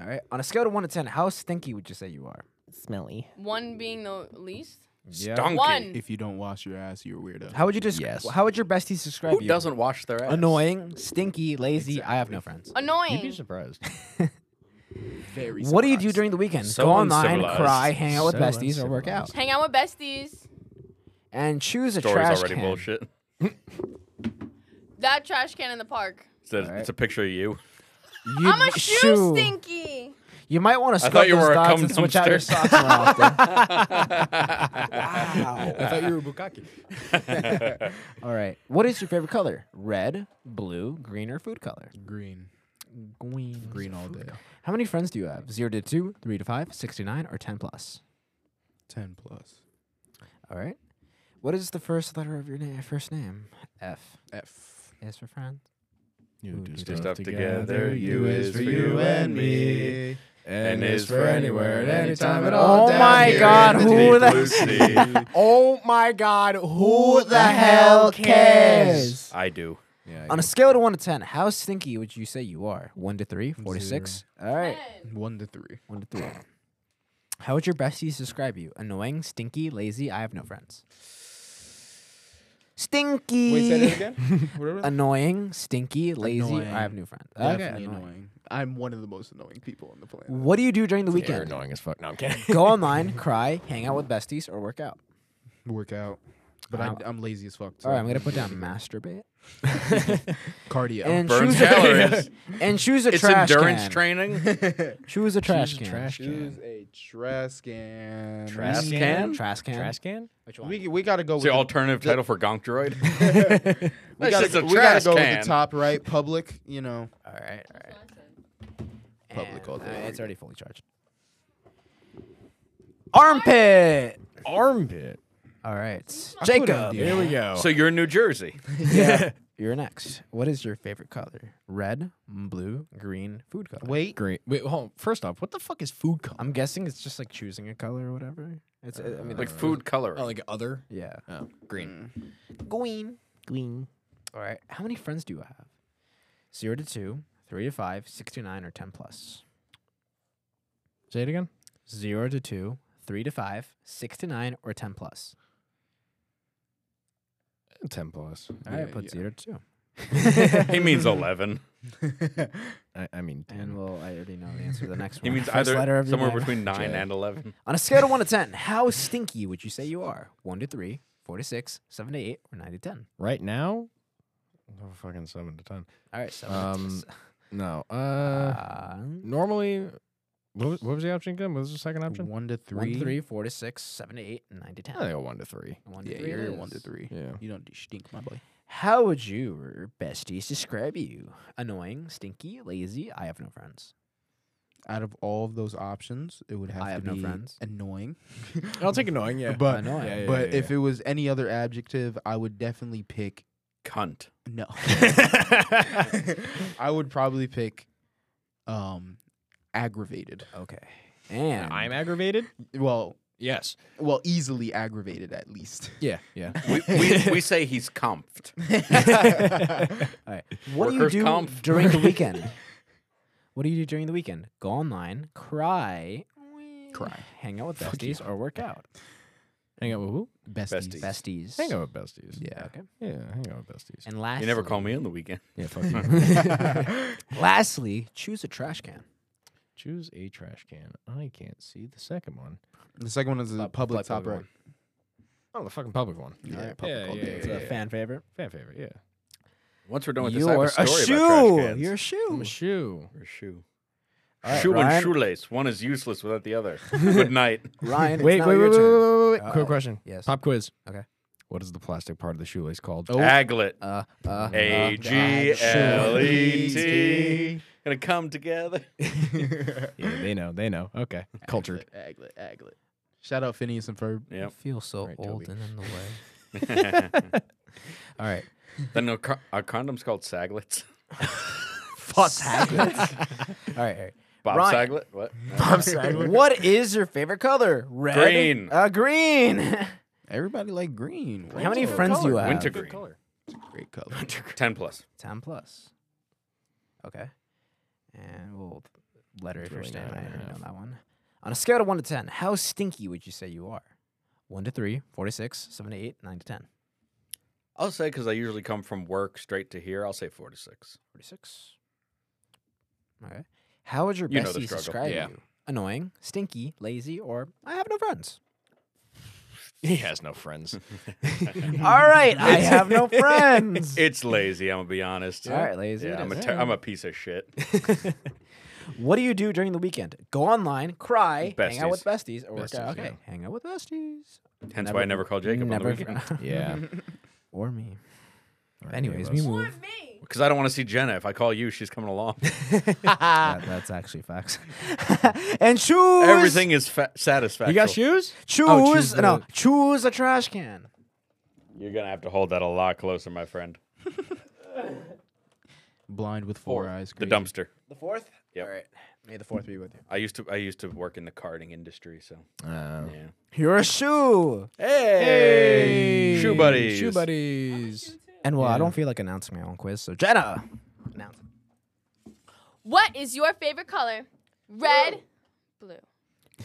All right. On a scale of one to ten, how stinky would you say you are? Smelly.
one being the least.
Yeah.
Stonky.
One.
If you don't wash your ass, you're a weirdo.
How would you just?
Yes.
How would your besties describe
Who
you?
doesn't wash their ass?
Annoying, stinky, lazy. I have no friends.
You'd be
Annoying.
surprised.
Very
What do you do
surprised.
during the weekend?
So
Go online,
uncivilized.
cry, hang out with
So
besties, or work out.
uncivilized.
Hang out with besties.
And choose a
Story's
trash
already
can.
bullshit.
That trash can in the park.
It's a, it's a picture of you.
You
I'm a shoe,
shoo.
stinky.
You might want to
thought
scrub
you
those
were a
dots
cum
and switch out your
dumpster.
socks more often.
I thought you were Bukaki.
All right. What is your favorite color? Red, blue, green, or food color?
green?
Green.
Green all day.
How many friends do you have? Zero to two, three to five, 69, or 10 plus?
Ten plus.
All right. What is the first letter of your na- first name? F
F.
is for friends.
You
Ooh,
do
do
stuff
stuff
together.
together,
You is for you and me. And is for anywhere and anytime at all.
Oh
down
my
here
God,
in
who
deep
the-
blue sea.
Oh my God! Who the hell cares?
I do.
Yeah,
On a scale of one to ten, how stinky would you say you are? One to three, four to six. All right,
Ten.
One to three.
one to three. How would your besties describe you? Annoying, stinky, lazy. I have no friends. Stinky.
again. Whatever.
Annoying, stinky, lazy.
Annoying.
I have new friends.
Definitely
Okay,
annoying. I'm one of the most annoying people on the planet.
What do you do during the
you're
weekend?
annoying as fuck. No, I'm kidding.
Go online, cry, hang out with besties, or work out.
Work out, but
Um,
I, I'm lazy as fuck. so
All right, I'm gonna put down masturbate
cardio.
and
Burns
choose a
calories.
and choose a
It's
trash
endurance
can.
training.
Choose a trash can.
Choose a trash can.
Trash
We-
can?
Trash can.
Trash can?
Which one?
We we gotta go
It's
with
the
the-
alternative title for Gonk Droid.
we
That's
gotta,
just a
we gotta
trash
go
can.
with the top right public. You know,
all right, all right.
Public all
And,
day.
uh, it's already fully charged. Armpit.
Armpit.
All right,
I couldn't
Jacob.
do Here we
go.
so you're in New Jersey.
You're next. What is your favorite color? Red, m- blue, green, food color.
Wait.
Great. Wait, hold on. First off, what the fuck is food color?
I'm guessing it's just like choosing a color or whatever. It's uh, I mean
Like
that's-
food color.
Oh, like other?
Yeah.
Oh, green.
Green. Green. All right. How many friends do you have? Zero to two, three to five, six to nine, or ten plus.
Say it again.
Zero to two, three to five, six to nine, or ten plus.
Ten plus.
All right. put zero to two.
he means eleven.
I, I mean,
And well, I already know the answer to the next
He
one.
means
First letter
either
of the
somewhere
alphabet.
between nine and eleven.
On a scale of 1 to 10, how stinky would you say you are? 1 to 3, 4 to 6, 7 to 8, or 9 to 10?
right now, oh, fucking seven to ten.
All right, so
Um, No. Uh,
um,
normally, what was, what was the option again? What was the second option?
One to three.
1 to 3, 4 to 6, 7 to 8, and 9 to 10.
I think a one to three.
1 to
Yeah,
3 it
you're one to
is.
three.
Yeah.
You don't stink, my boy.
How would you or your besties describe you? Annoying, stinky, lazy, I have no friends.
Out of all of those options, it would have
I
to
have no
be
friends.
annoying.
I'll take annoying. Yeah.
But
Annoying.
Yeah, yeah,
but
yeah,
if it was any other adjective, I would definitely pick
Cunt.
no. I would probably pick um aggravated.
Okay. And
I'm aggravated.
Well,
Yes.
well, easily aggravated at least.
Yeah. Yeah.
We, we, we say he's comped.
all right. What do you
Workers'
do
comp.
during the weekend? what do you do during the weekend? Go online, cry,
Cry.
hang out with besties, or work out.
hang out with who?
Besties.
Besties.
Besties.
Hang out with besties.
Yeah.
Okay.
Yeah. Hang out with besties.
And
You
lastly,
never call me on the weekend.
Yeah. Fuck you.
Lastly, choose a trash can.
Choose a trash can. I can't see the second one.
The second one is a public
public
top right.
one.
Oh, the fucking public one.
Yeah,
Alright,
public
yeah,
all
yeah,
day.
It's a fan favorite.
Fan favorite. Yeah.
Once we're done with this, I have
You're
a story
a
about trash
shoe.
cans.
You're a shoe.
I'm a shoe.
Or shoe.
All right,
shoe
Ryan.
and shoelace. One is useless without the other. Good night.
Ryan, it's
Wait,
now
wait,
your
wait, wait,
turn.
wait, wait, wait.
Uh-oh.
Quick question.
Yes.
Pop quiz.
Okay.
What is the plastic part of the shoelace called?
Oh.
Aglet.
Uh, uh,
A G L E T. Gonna come together.
Yeah, they know. They know. Okay. Cultured.
Aglet, aglet. Shout out Phineas and Ferb.
I
Yep.
feel so
Right,
old
Toby.
and in the way.
then
All right.
a, co- a condom's called Saglets.
Fuck Saglets. all right. All right.
Bob
Ryan.
Saglet. What?
What is your favorite color? Red.
Green.
Uh, green.
Everybody like green.
How many friends do you have?
Winter green.
Great color.
Ten plus.
Ten plus. Okay. And we'll letter
really
first
nine
name. I
and a
already know
half.
that one. On a scale of one to ten, how stinky would you say you are? One to three, four to six, seven to eight, nine to ten.
I'll say because I usually come from work straight to here. I'll say four to six.
Forty-six. Okay. How would your
You know the
besties
struggle.
describe
Yeah.
you? Annoying, stinky, lazy, or I have no friends.
He has no friends.
All right, I have no friends.
It's lazy. I'm gonna be honest.
All right, lazy.
Yeah,
it
I'm a
is.
ter- I'm a piece of shit.
What do you do during the weekend? Go online, cry, hang out
Besties.
with besties, or work
Besties,
out. Okay,
yeah.
hang out with besties.
Hence why I never call Jacob
never
on the weekend
yeah.
or me.
Alright,
Anyways, we
anyways.
move.
because I don't want to see Jenna. If I call you, she's coming along.
That- that's actually facts. and choose
Everything is fa- satisfactory.
You got shoes?
Choose,
Oh, choose
no,
the-
choose a trash can.
You're gonna have to hold that a lot closer, my friend.
Blind with four eyes.
The
crazy.
dumpster.
The fourth.
Yep.
All right. May the fourth be with you.
I used to I used to work in the carding industry, so
Uh,
yeah.
You're a shoe.
Hey, shoe buddies.
Shoe buddies.
And well, I don't feel like announcing my own quiz, so Jenna, announce. it.
What is your favorite color? Red, blue.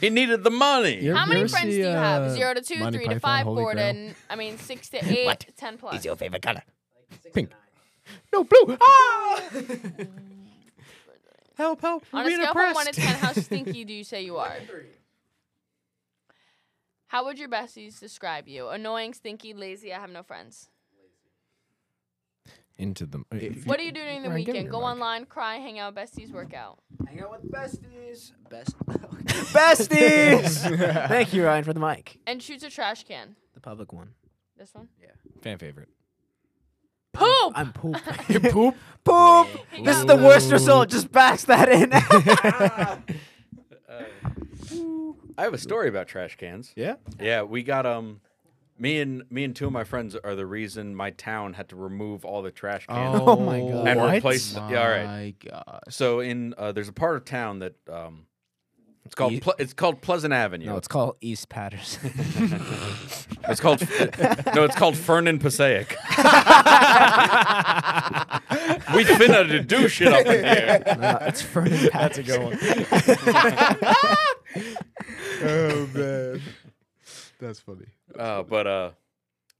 He needed the money.
You're-
How many
ever
friends
see,
do you have?
uh,
Zero to two,
Monty
three
Python,
to five,
Holy
four to
Grail?
n- I mean six to eight, ten plus.
favorite color?
Pink. No, blue. Ah! help, help.
On a scale from one to ten, how stinky do you say you are? How would your besties describe you? Annoying, stinky, lazy. I have no friends.
Into the. uh, If
What do you do during the
Ryan, give me
weekend?
your
Go
mic.
online, cry, hang out, besties, work out.
Hang out with besties. Best. besties. Thank you, Ryan, for the mic.
And choose a trash can.
The public one.
This one.
Fan favorite.
Poop.
I'm poop. you poop? Poop.
He
This
got
is the
poop.
worst result. Just bash that in.
I have a story about trash cans.
Yeah?
Yeah, we got um Me and me and two of my friends are the reason my town had to remove all the trash cans.
Oh my God.
And
What?
replace- yeah, all right.
My God.
So in uh, there's a part of town that um, it's called
Ye-
Ple- it's called Pleasant Avenue.
No, it's called East Patterson.
It's called no, it's called Fernan Passaic. we finna to do shit up in here.
no, it's Vernon Patterson.
That's a good one.
Oh man, that's funny.
Uh, but uh,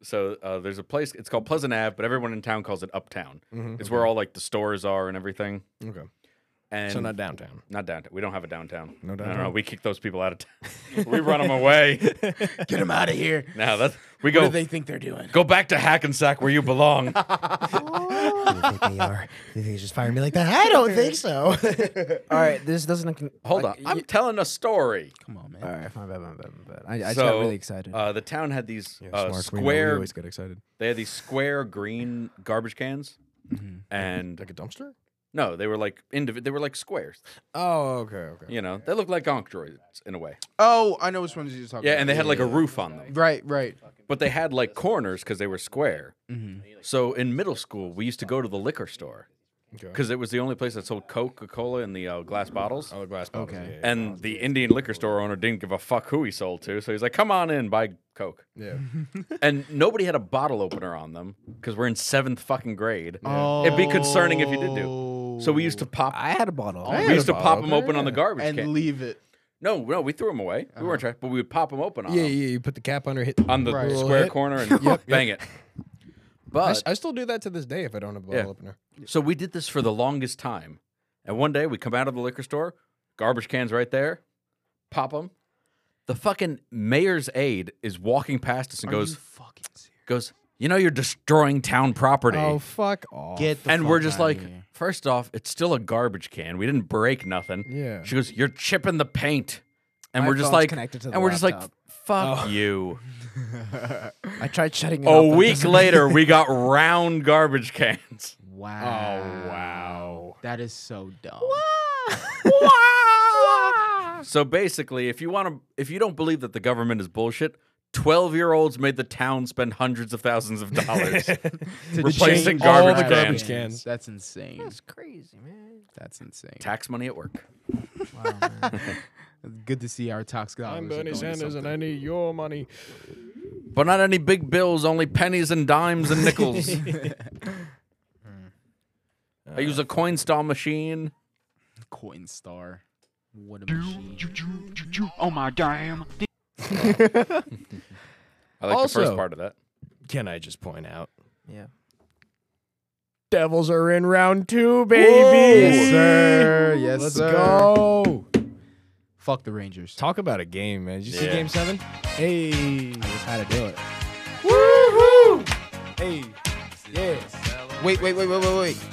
so uh, there's a place. It's called Pleasant Ave, but everyone in town calls it Uptown. It's where all like the stores are and everything.
Mm-hmm, Okay.
And
So not downtown.
not downtown. We don't have a downtown.
No
No, no,
downtown?
we kick those people out of town. we run them away.
Get him out of here.
Now that's we
What
go.
do they think they're doing?
Go back to Hackensack where you belong.
you think they are? You think they just fired me like that? I don't think so. All right, this doesn't. Con-
Hold on,
like,
I'm
y-
telling a story.
Come on, man.
All right, my bad, my bad, my bad. I, I just got
So,
really excited.
Uh, the town had these
Yeah,
uh,
smart. We know We
square
always get excited.
They had these square green garbage cans, and
Mm-hmm. Like a dumpster?
no, they were like indiv- They were like squares.
Oh, okay, okay.
You know, they looked like onctroids in a way.
Oh, I know which ones you're talking
Yeah,
about.
and they had like a roof on them,
Right, right.
but they had like corners because they were square.
Mm-hmm.
So in middle school, we used to go to the liquor store
Okay.
because it was the only place that sold Coca Cola in the uh, glass bottles.
Oh, the glass bottles.
Okay.
yeah,
And the Indian liquor store owner didn't give a fuck who he sold to, so he's like, "Come on in, buy Coke."
Yeah.
And nobody had a bottle opener on them because we're in seventh fucking grade.
Oh.
It'd be concerning if you did do. So we used to pop
I had a bottle.
I had
we used
a
to pop them open on the garbage
and Uh-huh.
can.
leave it.
no, no, we threw them away. We weren't trash, but we would pop them open on,
yeah, yeah,
'em.
You put the cap under, hit
on the
Right.
square
Hit.
corner and bang it.
I,
But
I still do that to this day if I don't have a bottle
Yeah.
opener.
so we did this for the longest time, and one day we come out of the liquor store, garbage cans right there, pop them. The fucking mayor's aide is walking past us and goes,
fucking serious?
goes, you know, you're destroying town property.
Oh, fuck off.
Get the
and we're
fuck
just
outta
like,
here.
first off, it's still a garbage can. We didn't break nothing.
Yeah.
She goes, "You're chipping the paint," and
My
we're just
phone's
like,
connected to the
and we're just like,
laptop.
"Fuck
Oh.
you."
I tried shutting it
A
off, but it
week
doesn't-
later, we got round garbage cans.
wow.
Oh,
wow.
That is so dumb.
So basically, if you want to, if you don't believe that the government is bullshit. 12 year olds made the town spend hundreds of thousands of dollars.
To
Replacing
change
garbage
all the
cans.
cans.
That's insane.
That's crazy, man.
That's insane.
Tax money at work.
Good to see our toxic.
I'm Bernie Sanders and I need your money.
But not any big bills, only pennies and dimes and nickels.
Hmm.
I use a Coinstar machine.
Coin star. What a machine.
Oh my damn.
I like the first
Also-
part of that.
Can I just point out?
Yeah.
Devils are in round two, baby.
Yes, sir. Yes,
Let's
sir.
go.
Fuck the Rangers.
Talk about a game, man. Did you
Yeah.
see game seven? Hey.
I just had to do it.
Hey. Yes.
Wait, wait, wait, wait, wait, wait.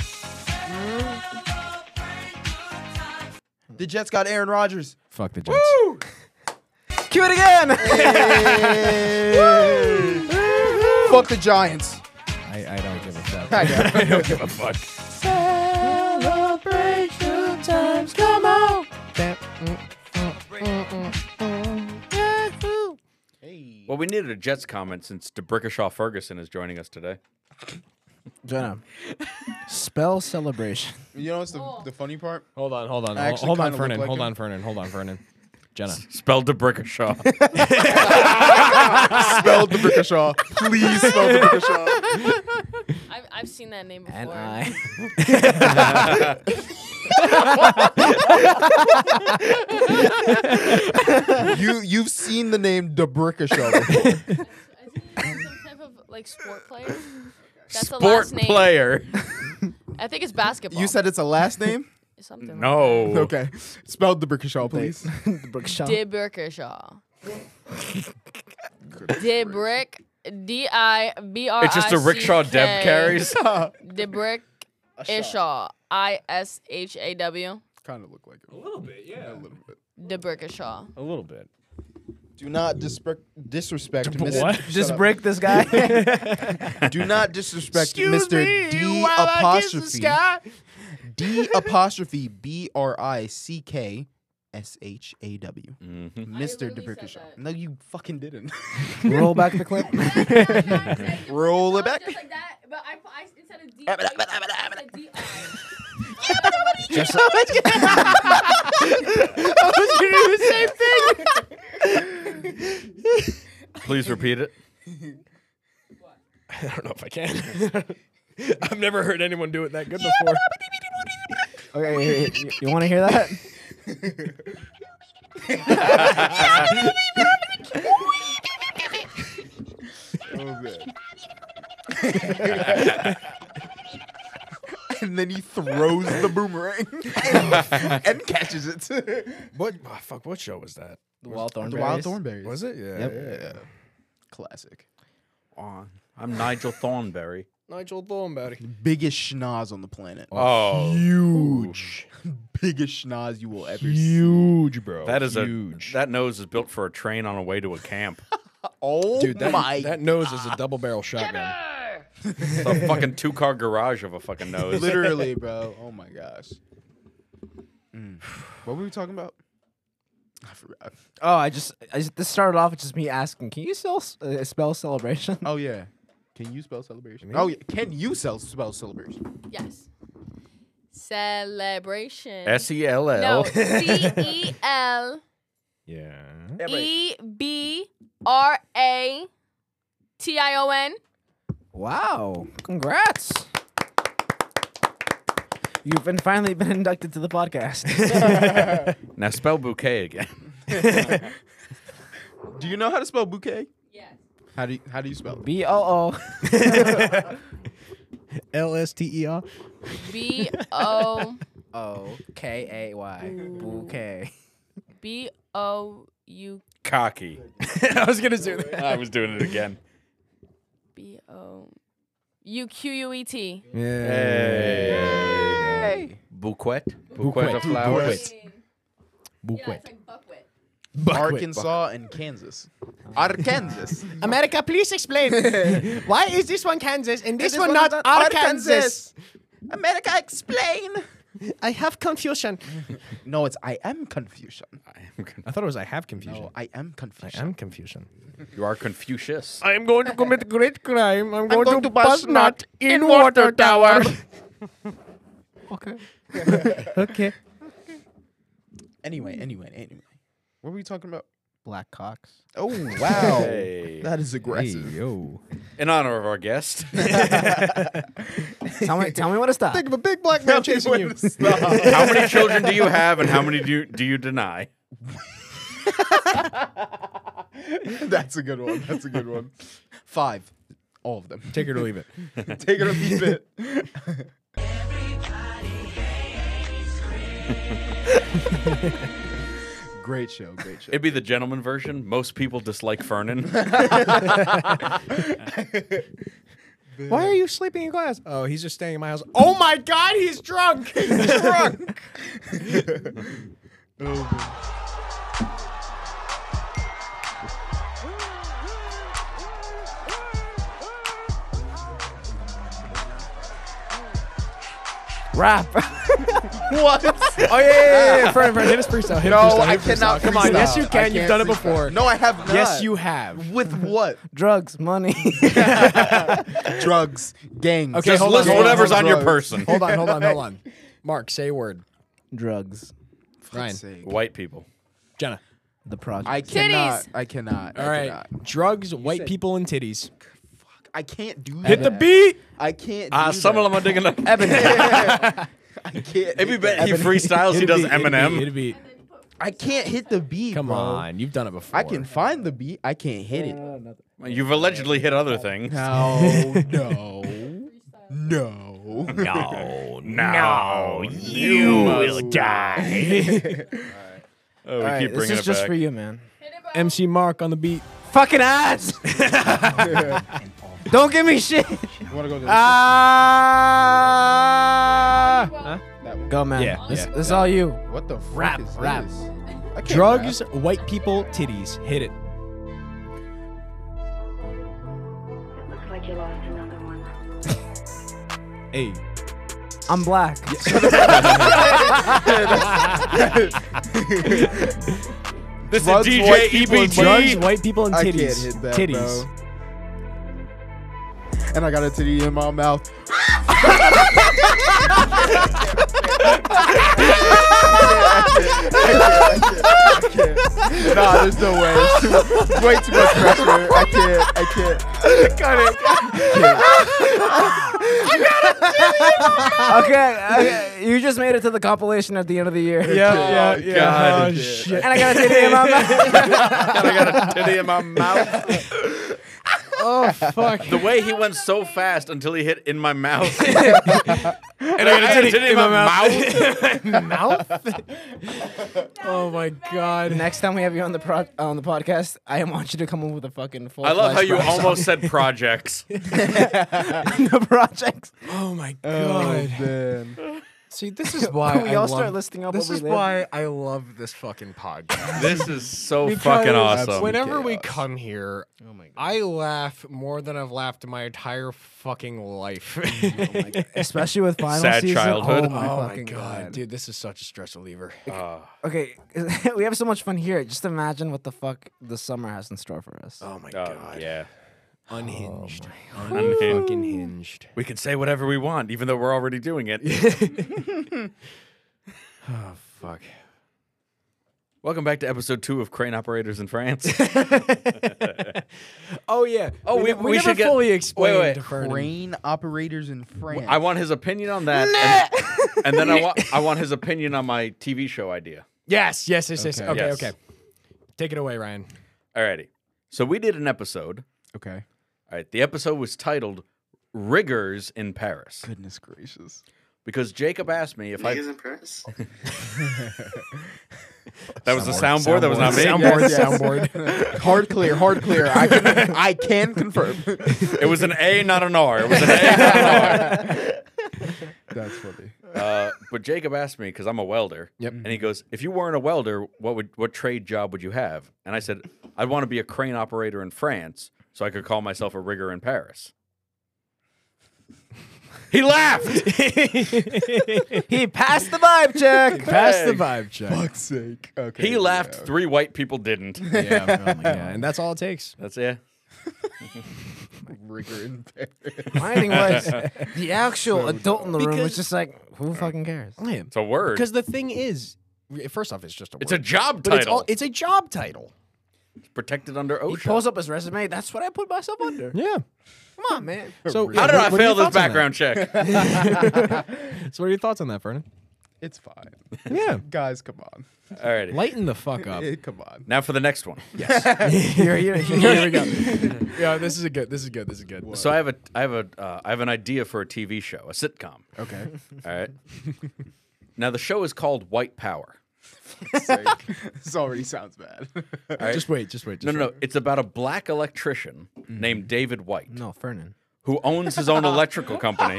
The Jets got Aaron Rodgers.
Fuck the Jets. Cue it again.
Fuck the Giants.
I, I don't give a fuck.
I know.
I don't give a fuck. Celebration times come on.
Well, we needed a Jets comment since DeBrickashaw Ferguson is joining us today.
Jenna, spell celebration.
You know what's the, the funny part?
Hold on, hold on.
I
Hold,
actually
hold on,
kinda look
Fernan.
like
hold
him.
on, Fernan. Hold on, Fernan. Jenna.
Spell DeBrickashaw.
Spelled the Brickashaw. Please spell the Brickashaw.
I've, I've seen that name before.
And I.
You you've seen the name the Brickashaw before.
I think it's some type of like sport player. That's the
Sport
last name.
player.
I think it's basketball.
You said it's a last name?
something.
No.
Okay. Spelled the Brickashaw, please.
the Brookshire.
De Brickershaw. De Brick. D I B R.
It's just a
I C
rickshaw Deb
K.
carries.
De Brick. Ishaw. I S H A W.
kind of look like it. A little bit, yeah. A little bit.
De Brickershaw.
A little bit.
Do not disrespect disrespect Mr.
What?
Just break this guy.
Do not disrespect Mr. D apostrophe D apostrophe B R I C K S H A W.
Mm-hmm.
Mr.
really said
DeBrickishaw.
that.
No, you fucking didn't.
Roll back the clip.
Roll it
No,
back.
Oh, Just like that, but I, I instead of D, I said D I.
Just I was gonna do the same thing.
Please repeat it.
I don't know if I can. I've never heard anyone do it that good before.
Okay, here, here, you, want to hear that?
and then he throws the boomerang and, and catches it.
What? oh, fuck. What show was that?
The wild thorn.
the wild thornberries.
Was it? Yeah.
Yep.
yeah, yeah.
Classic.
On. I'm Nigel Thornberry.
Nigel Thornberry.
Biggest schnoz on the planet.
Oh,
Huge. Biggest schnoz you will ever see.
Huge, bro.
that is
huge.
a that nose is built for a train on a way to a camp.
Oh
Dude, that,
my
that nose is a double barrel shotgun.
It's a fucking two car garage of a fucking nose.
Literally, bro. Oh my gosh. Mm. What were we talking about? I forgot.
Oh, I just, I just this started off with just me asking, can you still s- uh, spell celebration?
Oh yeah. Can you spell celebration? Oh yeah. Can you sell spell celebration?
Yes. Celebration.
S E L
No,
L.
C E L
Yeah.
E B R A T I O N.
Wow! Congrats. You've been finally been inducted to the podcast.
Now spell bouquet again.
Do you know how to spell bouquet?
Yes.
How do you, how do you spell it?
B O O.
L S T E R.
B O
O K A Y. Bouquet.
B O U
Cocky.
I was gonna do that.
I was doing it again.
B O U Q U E T.
Hey. Bouquet. Bouquet of flowers.
Yeah, it's like buckwheat.
Arkansas and Kansas. Arkansas.
America, please explain. Why is this one Kansas and this, one, not
America, explain.
I have confusion.
No, it's I am Confucian.
I am con-
I thought it was I have confusion.
No, Oh, I am Confucian.
confusion.
You are Confucius.
I am going to commit great crime. I'm,
going going to to bust bust nut nut in in water water tower.
Okay. okay.
Anyway, anyway, anyway. What were we talking about?
Black cocks.
Oh wow,
Hey.
that is aggressive.
yo.
In honor of our guest.
Tell me, tell me what to stop.
Think of a big black man chasing you.
how many children do you have and how many do you, do you deny?
That's a good one. That's a good one. Five, all of them.
Take it or leave it.
Take it or leave it. great show, great show.
It'd be the gentleman version. Most people dislike Fernan.
Why are you sleeping in class? Oh, he's just staying in my house. Oh my God, he's drunk. He's drunk.
Rap.
what?
Oh yeah, yeah, yeah, yeah. Friend, friend, hit us freestyle. Hit
No,
freestyle,
I
hit freestyle.
cannot
Come on, yes
freestyle.
you
I
can. You've
can't
done it
freestyle.
before.
No, I have not.
Yes, you have.
With what?
Drugs, money.
Drugs, gangs.
Okay, hold
List
on,
whatever's on your
drugs.
person.
Hold on, hold on, hold on. Mark, say a word.
Drugs.
Ryan,
Sake.
White people.
Jenna.
The project.
I cannot. I cannot.
All
I
right.
cannot.
Drugs, white people, and titties.
I can't do that.
Hit the beat.
I can't.
Ah,
do
some of
that.
them are digging up Ebony.
I can't.
It'd be
hit
better.
that.
He freestyles. He
It'd
does
be- it'd be-
Eminem.
It'd be.
I can't hit the beat.
Come
bro.
on, you've done it before.
I can find the beat. I can't hit it. No,
You've allegedly hit other things.
no, no.
No, no, you will die. Oh, we
All right,
keep
this
bringing
is
it
just
back.
for you, man.
MC Mark on the beat.
Fucking ads. Don't give me shit.
You want to go to
Ah.
Well,
Go, man.
Yeah,
this
yeah.
this is all you.
What the fuck
Rap,
is
rap.
this? I can't
Drugs, white people, titties. Hit it.
Looks like you lost another one.
Hey.
I'm black.
This
Drugs,
is E
white
DJ
people, and
Drugs,
EBG.
white people, and
I can't
titties.
hit that,
titties.
bro. And I got a titty in my mouth. nah, there's no way. It's too, way too much pressure. I can't. I can't.
okay, okay, you just made it to the compilation at the end of the year.
Yeah, yeah,
yeah. God.
Oh, shit.
And I got a titty in my mouth.
I got a titty in my mouth.
Oh, fuck.
The way he went so fast until he hit in my mouth. and I got a titty, in my, mouth.
Oh, my God.
Next time we have you on the pro- on the podcast, I want you to come up with a fucking full.
I love how you
flash prize
almost said projects.
on the projects.
Oh, my
Oh,
God.
man.
See, this is why
we
I
all
love,
start listing up.
This
what we
is
live.
why I love this fucking podcast.
This is so
Because
fucking awesome.
Whenever we
Chaos.
come here, I laugh more than I've laughed in my entire fucking life. oh my god,
especially with final
Sad
season.
childhood.
Oh my fucking god,
dude, this is such a stress reliever.
Ah.
Okay, we have so much fun here. Just imagine what the fuck the summer has in store for us.
Oh my
Oh,
god,
yeah.
unhinged,
Unhinged.
fucking hinged.
We can say whatever we want, even though we're already doing it.
Oh fuck.
Welcome back to episode two of Crane Operators in France.
Oh yeah.
Oh, we-
ne-
we
never
should get-
fully
wait,
explained.
wait.
to Vernon.
Crane operators in France.
I want his opinion on that, and, and then I want I want his opinion on my TV show idea.
Yes, yes, yes, yes. Okay, okay.
Yes.
Take it away, Ryan.
Alrighty. So we did an episode.
Okay.
All right. The episode was titled "Riggers in Paris"
Goodness gracious.
because Jacob asked me if I.
Niggas in Paris?
That was the soundboard. That was not me.
Soundboard,
Yes, yes.
soundboard.
Hard clear, hard clear. I can, I can confirm.
It was an A, not an R. It was an A, not an R.
That's funny.
Uh, but Jacob asked me because I'm a welder. Yep. And he goes, "If you weren't a welder, what would what trade job would you have?" And I said, "I'd want to be a crane operator in France, so I could call myself a rigger in Paris." He laughed.
he passed the vibe check.
Pass the vibe check.
Fuck's sake. Okay.
He laughed. Three white people didn't.
Yeah, oh my god. And that's all it takes.
That's it.
Rigor in Paris.
My thing was the actual adult in the room was
Because-
just like, who fucking cares?
I am.
It's a word.
Because the thing is, first off, it's just a
It's a
word.
job
but
title.
It's, all, it's a job title.
protected under
He
OSHA.
pulls up his resume. That's what I put myself under.
Yeah.
Come on, man.
So
How did
what-
I
what are
fail
your
this
thoughts on that?
background check?
So what are your thoughts on that, Vernon?
It's fine.
Yeah.
Guys, come on.
Alrighty.
Lighten the fuck up.
Eh, come on.
Now for the next one.
Here, here, here we go.
yeah, this is a good. This is good. This is good.
So I have a I have a uh, I have an idea for a TV show, a sitcom.
Okay.
All right. now the show is called White Power.
this already sounds bad.
Just wait. Just wait.
No,
Just
no, no. It's about a black electrician
Mm.
named David White
No, Fernan.
who owns his own electrical company.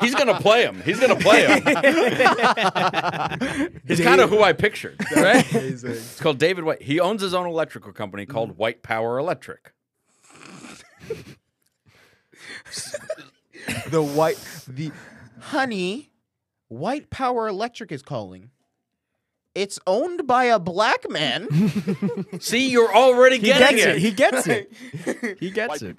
He's gonna play him. He's gonna play him. He's kind of who I pictured. Right?
Amazing.
It's called David White. He owns his own electrical company
Mm.
called White Power Electric.
The white, the honey, White Power Electric is calling. It's owned by a black man.
See, you're already
He
getting
gets it. He gets it. He gets it.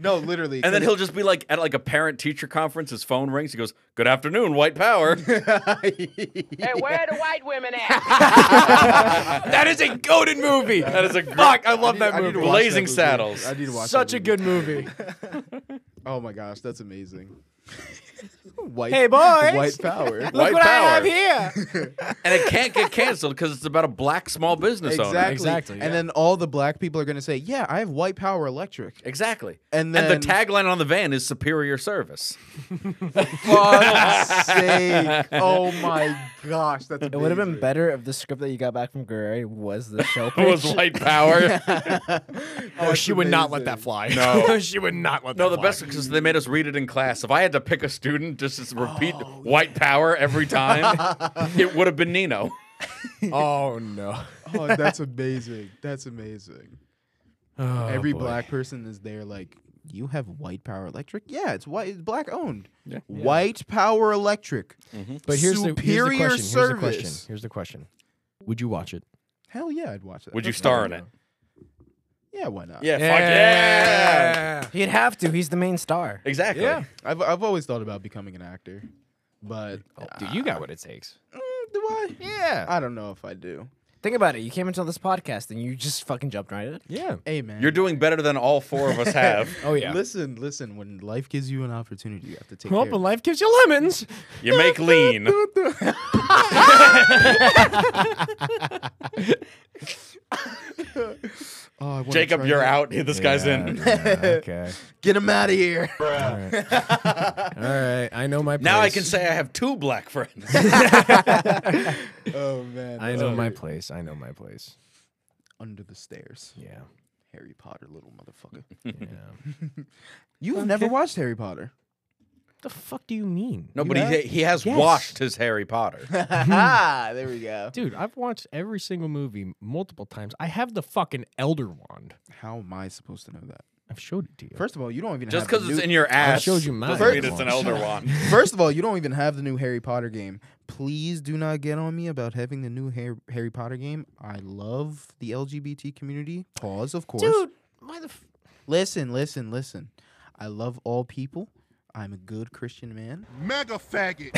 no, literally.
And then he'll just be like at like a parent teacher conference. His phone rings. He goes, "Good afternoon, White Power."
he'll.
Where the white women at?
That is a goaded movie.
That is a
Fuck, I love that movie.
Blazing Saddles.
I need to watch
Such
that
a good movie.
movie. Oh my gosh, that's amazing. white,
Hey, boys.
White power.
White
what
Power.
I have here.
And it can't get canceled because it's about a black small business owner.
Exactly.
Exactly, yeah.
And then all the black people are going to say, "Yeah, I have white power electric."
Exactly. and
And then-
the tagline on the van is superior service.
Fuck's sake! Oh my gosh, that's.
It would have been better if the script that you got back from Guerrero was the show.
It was white power.
Oh, she would not let that fly.
No.
she would not let that
no, the
fly.
best because they made us read it in class. If I had to pick a student just to repeat white power every time, it would have been Nino.
Oh, no.
Oh,
Oh,
that's amazing. That's amazing. Every black person is there, like You have White Power Electric? Yeah, it's white. It's black owned.
Yeah.
White Power Electric.
But here's the, here's the question.
Superior
Here's the question.
service.
Here's the question. Would you watch it?
Hell yeah, I'd watch that.
Would you
That's
star
not
in
bad.
it?
Yeah, why not?
Yeah, fuck yeah.
He'd have to. He's the main star.
Exactly.
Yeah.
I've I've always thought about becoming an actor, but
Dude, you got what it takes.
Mm, do I?
Yeah.
I don't know if I do.
Think about it. You came into this podcast and you just fucking jumped right at it.
Yeah.
Hey man,
You're doing better than all four of us have.
Oh yeah.
Listen, listen. When life gives you an opportunity, you have to take
Well,
care.
when life gives you lemons.
You make
Oh,
lean.
Oh, I wanna
Jacob,
try
you're
that.
out. This guy's in.
okay.
Get him out of here.
All right. All right. I know my. Place.
Now I can say I have two black friends.
oh man,
I
that's
know
great.
my place. I know my place.
under the stairs.
Yeah.
Harry Potter, little motherfucker.
yeah.
You've never watched Harry Potter.
the fuck do you mean?
No,
You
but he,
have-
he has
Yes.
washed his Harry Potter.
ah, there we go.
Dude, I've watched every single movie multiple times. I have the fucking Elder Wand.
How am I supposed to know that?
I've showed it to you.
First of all, you don't even
Just
have the
because it's
new-
in your ass
showed you mine.
doesn't mean it's an
First-
elder wand.
First of all, you don't even have the new Harry Potter game. Please do not get on me about having the new Harry, Harry Potter game. I love the LGBT community. Pause, of course.
Dude, why the f-
Listen, listen, listen. I love all people. I'm a good Christian man.
Mega faggot.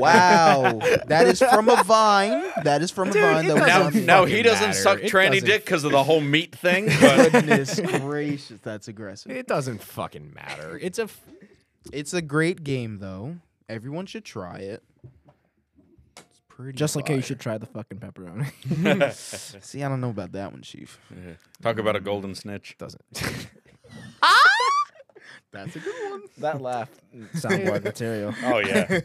wow. That is from a vine. That is from a vine. That was
Now,
on the-
now he
fucking
doesn't
matter.
suck
It
tranny
doesn't-
dick because of the whole meat thing. But
Goodness gracious, that's aggressive.
It doesn't fucking matter. It's a f-
It's a great game, though. Everyone should try it. It's pretty.
Just like how
fire.
you should try the fucking pepperoni.
See, I don't know about that one, Chief.
talk about a golden snitch.
doesn't.
That's a good one.
that laugh. Soundboard material.
Oh yeah.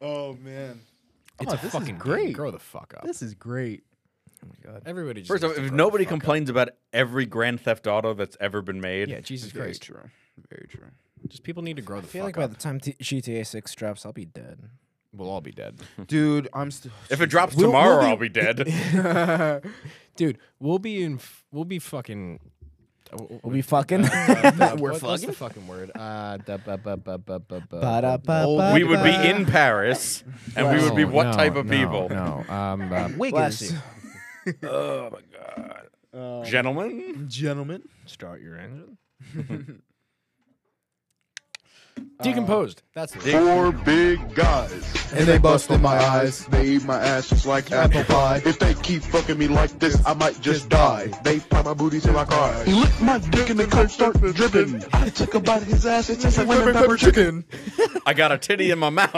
Oh man,
It's
Oh,
a
this is
fucking game.
great.
Grow the fuck up. Oh
this is great.
Everybody. Just
First of
needs
all,
to
if
grow the
nobody
fuck up.
complains about every Grand Theft Auto that's ever been made,
yeah, Jesus
Very
Christ,
true. Very true.
just people need to grow the
I feel
fuck
like by
up.
the time t- GTA 6 drops, I'll be dead.
we'll all be dead,
Dude, I'm still.
if it drops
We'll-
tomorrow,
we'll be-
I'll be dead.
dude. We'll be in. F- we'll be fucking.
We'll be fucking.
We're fucking. What's the fucking word? Uh, da, ba, ba, ba, ba, ba, ba.
Old-
we would be in Paris, and we would be
Oh, No,
what
no,
type of
no,
people?
No, um, uh,
Wiggins,
Oh my god, Um, gentlemen.
gentlemen.
start your engine. Decomposed. That's the
Four big guys. And they busted my eyes. They eat my ass just like apple pie. If they keep fucking me like this, I might just die. They pop my booty till I cry. He licked my dick and the curd started dripping. I took a bite of his ass. It tastes like lemon pepper chicken.
I got a titty in my mouth.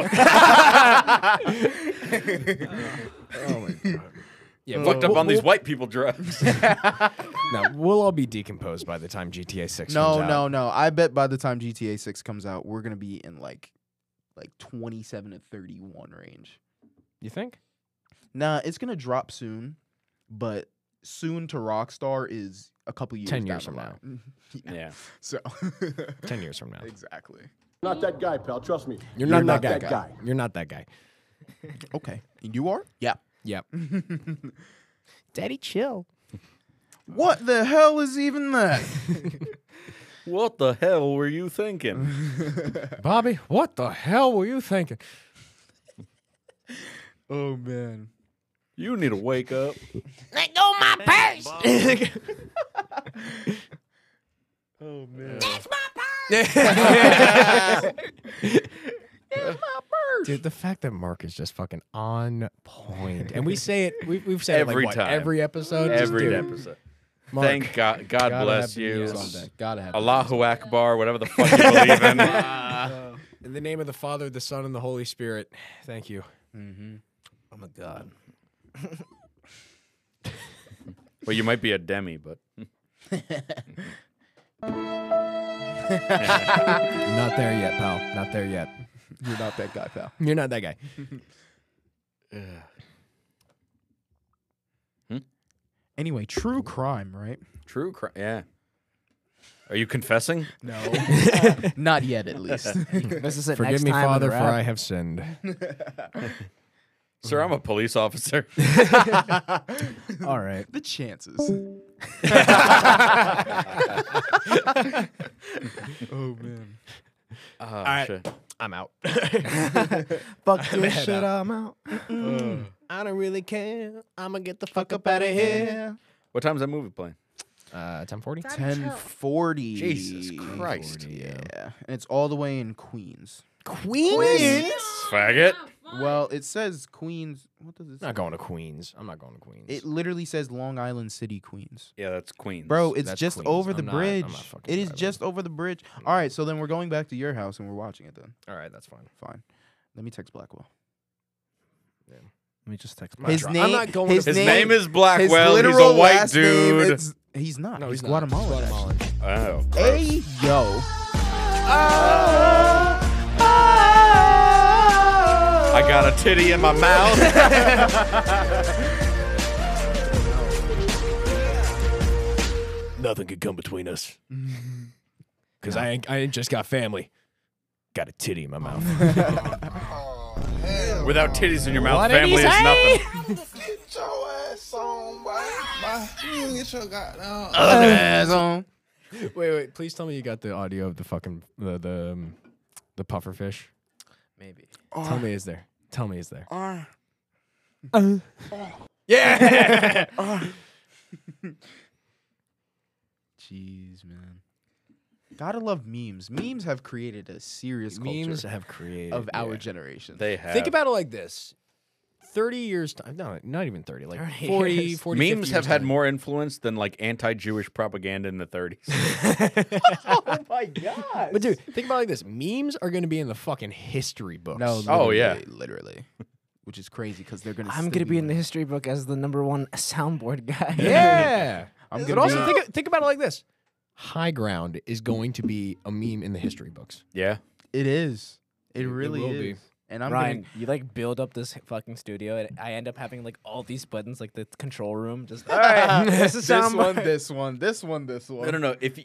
yeah.
Fucked up on these white people drugs.
No, we'll all be decomposed by the time GTA Six. comes
No,
out.
no, no. I bet by the time GTA 6 comes out, we're gonna be in like, like 27 to 31 range.
You think?
Nah, it's gonna drop soon, but soon to Rockstar is a couple years.
10 years
down the
from
line. yeah.
yeah.
So.
Ten years from now.
exactly.
Not that guy, pal. Trust me.
You're,
You're
not, that, guy.
not that
You're not that guy.
Okay. You are? Yeah.
Yep.
Daddy, chill.
What the hell is even that?
What the hell were you thinking?
Bobby, what the hell were you thinking?
oh man.
You need to wake up.
Oh man.
Dude, the fact that Mark is just fucking on point, and we say it, we, we've said it
Every
like, what,
time.
every episode, Just
Every
dude,
episode.
Mark,
Thank God. God
gotta
bless
have you
you.
on deck. Gotta have
Allahu Akbar, whatever the fuck you believe in.
you. in the name of the Father, the Son, and the Holy Spirit. Thank you.
Oh my god.
Well, you might be a demi, but
Not there yet, pal. Not there yet.
You're not that guy, pal.
You're not that guy.
Anyway, true crime, right?
true crime. Yeah. Are you confessing?
No. not yet at least.
This is it.
Forgive
next
me,
time in a
Father, for
row.
I have sinned.
Sir, I'm a police officer.
All right.
The chances. oh man.
Oh,
right.
shit.
I'm out.
Fuck this shit, I'm out.
I don't really care. I'm gonna get the fuck up out of here.
What time's that movie playing?
Uh, ten forty.
Ten forty.
Jesus Christ.
Yeah. And it's all the way in Queens.
Queens.
Faggot.
Well, it says Queens. What does it say?
I'm not going to Queens. I'm not going to Queens.
It literally says Long Island City, Queens.
Yeah, that's Queens.
Bro, it's
That's
just
Queens.
over
I'm
the
not- I'm
bridge.
not fucking
it is
driving. Mm.
just over the bridge. All right, so then we're going back to your house and we're watching it then.
All right, that's fine.
Fine. Let me text Blackwell.
Let me just text
I'm not
His
dri-
name.
I'm not going
his
to
his
name-
name, is Blackwell. He's a
literal
white
last name
dude.
is- he's not.
No,
he's,
he's not.
Guatemalan.
He's
actually.
Guatemalan.
Oh, gross.
Hey yo.
I got a titty in my mouth.
Nothing could come between us. Cause I ain't, I ain't just got family. Got a titty in my mouth.
Without titties in your mouth,
What did he
family is
say?
nothing.
Get your ass on, boy. You get your goddamn.
wait, wait. Please tell me you got the audio of the fucking the the um, the puffer fish.
Maybe.
Tell me is there. Tell me is there. Uh.
Ah.
Yeah.
Jeez, man. Gotta love memes. Memes have created a serious
Memes
culture
have created
of our
yeah.
generation.
They have.
Think about it like this. 30 years time. No, not even 30. Like
30
40,
years.
40
Memes
50
have
years
had
time.
more influence than like anti-Jewish propaganda in the 30s.
But dude, think about it like this. Memes are going to be in the fucking history books.
no,
Oh, yeah.
literally, literally, which is crazy because they're gonna.
I'm
still
gonna be in the
learning.
history book as the number one soundboard guy.
Yeah.
I'm
but
gonna
also
be-
think think about it like this. High ground is going to be a meme in the history books.
yeah.
It is. It really
will be.
is. And I'm
Ryan,
gonna.
you like build up this fucking studio, and I end up having like all these buttons, like the control room. Just all right, this is
This one,
soundboard.
this one, this one, this one.
No, no, no. If you,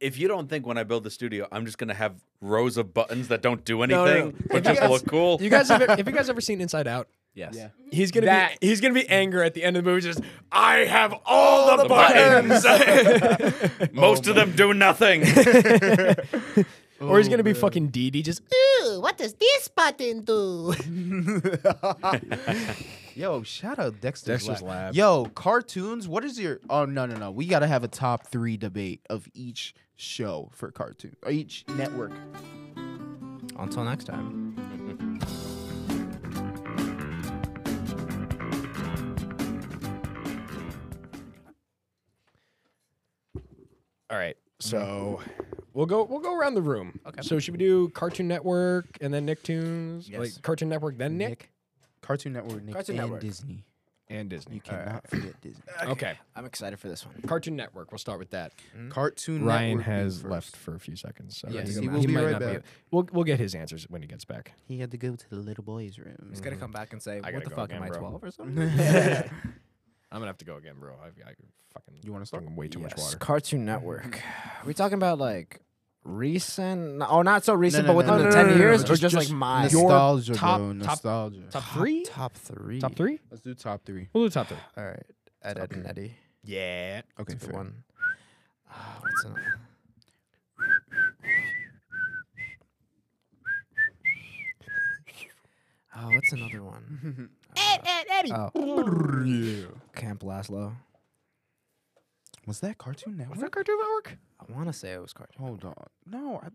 if you don't think when I build the studio, I'm just gonna have rows of buttons that don't do anything,
no.
but
If you
just
guys-
look cool.
You guys have if you guys ever seen Inside Out?
Yes.
Yeah.
He's gonna
That-
be he's gonna be anger at the end of the movie. Just I have all, the, buttons,
Most of them do nothing.
or he's gonna be fucking DD. Just
Yo, shout out Dexter's,
Dexter's
Lab.
Lab.
Yo, cartoons. What is your? Oh no, no, no. We gotta have a top three debate of each show for cartoon, or each network.
Until next time.
all right. So we'll go we'll go around the room. Okay. So should we do Cartoon Network and then Nicktoons?
Yes.
Like Cartoon Network then Nick,
Cartoon Network, Nick,
Cartoon
and
Network.
Disney.
and
You
Disney. All right.
cannot forget Disney.
Okay.
I'm excited for this one.
Cartoon Network. We'll start with that.
Cartoon
Ryan
Network being
has
first.
left for a few seconds. So
Yes,
he,
he
might-
will
he
be
might
right
not
back.
We'll we'll get his answers when he gets back.
He had to go to the little boys' room.
He's gonna come back and say,
gotta
"What the
go
fuck
again,
am I,
bro.
12 or something?"
I'm gonna have to go again, bro. I've I fucking
You wanna start?
drinking way too much
Yes,
water.
Cartoon Network. Are we talking about like recent? Oh, not so
no,
recent, but
no,
within
no,
the
no, no,
10
no, no,
years,
no,
or
just-
just, like
just
my
your
Nostalgia,
top-
bro.
top-
Nostalgia.
Top three.
top three.
Top three.
Let's do top three.
We'll do top three.
All right, Ed, Ed, and Eddie.
Yeah.
Okay,
That's a
fair.
good one. Ah, what's another? Oh, what's another one? Ed, Ed, Eddie. Oh, Camp Laszlo.
Was that Cartoon Network?
Cartoon Network?
I want to say it was cartoon.
Hold on. No, I,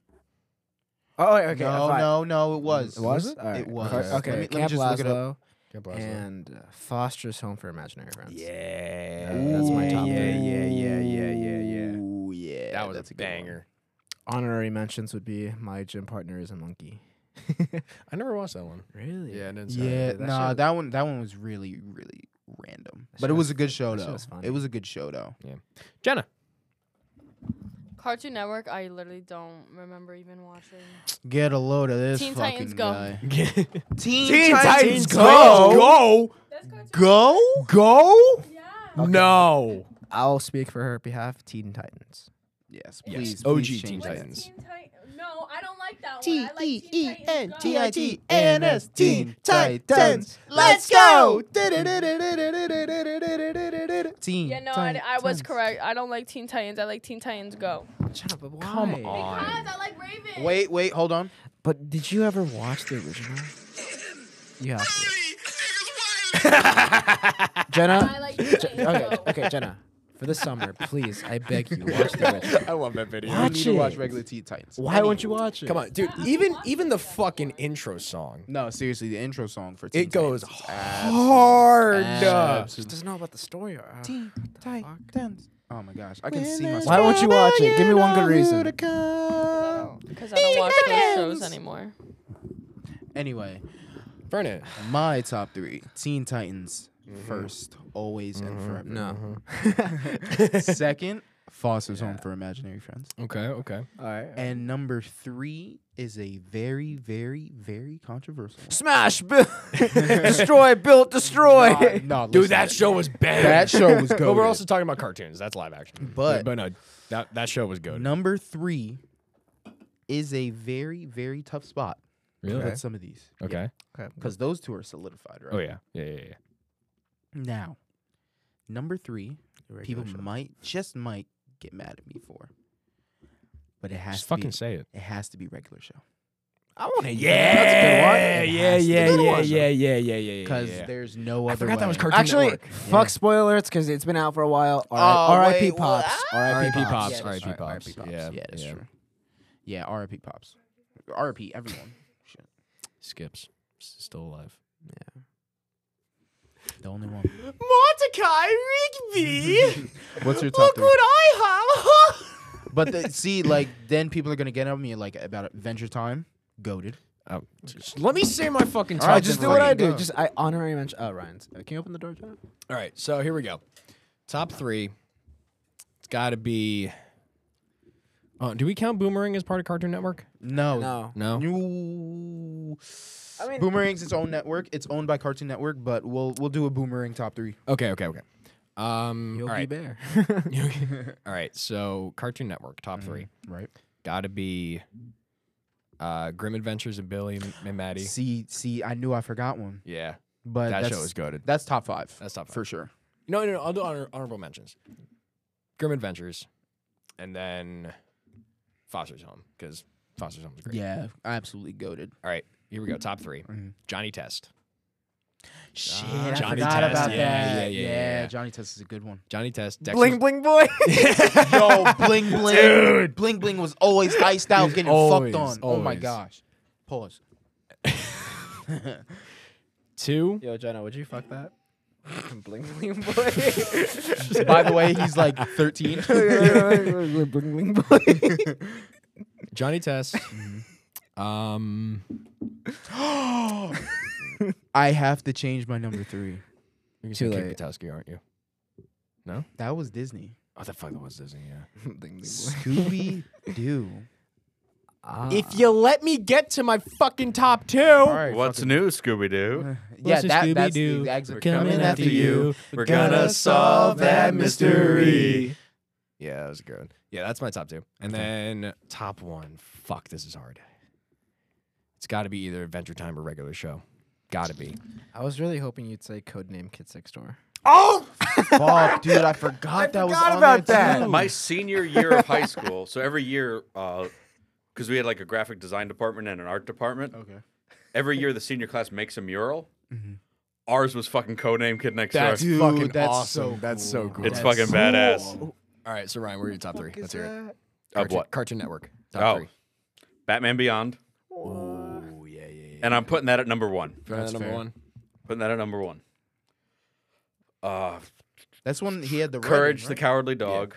Oh, wait, okay.
no,
I thought-
no, no. It Mm, was.
It was? All
It
right.
was.
Okay,
Let me- let me
Camp
just look it up.
Laszlo and uh, Foster's Home for Imaginary Friends.
Yeah.
That's my top
yeah,
three.
Yeah, yeah, yeah, yeah, yeah,
Ooh, yeah.
That was
that's
a
good one.
banger.
Honorary mentions would be my gym partner is a monkey.
I never watched that one.
Really?
Yeah, I didn't see
Yeah,
that.
nah, that one that one was really really random, but it
shit
was
was
a good show
that shit
though.
was funny.
It was a good show though.
Jenna.
Cartoon Network, I literally don't remember even watching.
Get a load of this
Teen Titans
fucking
Go.
guy.
Teen,
Teen,
Titans Go.
That's cartoon.
Go.
Yeah.
No.
I'll speak for her behalf. Teen Titans.
Yes,
Yes,
please.
OG
please
Teen
change that.
Titans.
Teen Titan- No, I don't like that
T
one. I
E
like
E
Teen
N
Titans
T
Go.
I T A N S Teen Titans. Let's go. Teen.
Yeah, no, I, I was
Titans.
correct. I don't like Teen Titans. I like Teen Titans Go.
Shut up, but
Come
why?
Because
on.
I like Raven.
Wait, wait, hold on.
But did you ever watch the original? You have to.
I
Jenna.
like Teen Titans
Okay,
Go.
okay, Jenna. For the summer, please, I beg you, watch the original.
I love that video.
Watch
you need to watch
it.
regular Teen Titans.
Why won't you watch it?
Come on, dude. Even even the fucking intro song.
No, seriously, the intro song for Teen
It goes
Titans.
hard.
Just doesn't know about the story. Or, uh,
Teen Titans. Oh my gosh, I can see myself.
Why won't you watch it? Give me one good reason.
Because I don't watch those shows anymore.
Anyway,
Burn it.
my top three: Teen Titans
Mm-hmm.
first, always and forever.
No.
Second, Foster's Home for Imaginary Friends.
Okay, okay.
All right.
And number three is a very, very, very controversial. one.
Smash, build, destroy, build, destroy.
Nah, nah,
Dude,
listen.
that show was bad.
That show was
But we're
goated.
also talking about cartoons. That's live action.
But-
but no, that that show was good.
number three is a very, very tough spot.
really?
With some of these,
Okay.
because those two are solidified, right?
Oh yeah. Yeah yeah yeah.
Now, number three, people might just might get mad at me for, but it has
Just
to
fucking
be
say it.
it has to be regular show
I want to.
Yeah,
It
yeah,
has to
yeah,
be.
yeah, yeah, yeah, yeah, yeah.
because
yeah.
there's no other. way.
Actually, fuck spoilers because it's been out for a while.
Oh,
R.I.P.
wait, what?
Pops.
R.I.P.
R.I.P.
Pops.
Yeah,
R.I.P.
that's
Pops.
right. R.I.P.
Yeah,
Yeah, that's
yeah.
true. Yeah, R.I.P. Pops. R.I.P. Everyone. Shit.
Skips S- still alive.
The only one.
Mordecai Rigby.
What's your top three?
I have.
But the, see, like, then people are gonna get on me like about Adventure Time. Goaded.
Oh, just- let me say my fucking. Top
All right,
I
I
just
just
do what I
fucking
do.
go.
Just I honorary mention. Oh, Ryan's. Uh, Can you open the door, John?
All right, so here we go. Top three. It's got to be. Oh, do we count Boomerang as part of Cartoon Network?
No.
No.
No.
New.
I mean-
Boomerang's its own network. It's owned by Cartoon Network, but we'll we'll do a Boomerang top three.
Okay, okay, okay. Um, all right.
Bear.
all right. So Cartoon Network top
Mm-hmm.
three.
Right.
Got to be. Uh, Grim Adventures of Billy M- and Maddie.
See, see, I knew I forgot one,
Yeah,
but
that
that's,
show is goaded.
That's top five.
That's top five.
for sure.
No, no, no. I'll do honor- honorable mentions. Grim Adventures, and then Foster's Home because Foster's Home is great. Ah,
Yeah, absolutely goaded.
All right, here we go. Top 3
Mm-hmm.
Johnny Test.
Shit, I
Johnny
forgot
Test,
about
yeah,
that.
yeah, yeah, yeah.
Johnny Test is a good one.
Johnny Test. Dexter's
bling bling boy.
Yo, bling bling, bling bling was always iced out, getting
always,
fucked on. Oh my
always.
gosh. Pause.
Two.
Yo, Jenna, would you fuck that? bling bling boy.
By the way, he's like 13.
bling bling Mm-hmm. boy.
Johnny Test. um,
I have to change my number three.
you're
Too
Too late.
late.
Patowski, aren't you?
That was Disney.
Oh, the fuck that was Disney. Yeah.
Scooby Doo.
If you let me get to my fucking top two.
All right.
What's new, Scooby Doo?
Yeah, that, that's
Scooby-Doo,
the exit.
we're coming after you.
We're
gonna solve that mystery. Yeah, that was a good. one. Yeah, that's my top two. And then top one. Fuck, this is hard. It's got to be either Adventure Time or regular show. Got to be.
I was really hoping you'd say codename Kid Six Door.
Fuck, dude, I forgot that was on about that.
My senior year of high school. So every year, because we had like a graphic design department and an art department.
Okay.
Every year, the senior class makes a mural. Ours was fucking codename Kid Next
That's
Door.
Dude,
fucking
that's
awesome.
so
that's so
cool.
cool.
It's fucking badass. Oh.
All right, so Ryan, what are your top three? Let's hear it.
Of
Cartoon-
what?
Cartoon Network.
Oh.
Top three.
Batman Beyond.
Oh yeah, yeah, yeah.
And I'm putting that at number one.
That's number
fair.
one.
Putting that at number one. Uh,
That's when he had the
Courage
writing,
the
right?
Cowardly Dog.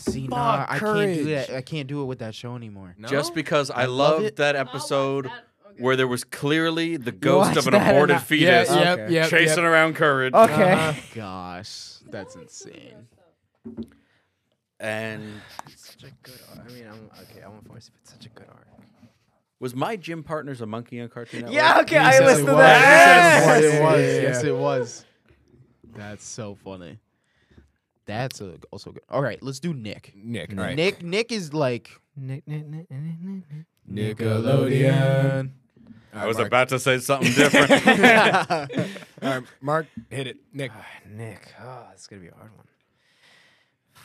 See,
Fuck,
nah, I can't do
Courage.
that. I can't do it with that show anymore.
Just because I,
love
loved
it.
that
I'll watch
episode
that. Okay.
where there was clearly the ghost
watched
of an
that and
aborted
I-
fetus
yeah, yeah,
Yep,
Okay.
yep,
chasing around Courage.
Okay.
Uh-huh. Gosh, that's insane.
And
such a good arc. I mean, I'm okay. I won't force it, but such a good arc.
was my gym partner's a monkey on Cartoon Network?
Yeah, okay. I
Yes,
listened
it
to
was.
that.
Yes, it was.
Yes.
Yes, it was. That's so funny. That's a, also good. All right, let's do Nick.
Nick,
Nick.
right?
Nick Nick is like
Nickelodeon.
I was about to say something different.
All right, Mark, hit it. Nick,
Nick. Oh, it's gonna be a hard one.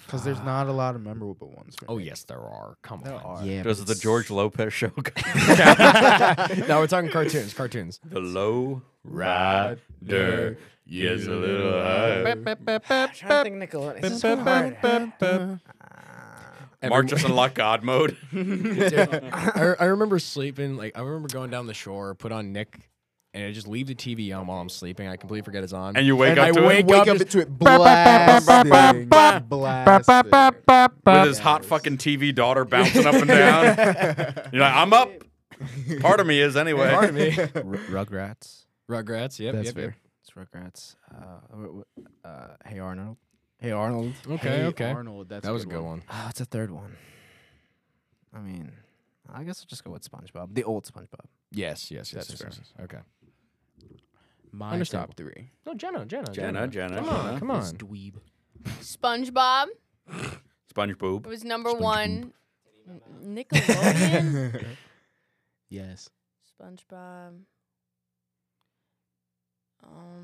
because there's not a lot of memorable ones. For
Oh
Nick.
yes, there are. Come on.
yeah. but
Does the
it's-
George Lopez show?
now we're talking cartoons. Cartoons.
the Low Rider is a little
I'm trying to think Nickelodeon. It's so hard.
Mark just unlocked God mode.
I, I remember sleeping. Like I remember going down the shore, put on Nick, and I just leave the TV on while I'm sleeping. I completely forget it's on.
And you wake
And
up
I
to it?
wake
Wake
up
up
just-
to it blasting, blasting.
with his hot fucking TV daughter bouncing up and down. You're like, I'm up. Part of me is anyway.
R- Rugrats.
Rugrats. Yep.
That's
yep, yep.
fair.
It's Rugrats. Uh, w- w- uh, hey Arnold. Hey Arnold.
Okay.
Hey,
okay.
Arnold, that's
that was a good one.
Ah, it's a third one. I mean, I guess I'll just go with SpongeBob. The old SpongeBob.
Yes. Yes. Yes. yes, yes, yes. Okay.
My
Understandable.
top three.
No, Jenna. Jenna.
Jenna, Jenna,
Come on.
Jenna.
Come
It's
on.
dweeb.
SpongeBob
SpongeBob.
was number one. N- Nickelodeon.
Yes.
SpongeBob. Um,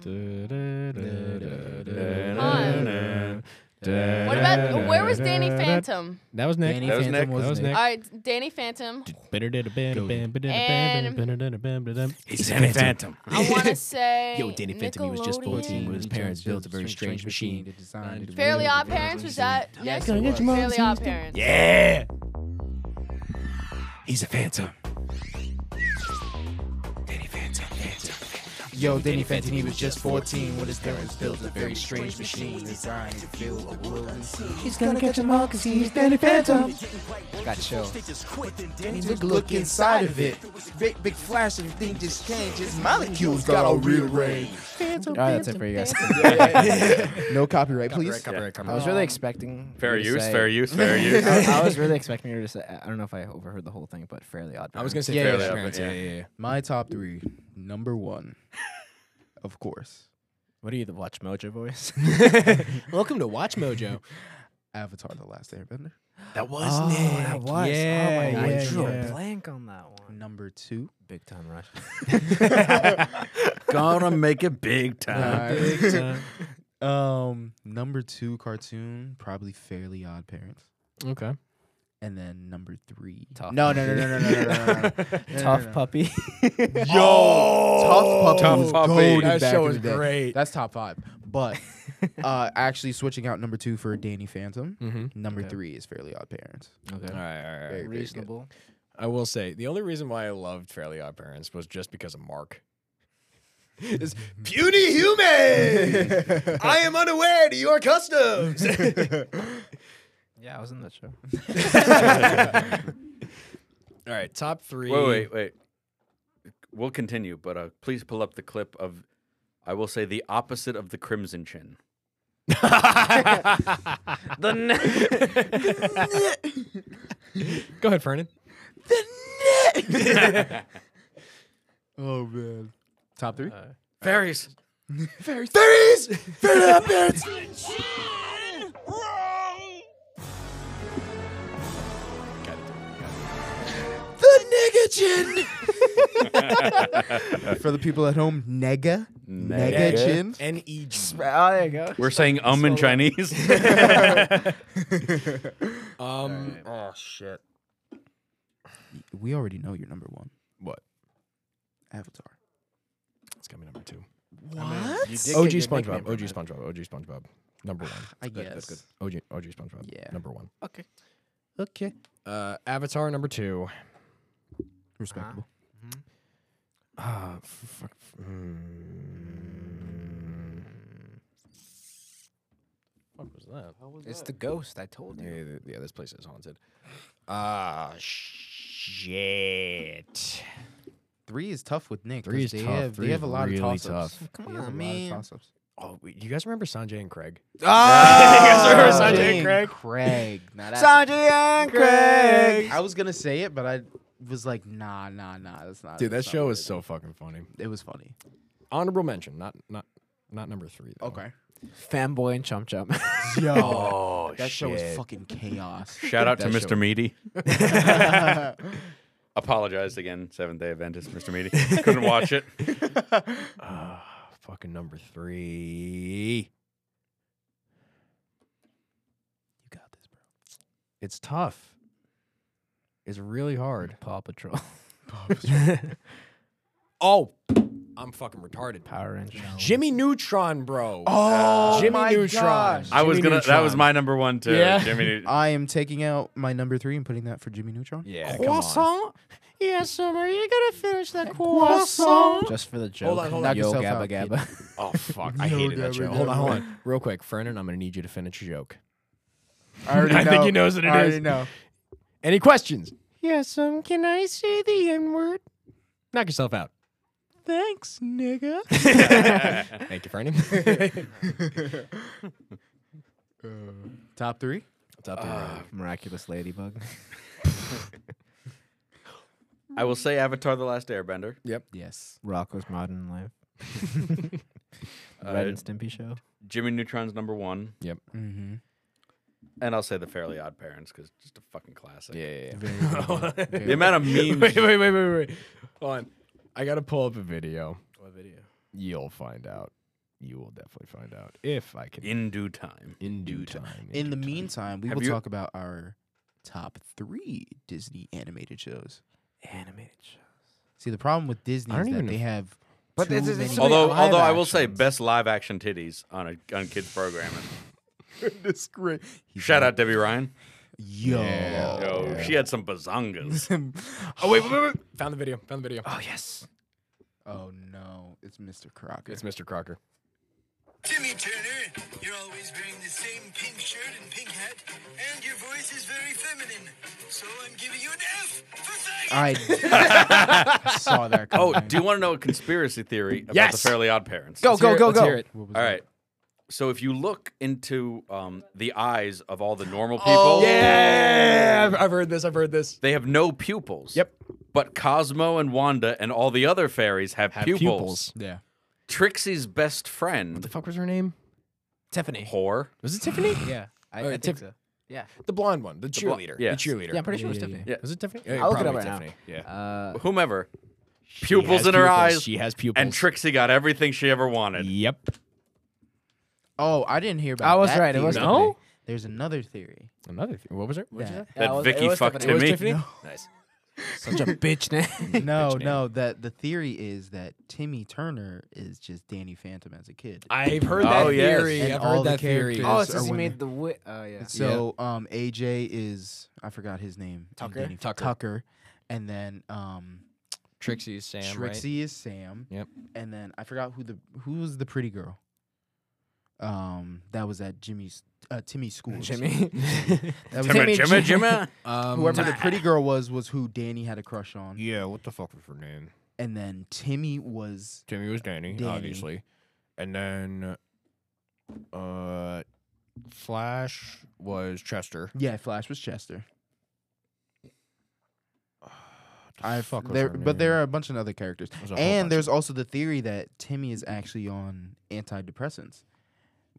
what about uh, where was Danny Phantom?
That was Nick.
Danny
That was
Phantom
Nick.
was
That was
Nick.
All right, Danny Phantom.
And
He's Danny Phantom.
I want to say
Yo, Danny Phantom, he was just 14
Nickelodeon.
when his parents built a very strange machine.
Fairly Odd Parents was that? Yes,
go
it
get
was.
your mom
Fairly
some
Odd
stuff.
Parents.
Yeah. He's a phantom.
Yo, Danny Fenton, he was just 14 when his parents built a very strange machine designed to fill the world and sea. He's gonna catch him all cause he's Danny Phantom.
Got show.
And look, look inside of it. Big, big flash and thing just changed. His molecules got all rearranged.
All right, that's it for you guys.
no copyright, please.
I was really expecting.
Fair
you to
use,
say-
fair use, fair use.
I I was really expecting her to say. I don't know if I overheard the whole thing, but fairly odd.
I was gonna say
Yeah,
fairly
yeah, yeah,
odd parents.
yeah.
Yeah, yeah, yeah.
My top three. Number one, of course,
What are you, the Watch Mojo voice?
Welcome to Watch Mojo.
Avatar The Last Airbender.
That was
oh,
Nick.
that was.
Yeah,
oh my God,
yeah,
I drew
yeah.
a blank on that one.
Number two,
Big time rush.
Gonna make it big time.
um, number two cartoon, probably Fairly Odd Parents.
Okay.
And then number three.
Tough
No, no, no, no, no, no, no, no, no, no.
Tough puppy.
Yo, tough puppy.
Tough
was
Puppy.
goated
That
back
Oh. show
in
was
the day.
great.
That's top five. But uh, actually, switching out number two for Danny Phantom.
Mm-hmm.
Number
Okay.
three is Fairly Odd Parents.
Okay.
All right, all right, all right.
Very, very good.
Reasonable.
I will say the only reason why I loved Fairly Odd Parents was just because of Mark. It's puny human. I am unaware to your customs.
Yeah, I was in that show.
All right, top three.
Wait, wait, wait. We'll continue, but uh, please pull up the clip of, I will say, the opposite of the Crimson Chin.
Go ahead, Fernan.
Oh man. Top three.
Fairies.
for the people at home, Nega. Nega Chin.
N E G.
Oh, there you go.
We're saying um in Chinese.
Um,
We already know you're number one.
What?
Avatar.
it's gonna be number two.
What?
OG SpongeBob. OG SpongeBob. OG SpongeBob. Number one.
I
That-
guess.
That's good. OG OG SpongeBob.
Yeah.
Number one.
Okay.
Okay. Uh, Avatar number two.
Respectable.
Uh, f- fuck. f- mm. Fuck was that?
Uh-huh. It's the ghost. I told
Yeah,
you.
th- yeah, this place is haunted. Ah, shit.
Three is tough with Nick.
Three
'cause
is
they
tough.
Have,
Three
they
is
have a lot
really
of toss-ups.
tough.
Come
They have a
on,
lot of
man.
toss-ups.
Oh, wait, you guys remember Sanjay and Craig?
Oh.
Ah,
Sanjay and Craig.
Craig. Now that's-
and Craig.
I was gonna say it, but I was like, nah, nah, nah. That's not.
Dude, that
that's not
show
what
is
it
so fucking funny.
It was funny.
Honorable mention, not not not number three. Though.
Fanboy and Chump Chump.
Oh,
Yo, that show was fucking chaos.
Shout out to
That
Mr.
show-
Meaty. Apologized again, Seventh Day Adventist, Mr. Meaty. Couldn't watch it.
Ah, fucking number three. You got this, bro. It's tough. It's really hard.
Paw Patrol.
Oh, I'm fucking retarded.
Power Rangers.
Jimmy Neutron, bro.
Oh
Jimmy
my
Neutron.
gosh.
I was
Jimmy
gonna. That was
Neutron.
my number one too.
Yeah.
Jimmy. Neut-
I am taking out my number three and putting that for Jimmy Neutron.
Yeah, come on.
Croissant? Yes, Summer, you gotta finish that croissant. Just for the joke.
Hold on, hold on.
Yo,
Knock
Gabba
yourself out,
Gabba.
Oh fuck, I hated that show. Hold on, hold on. Real quick, Fernan, I'm gonna need you to finish your joke.
I already know.
I think he knows what it
I already
is.
know.
Any questions? Yes, um, can I say the N word? Knock yourself out.
Thanks, nigga.
Thank you, Fernan. Uh,
Top three.
What's up, there, miraculous ladybug?
I will say Avatar: The Last Airbender.
Yes.
Rocco's Modern Life.
Uh,
Red and Stimpy Show.
Jimmy Neutron's number one,
Mm-hmm.
and I'll say The Fairly Odd Parents because just a fucking classic.
yeah.
The amount of memes.
wait, wait, wait, wait, wait. Hold on. I gotta pull up a video. What video? You'll find out. You will definitely find out if I can.
In due time.
in due time.
In the
due time.
meantime, we
Have
will
you-
talk about our top three Disney animated shows.
Animated show.
See, the problem with Disney
I don't
is that
even
they
know-
have.
But
too
this is-
many-
it's somebody-
Although,
live
although I will say,
actions.
best live action titties on a on kids programming.
Goodness gra- He's
Shout
like,
out Debbie Ryan.
Yo.
Yo, she had some bazongas.
Oh wait, wait, wait, wait. Found the video. Found the video.
Oh yes.
Oh no, it's Mr. Crocker.
It's Mr. Crocker.
Timmy Turner, you're always wearing the same pink shirt and pink hat, and your voice is very feminine. So I'm giving you an F for saying
I saw that.
Oh,
coming.
do you want to know a conspiracy theory about
Yes!
the Fairly Odd Parents?
Go go go go.
What was
All
that?
right. So if you look into um, the eyes of all the normal people,
Oh, Yeah, I've, I've heard this. I've heard this.
they have no pupils.
Yep.
But Cosmo and Wanda and all the other fairies have, pupils.
Yeah.
Trixie's best friend,
The fuck was her name?
Tiffany.
whore.
Was it Tiffany?
Yeah. I,
Oh,
I
Tiff-
think so. Yeah.
The blonde one, the
blo-
cheerleader.
yes.
The cheerleader.
Yeah, I'm pretty sure it was
yeah,
Tiffany.
yeah.
Was it Tiffany?
I'll look it up right
Tiffany.
now.
Yeah.
Uh,
Whomever.
She
Pupils
has
in her
pupils.
eyes.
She has pupils.
and Trixie got everything she ever wanted.
Yep.
Oh, I didn't hear about.
I was
that
right, it was
theory.
No?
There's another theory.
Another thing. What was her? What
that-
That
it was- it
Vicky
was
fucked
Tiffany.
Timmy.
Nice.
Such a bitch name.
no,
name.
no. That the theory is that Timmy Turner is just Danny Phantom as a kid.
I've heard
Oh,
that
yes.
theory.
And
I've
all
heard
the
that theory.
characters
oh,
Yes,
it's
or
because he
when-
made the wit. Oh yeah.
So um, AJ is I forgot his name. in
Tucker?
Danny-
Tucker.
Tucker. And then um,
Trixie's Sam.
Trixie is Sam.
Yep.
And then I forgot who the who was the pretty girl. Um, that was at Jimmy's uh, Timmy's school.
Jimmy.
That was
Jimmy, Jimmy, Jimmy.
Um,
Whoever the pretty girl was was who Danny had a crush on,
Yeah, what the fuck was her name?
and then Timmy was
Timmy was Danny,
Danny.
obviously. And then uh Flash was Chester.
yeah. Flash was Chester.
The
I
fuck was
there,
her
but
name?
there are a bunch of other characters,
There's a whole
and
bunch
there's also the theory that Timmy is actually on antidepressants,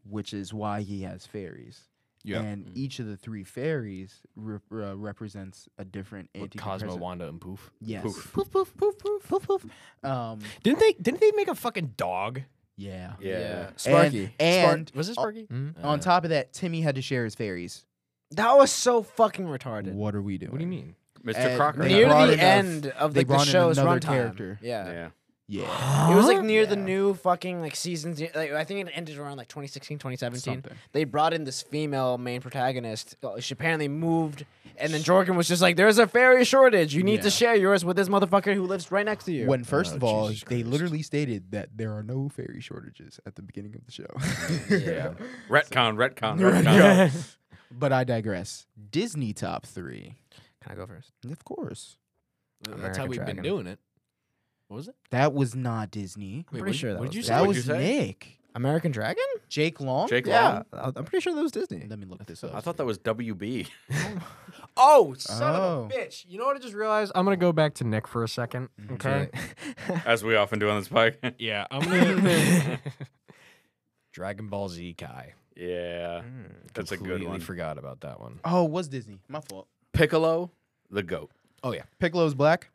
which is why he has fairies.
Yeah. Mm.
And each of the three fairies re- uh, represents a different
With
antidepressant.
Cosmo, Wanda, and Poof.
Yes.
Poof.
Poof, poof, poof, poof, poof, poof. Um,
Didn't they? Didn't they make a fucking dog?
yeah.
Yeah.
Sparky.
Spark-
And
was it Sparky?
on top of that, Timmy had to share his fairies.
oh, that was so fucking retarded.
What are we doing?
What do you mean?
Mr.
And
Crocker.
they
Near
brought
the
in a-
end of
they
like, the
brought in
show's
another
runtime.
character.
Yeah.
yeah.
Yeah.
It was like near the new fucking like seasons. Like, I think it ended around like 2016, 2017.
Something.
They brought in this female main protagonist. uh, She apparently moved, and then Jorgen was just like, "There's a fairy shortage. You need
Yeah.
to share yours with this motherfucker who lives right next to you."
When first
Oh,
of all,
Jesus
they
Christ.
literally stated that there are no fairy shortages at the beginning of the show.
yeah.
Retcon, retcon, retcon.
but I digress. Disney top three.
Can I go first?
Of course.
That's how
American
we've
Dragon.
been doing it. What was it?
That was not
Wait,
Disney.
pretty
what did-
sure that
what
was
did you
it.
say?
that
what'd
was
you say?
Nick.
American Dragon?
Jake Long?
Jake Long.
Yeah, I- I'm pretty sure that was Disney.
Let me look this up.
I thought that was WB.
Oh,
son of a Oh.
bitch! You know what I just realized? I'm gonna go back to Nick for a second. Okay.
As we often do on this podcast.
Yeah, I'm gonna. Dragon Ball Z Kai.
Yeah, that's a good
Completely
one.
Forgot about that one.
Oh, it was Disney. My fault.
Piccolo, the goat.
Oh yeah,
Piccolo's black.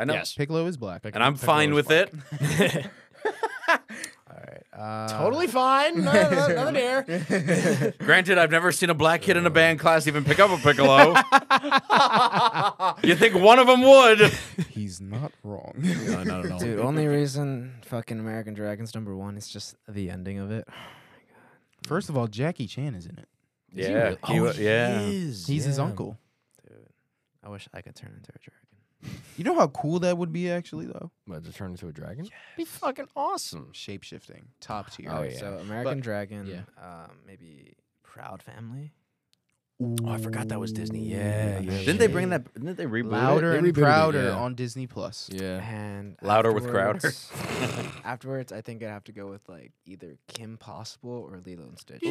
I know,
Yes.
Piccolo is black.
and I'm fine with it.
Uh,
totally fine. No- no- Nothing here.
Granted, I've never seen a black kid in a band class even pick up a piccolo. you think one of them would?
He's not wrong.
No, not at all.
Dude, only reason fucking American Dragon's number one is just the ending of it. Oh
First of all, Jackie Chan is in it.
Yeah,
Oh,
he wa- yeah.
is.
He's his
Yeah.
uncle.
I wish I could turn into a dragon.
You know how cool that would be, actually, though.
But to turn into a dragon? Be fucking awesome.
Shape shifting, top tier.
Oh, yeah.
So American Dragon,
yeah.
um, maybe Proud Family.
Oh, I forgot that was Disney. Yeah, yeah.
Didn't they bring that? Didn't they reboot
Louder
it?
and
rebooted it,
prouder
yeah.
on Disney Plus.
Yeah.
And
Louder with Crowder.
afterwards- afterwards, I think I'd have to go with like either Kim Possible or Lilo and Stitch.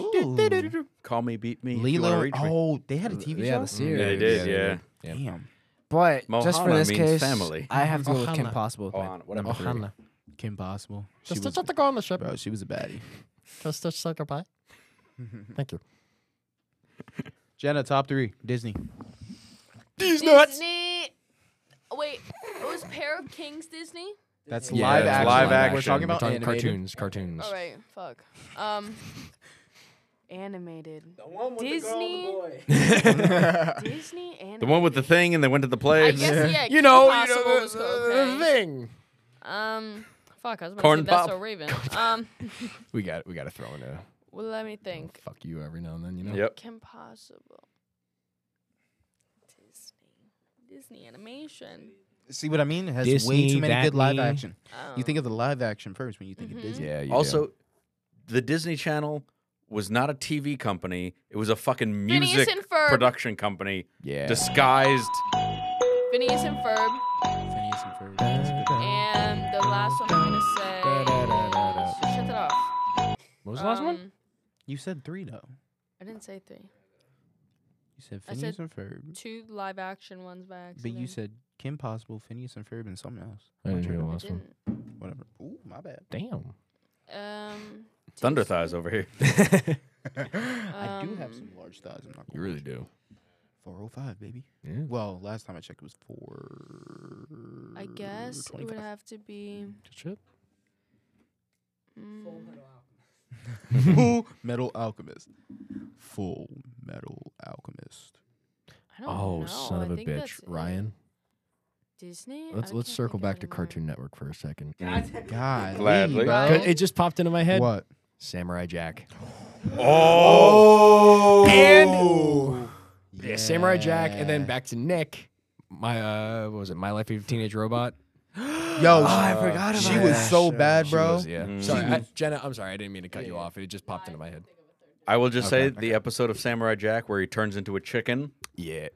Call me, beat me. if you wanna
Lilo.
reach me.
Oh, they had a TV
yeah,
show.
the
Mm,
series.
Yeah, they did. Yeah.
yeah.
Damn.
But just for
Mohana
this
means
case,
family.
I have to go with Kim
Ohana.
Possible.
Oh, on- whatever.
Kim Possible. She
Just
was,
to go on the ship.
bro, she was a baddie.
Just to say goodbye. Thank you.
Jenna, top three. Disney.
Disney. Wait, it was Pair of Kings Disney.
That's
Yeah,
live
it's
action.
live
We're
action.
talking about animated.
cartoons. Cartoons.
All right, fuck. Um, animated. Disney. Disney animated.
The one with the thing, and they went to the
I
place.
guess yeah.
You know, you
Possible
know uh,
was
the,
go-
the
okay.
thing.
Um, fuck. I was about
Corn
to say that's
pop.
a Raven. Um,
We got we got to throw in a
well, let me think.
fuck you every now and then. You know.
Yep.
Kim Possible. Disney. Disney animation.
See what I mean? It has way
Disney,
too many
that
good live
me.
action.
Um,
You think of the live action first when you think of
Mhm.
Disney.
Yeah. You
Also, the Disney Channel was not a TV company. It was a fucking
Um, Phineas
music
and Ferb.
production company
do. yeah.
disguised.
Phineas and Ferb,
Phineas and Ferb.
Uh,
That's a good one.
and the last one I'm gonna say. is- Shut it off.
what was the last one?
Um,
You said three though.
I didn't say three.
You said
I
Phineas
said-
and Ferb.
Two live action ones by
But
accident.
you said Kim Possible, Phineas and Ferb, and something else.
I didn't hear the
I
last one.
didn't.
Whatever. Ooh, my bad.
Damn.
Um,
Thunder thighs over here.
I do have some
Um,
large thighs. I'm not
You really do. Hmm.
405, baby.
Yeah.
Well, last time I checked, it was four.
I guess it would have to be.
Good shit.
mm,
Full Metal Alchemist. Full Metal Alchemist.
I don't
Oh,
know.
son
I
of a
think that's
bitch,
it.
Ryan.
Disney.
Let's
I
let's
can't
circle
think of
back to
anymore.
Cartoon Network for a second.
God,
Gladly.
bro.
It just popped into my head.
What?
Samurai Jack.
Oh,
And yeah, Samurai Jack, and then back to Nick. My uh, what was it? My Life of a Teenage Robot.
Yo, uh,
forgot
she, she was so bad,
She
bro.
was, yeah.
Mm.
Sorry, I, Jenna. I'm sorry. I didn't mean to cut you off. It just popped into my head.
I will just say
Okay,
the episode of Samurai Jack where he turns into a chicken
Yeah.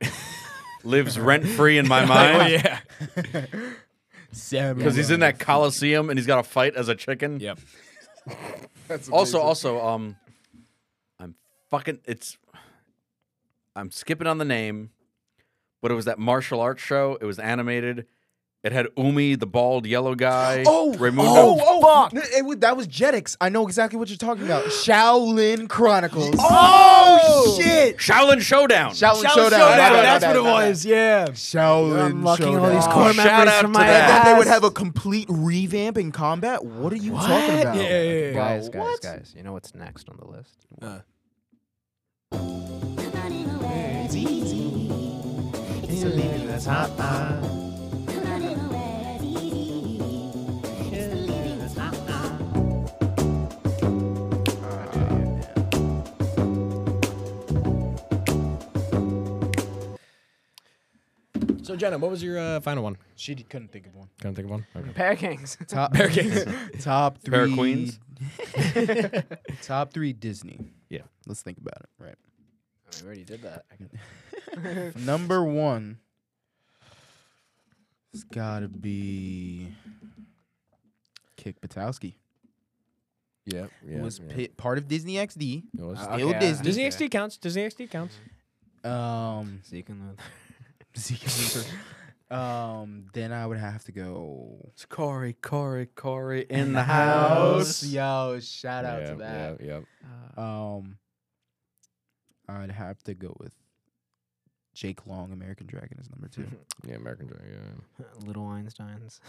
lives rent free in my mind.
oh yeah.
Because he's in that coliseum and he's got to fight as a chicken.
Yep.
Also, also, um, I'm fucking. It's. I'm skipping on the name, but it was that martial arts show. It was animated. It had Umi, the bald yellow guy.
Oh,
Raimundo.
oh, oh, fuck. It, was- that was Jetix. I know exactly what you're talking about. Shaolin Chronicles.
Oh, shit.
Shaolin Showdown.
Shaolin,
Showdown.
Showdown. My bad, my
That's
bad,
what it
my bad.
was. Yeah.
Shaolin
unlocking all
Showdown.
these
Oh,
core
shout
memories
out
from
to
my
that.
that
past.
they would have a complete revamp in combat? What are you talking about?
Yeah, yeah, yeah.
guys, guys,
what?
guys. You know what's next on the list?
So Jenna, what was your uh, final one?
She d- couldn't think of one.
Can I think of one? Okay.
Pair Kings.
Top, top three.
Pair of queens.
Top three Disney.
Yeah.
Let's think about it. Right.
we already did that.
Number one. It's gotta be Kick Batowski.
Yeah.
It was pi- part of Disney XD.
It was.
Still Disney.
E
Disney XD counts. Disney XD counts.
Um,
So you can.
Zeke and Luther. Um, then I would have to go.
It's Corey, Corey, Corey in the
House.
house.
Yo, shout out to that.
Yeah, yeah.
Um, I'd have to go with Jake Long. American Dragon is number two.
Yeah, American Dragon.
Little Einsteins.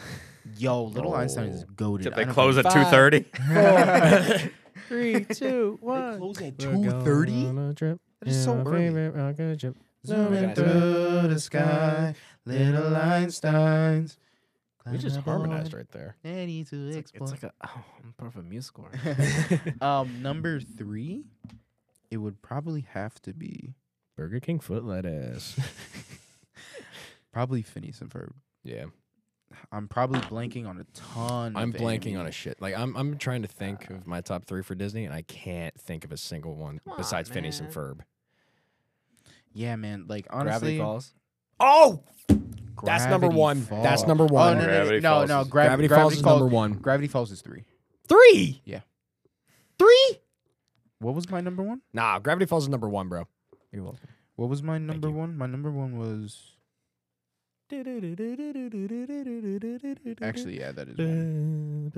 Yo, Little Einstein is
Oh.
goaded.
Except they close at two thirty.
Three, two, one.
Close at
Yeah.
two thirty. That is so early. Zooming through the sky, Little Einsteins.
We just harmonized right there.
Ready to
It's like,
explore.
it's like a, oh, I'm part of a musical. right
um, number three, it would probably have to be
Burger King foot lettuce.
probably Phineas and Ferb.
yeah.
I'm probably blanking on a ton.
I'm
of
blanking
anime.
on a shit. Like I'm I'm trying to think of my top three for Disney, and I can't think of a single one
Come on,
besides Phineas and
man.
Ferb.
Yeah, man. Like
Gravity
honestly,
Falls.
Oh, That's number
Gravity
one. That's
Falls.
number
Oh,
one.
no, no, no,
Gravity
no,
Falls is-
Gravity Falls
no. Gra-
is number one.
Gravity Falls is three.
Three.
Yeah.
Three.
What was my number one?
Nah, Gravity Falls is number one, bro.
You're welcome.
What was my number one? My number one was actually yeah, that is one.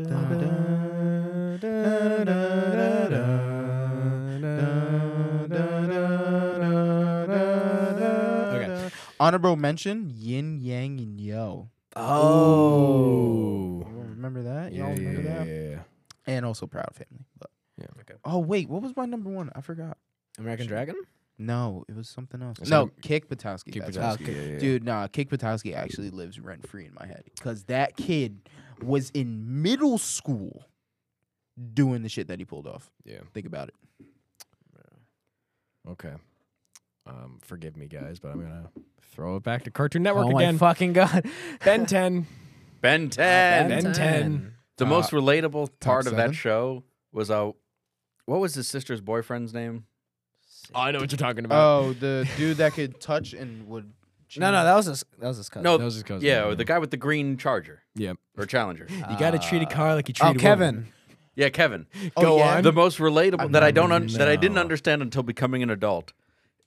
Okay.
Honorable mention: Yin Yang and Yo.
Oh.
You all remember that? You all
Yeah,
remember
yeah,
that?
yeah.
And also Proud Family. But
Yeah.
Oh wait, what was my number one? I forgot.
American Dragon?
No, it was something else.
It's
No,
like-
Kick Patowski.
Kick
that's
Buttowski,
right.
yeah, yeah, yeah.
Dude, nah, Kick Patowski actually lives rent free in my head because that kid was in middle school doing the shit that he pulled off.
Yeah.
Think about it.
Okay. Um, forgive me, guys, but I'm gonna throw it back to Cartoon Network
Oh my
again.
fucking god.
ben 10.
Ben
Uh,
Ten.
Ben 10.
The most relatable part of
seven?
that show was uh, what was his sister's boyfriend's name?
I know what you're talking about.
Oh, the dude that could touch and would.
No, no, that was his, that was his cousin.
No,
that was his cousin,
Yeah,
yeah.
the guy with the green Charger
Yep.
or Challenger.
You gotta treat a car like you treat
Oh,
a
Kevin.
Yeah, Kevin.
Go
yeah?
on.
The most relatable that I don't un-
remember
that I didn't
now.
understand until becoming an adult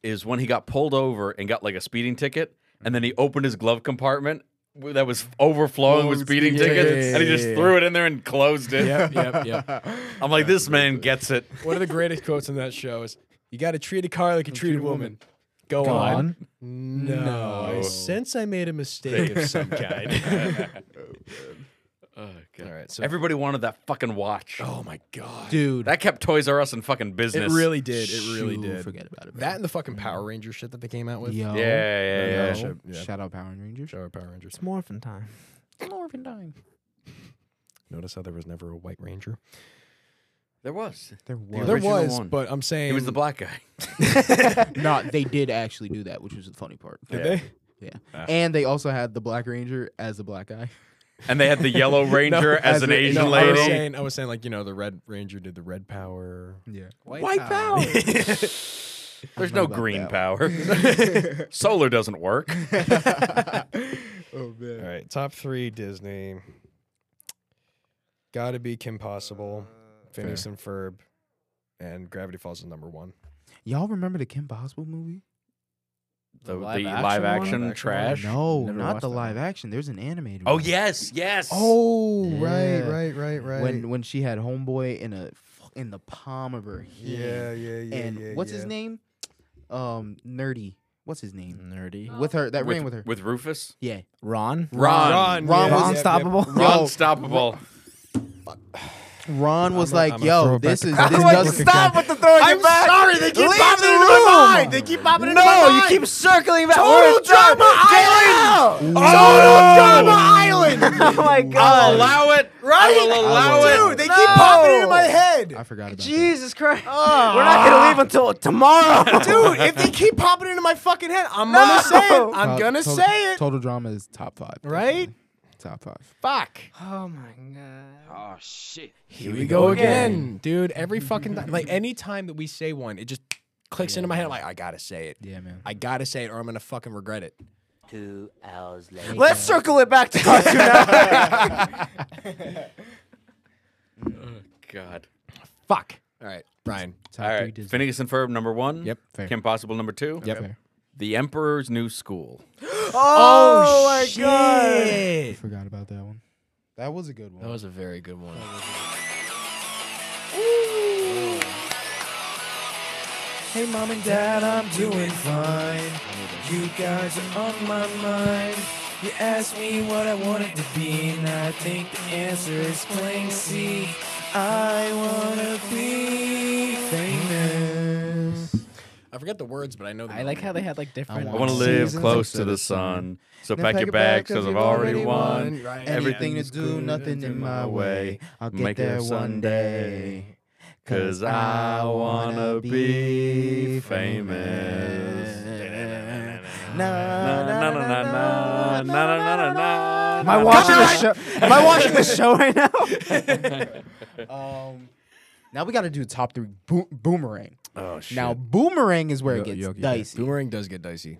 is when he got pulled over and got like a speeding ticket, and then he opened his glove compartment w- that was overflowing with speeding tickets, and he just threw it in there and closed it.
Yep, yep, yep.
I'm like, this man gets it.
One of the greatest quotes in that show is You gotta treat a car like you treat a woman. Go, on. No. I sense I made a mistake of some kind. All right. So
Everybody wanted that fucking watch.
Oh my god.
Dude,
That kept Toys R Us in fucking
It
business.
really did. It really
shoot,
did.
Forget about it.
That and the fucking Power Ranger shit that they came out with.
Yo.
Yeah, yeah,
No,
yeah.
no,
yeah.
shit, yeah.
Shout out Power Rangers.
Shout out Power Rangers.
It's morphin' time.
Morphin time.
Notice how there was never a White Ranger.
There was.
There was.
there
original
was,
one.
but I'm saying
He was the black guy.
no, they did actually do that, which was the funny part.
Did
Yeah.
they?
Yeah. And they also had the Black Ranger as the black guy.
And they had the yellow ranger
No,
as an
a-
Asian
no, I was,
lady.
saying, I was saying, like you know, the Red Ranger did the Red Power.
Yeah.
White,
There's
know
no
about
green
that
power. Solar doesn't work.
Oh man.
All right, top three Disney. Got to be Kim Possible, Phineas and Ferb, and Gravity Falls is number one.
Y'all remember the Kim Possible movie?
The, the
live
live action,
action one?
Live action one?
trash.
No,
Never
not
watched
the
that
live
one.
action. There's an animated.
Oh
one.
yes, yes.
Oh,
Yeah.
right, right.
When when she had homeboy in a fu- in the palm of her hand.
yeah, yeah, yeah.
And
yeah,
what's
yeah.
his name? Um, nerdy. What's his name?
Nerdy.
With her that
with,
ran with her.
with Rufus.
yeah.
Ron.
Ron.
Ron, yeah.
Ron was-
Yep, yep.
Unstoppable.
Yo.
Oh. Unstoppable.
Ron
I'm
was
gonna-
like,
I'm gonna throw
"Yo,
it back
this
to
is
Chris
this
Rock.
doesn't
Stop with the throwing
I'm
it back.
sorry, they keep
Leave
popping
it
into my
alone.
mind. They keep popping into
no,
my mind.
you keep circling back.
Total
We're done.
Drama
Get
Island.
out.
Total Drama
Oh
Island.
my
I'll
god.
allow it.
Right?
I will allow
will.
it.
Dude,
they keep popping into my
head.
I forgot about that.
Jesus Christ.
Oh.
We're not gonna leave until tomorrow,
Dude, if they keep popping into my fucking head, I'm
No.
gonna say it. I'm
Uh,
gonna
total,
say it.
Total drama is top five,
Right?
definitely. Top five.
Fuck.
Oh my god.
Oh, shit.
Here we go again, dude. Every fucking time, like any time that we say one, it just clicks into my head. I'm like, I gotta say it.
Yeah, man.
I gotta say it, or I'm gonna fucking regret it.
Two hours later.
Let's circle it back to Cartoon
God.
Fuck. All right, Brian.
Top
All
three
right.
Disney.
Phineas and Ferb number one.
Yep.
Fair.
Kim Possible number two.
Yep.
Fair.
The Emperor's New School.
Oh, my
I forgot about that one. That was a good one.
That was a very good one.
Hey, mom and dad, I'm doing fine. You guys are on my mind. You asked me what I wanted to be, and I think the answer is plain C. I wanna be famous.
I forget the words, but I know. The
I like how they had like different.
I want to live
Seasons
close
instead
to the
of sun.
sun. So pack, your bags because I've already won.
Right.
Everything
Everything
to
is
do,
good
nothing in my way. I'll get
Make it
there one day.
someday. 'Cause I wanna be famous.
Na,
Na, na, na, na, na, na, na, na,
Am
na,
I
na,
watching
na,
the
na.
show? Am I watching the show right now?
Um, now we got to do top three. Bo- boomerang.
Oh shit!
Now boomerang is where
Yo-
it gets
yo- yeah.
dicey.
Boomerang does get dicey.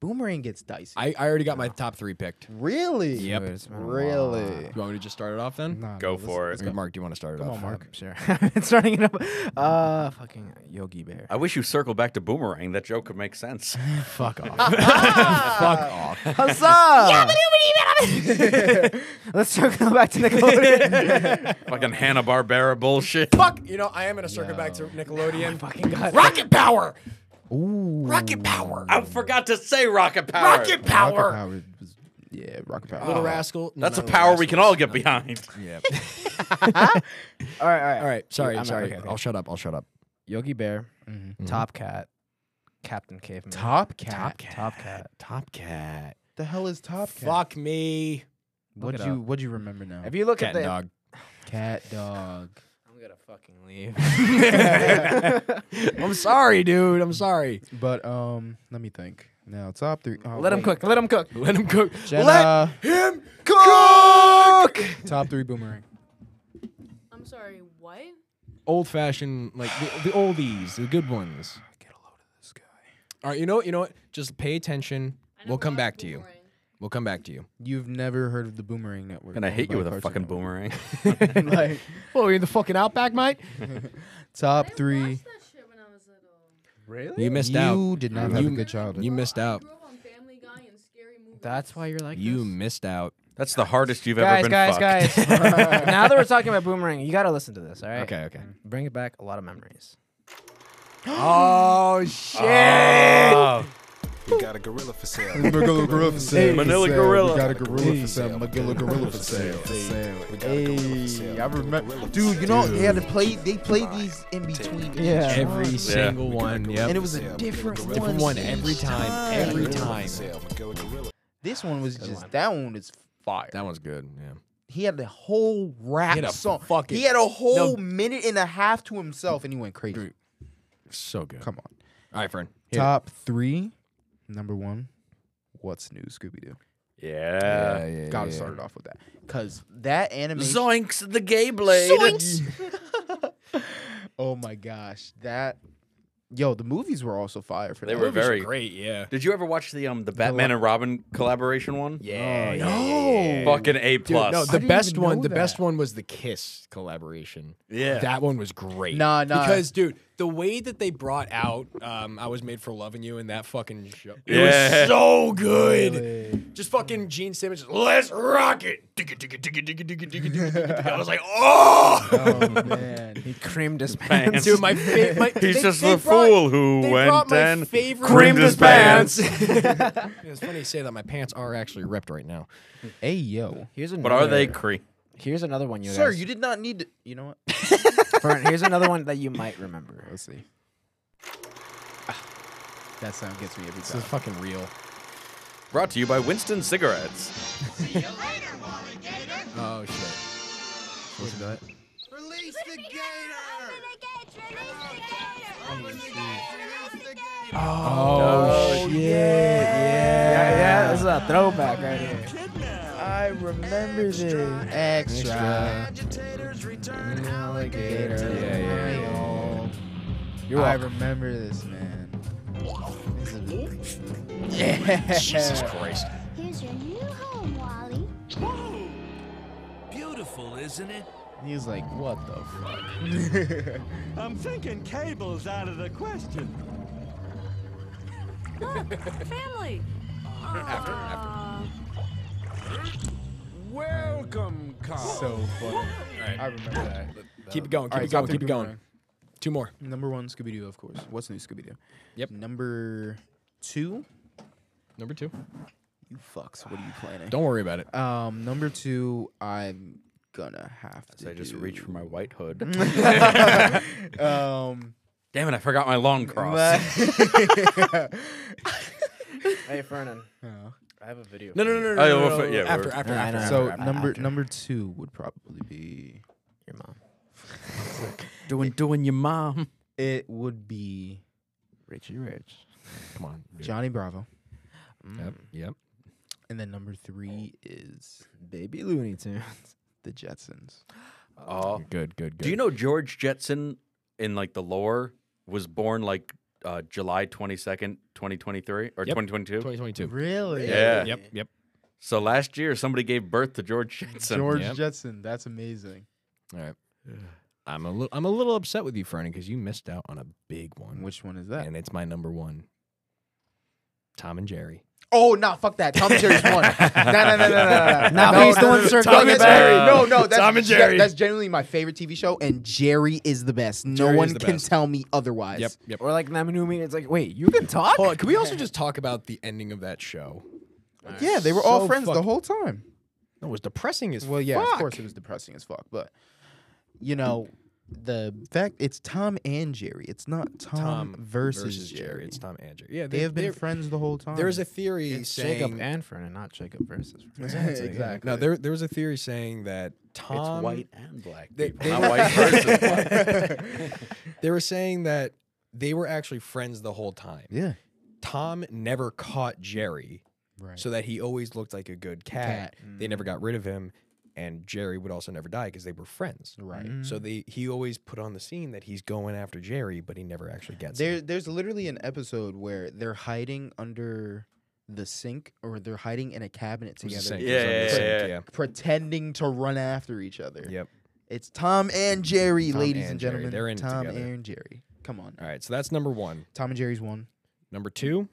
Boomerang gets dicey.
I, I already got my top three picked.
really?
Yep.
It's been a
Really?
You want me to just start it off then?
Nah,
Go
nah,
for
let's-
it.
let's go.
Mark, do you want to start it
Come
off?
on, Mark.
Sure. it's starting it up. Uh, fucking Yogi Bear.
I wish you circled back to boomerang. That joke could make sense.
Fuck off.
Fuck off.
Uh, Let's go back to Nickelodeon.
Fucking Hanna Barbera bullshit.
Fuck. You know, I am going to circle back to Nickelodeon.
fucking God.
Rocket Power. Ooh. Rocket Power.
I forgot to say rocket power.
Rocket
Rocket
Power.
power. was- Yeah, rocket power.
Little Rascal. No,
That's a
not Little
power we can
Rascals.
all get behind.
Yeah.
all right, all right,
All right. Sorry.
I'm not-
sorry.
okay, okay.
I'll shut up. I'll shut up.
Yogi Bear,
Mm-hmm.
Mm. Top Cat, Captain Caveman.
Top cat.
Top Cat.
Top Cat.
The hell is top cat?
Fuck me.
What
Look it
you
up.
What you remember now?
If you look
Cat
at
and
the
dog.
Cat dog.
I'm gonna fucking leave.
I'm sorry, dude. I'm sorry.
But um, let me think. Now top three. oh,
Let him
wait.
cook. Let him cook.
Let him cook.
Jenna,
Let him cook.
uh, top three boomerang.
I'm sorry, what?
Old fashioned, like the, the oldies, the good ones.
Get a load of this guy.
All right. You know what? You know what? Just pay attention.
I
We'll
never
come
watched
back to you.
Boomerang.
We'll come back to you.
You've never heard of the Boomerang Network?
And I hate you
owned
with
by
a
Cartoon
fucking boomerang.
Network. like
Well, you're in the fucking outback, mate.
top
I
three.
watched that shit when I was little.
You missed
you
out.
did not have
You-
a good childhood.
you missed
I
out.
grew up on Family Guy and scary movies.
That's why you're like
You
this.
missed out.
That's the hardest you've ever
guys,
been
guys,
fucked.
guys. now that we're talking about Boomerang, you gotta listen to this. All right.
Okay, okay.
Bring it back a lot of memories.
Oh shit!
Oh,
We got a gorilla for sale.
Manila gorilla for sale.
Manila
for sale.
gorilla.
We got a gorilla for
Hey.
sale. Manila gorilla for sale. For sale.
We got a gorilla for
Hey,
sale.
I remember, dude. You know they had to play. They played these in between. each
Yeah.
Every
one.
single one. Yep.
and it was a different,
different one every
each
time. Every time.
This one was just that one is fire.
That one's good. Yeah.
He had the whole rap
He had a
song.
fucking-
he had a
No.
whole minute and a half to himself, and he went crazy.
So good.
Come on.
All right, friend.
Top three. Number one. What's new, Scooby Doo?
yeah.
Gotta start it off with that, cause that animation.
Zoinks, the gay blade.
oh my gosh, that. Yo, the movies were also fire for
They
that.
were very
great. Yeah.
Did you ever watch the um the Batman and Robin collaboration one?
Yeah.
no.
Fucking A plus.
no,
I
the
didn't
best
even
one.
know
The best
that.
one was the Kiss collaboration.
Yeah.
that one was great.
Nah, nah.
Because, dude, the way that they brought out, um, I was made for loving you in that fucking show.
Yeah.
It was so good. Just fucking Gene Simmons. just, Let's rock it. Digga, digga, digga, digga, digga, digga, digga, digga. I was like, oh.
Oh man.
He creamed his pants.
Pants.
Dude, my, fa- my
He's
they-
just
they
the
brought-
fool who
they
went
brought my
and
favorite-
creamed his pants.
it's funny you say that. My pants are actually ripped right now.
hey yo.
Here's another.
But are they cre
Here's another one you
Sir,
guys-
you did not need to. You know what?
Fern, here's another one that you might remember.
Let's see. Ah, That sound gets me every
This is
time.
fucking real.
Brought to you by Winston Cigarettes.
Oh shit. Listen to that.
Release the gator!
Oh, shit.
Yeah, yeah, this is a throwback right here.
I remember this. Extra. Alligator.
Yeah,
yeah.
You're
I
welcome.
remember this, man. This is- Yeah.
Jesus Christ.
Here's your new home, Wally.
Beautiful, isn't it?
He was like, what the fuck?
I'm thinking cable's out of the question.
Family.
After, after.
Welcome, Carl.
So funny.
I remember that.
Keep it going. Keep
All right,
it going.
top
Keep it
three
going.
boomerang.
Two more.
Number one, Scooby Doo, of course. What's new, Scooby Doo?
Yep.
Number two.
Number two.
You fucks. What are you planning?
Don't worry about it.
Um, number two, I'm gonna have to.
I just reach for my white hood.
um,
Damn it! I forgot my long cross.
hey, Fernan.
Uh-huh.
I have a video.
No, no, no, no, no,
Oh, yeah,
no,
we'll
no,
fi- yeah,
no. After,
we're-
after,
No, I
after.
know.
so
after,
number
after.
number two would probably be
Your mom.
doing doing your mom.
it would be
Richie Rich.
Come on.
Johnny Bravo,
Yep. Yep.
and then number three is
Baby Looney Tunes.
the Jetsons.
Oh,
Good, good, good.
do you know George Jetson in like the lore was born like uh, July twenty second, twenty twenty three or
Yep.
twenty twenty two?
2022.
Really?
Yeah.
Yep. Yep.
So last year somebody gave birth to George Jetson.
George
Yep.
Jetson. That's amazing.
All right. I'm a little I'm a little upset with you, Fernie, because you missed out on a big one.
Which one is that?
and it's my number one. Tom and Jerry.
Oh, no, fuck that. Tom and Jerry's one. No, no, no, no, no, no.
Now
no,
he's
no,
the
no,
one
no,
circling
no, that's-
it
back.
No, no, that's,
Tom and
that-
Jerry.
that's genuinely my favorite TV show, and Jerry is the best. No
Jerry is
one
the
can
best.
tell me otherwise.
Yep. Yep.
Or like Namanu mean it's like, wait, you can talk?
Hold on, can we also just talk about the ending of that show?
Yeah, they were all
So
friends the
fucking-
whole time.
That was depressing as
Well, yeah,
fuck.
of course it was depressing as fuck, but you know, the fact it's Tom and Jerry. It's not Tom, versus, Jerry.
It's Tom and Jerry. Yeah,
they have been
they're-
friends the whole time.
There is a theory
It's
saying
Jacob and Fernan, not Jacob versus Fernan.
exactly.
no. There, there was a theory saying that Tom.
It's white and black.
They-
people,
they-
not white versus black.
They were saying that they were actually friends the whole time.
yeah,
Tom never caught Jerry,
right.
so that he always looked like a good cat.
Cat.
They never got rid of him, and Jerry would also never die because they were friends.
right.
So they he always put on the scene that he's going after Jerry, but he never actually gets
There,
him.
there's literally an episode where they're hiding under the sink, or they're hiding in a cabinet
It was the
together,
same-
Yeah,
it was on the
yeah,
same-
yeah.
pretending to run after each other.
Yep.
It's Tom and Jerry,
Tom
ladies
and
and,
Jerry,
gentlemen.
they're in it
Tom
together.
and Jerry. Come on,
All right, so that's number one.
Tom and Jerry's one.
Number two,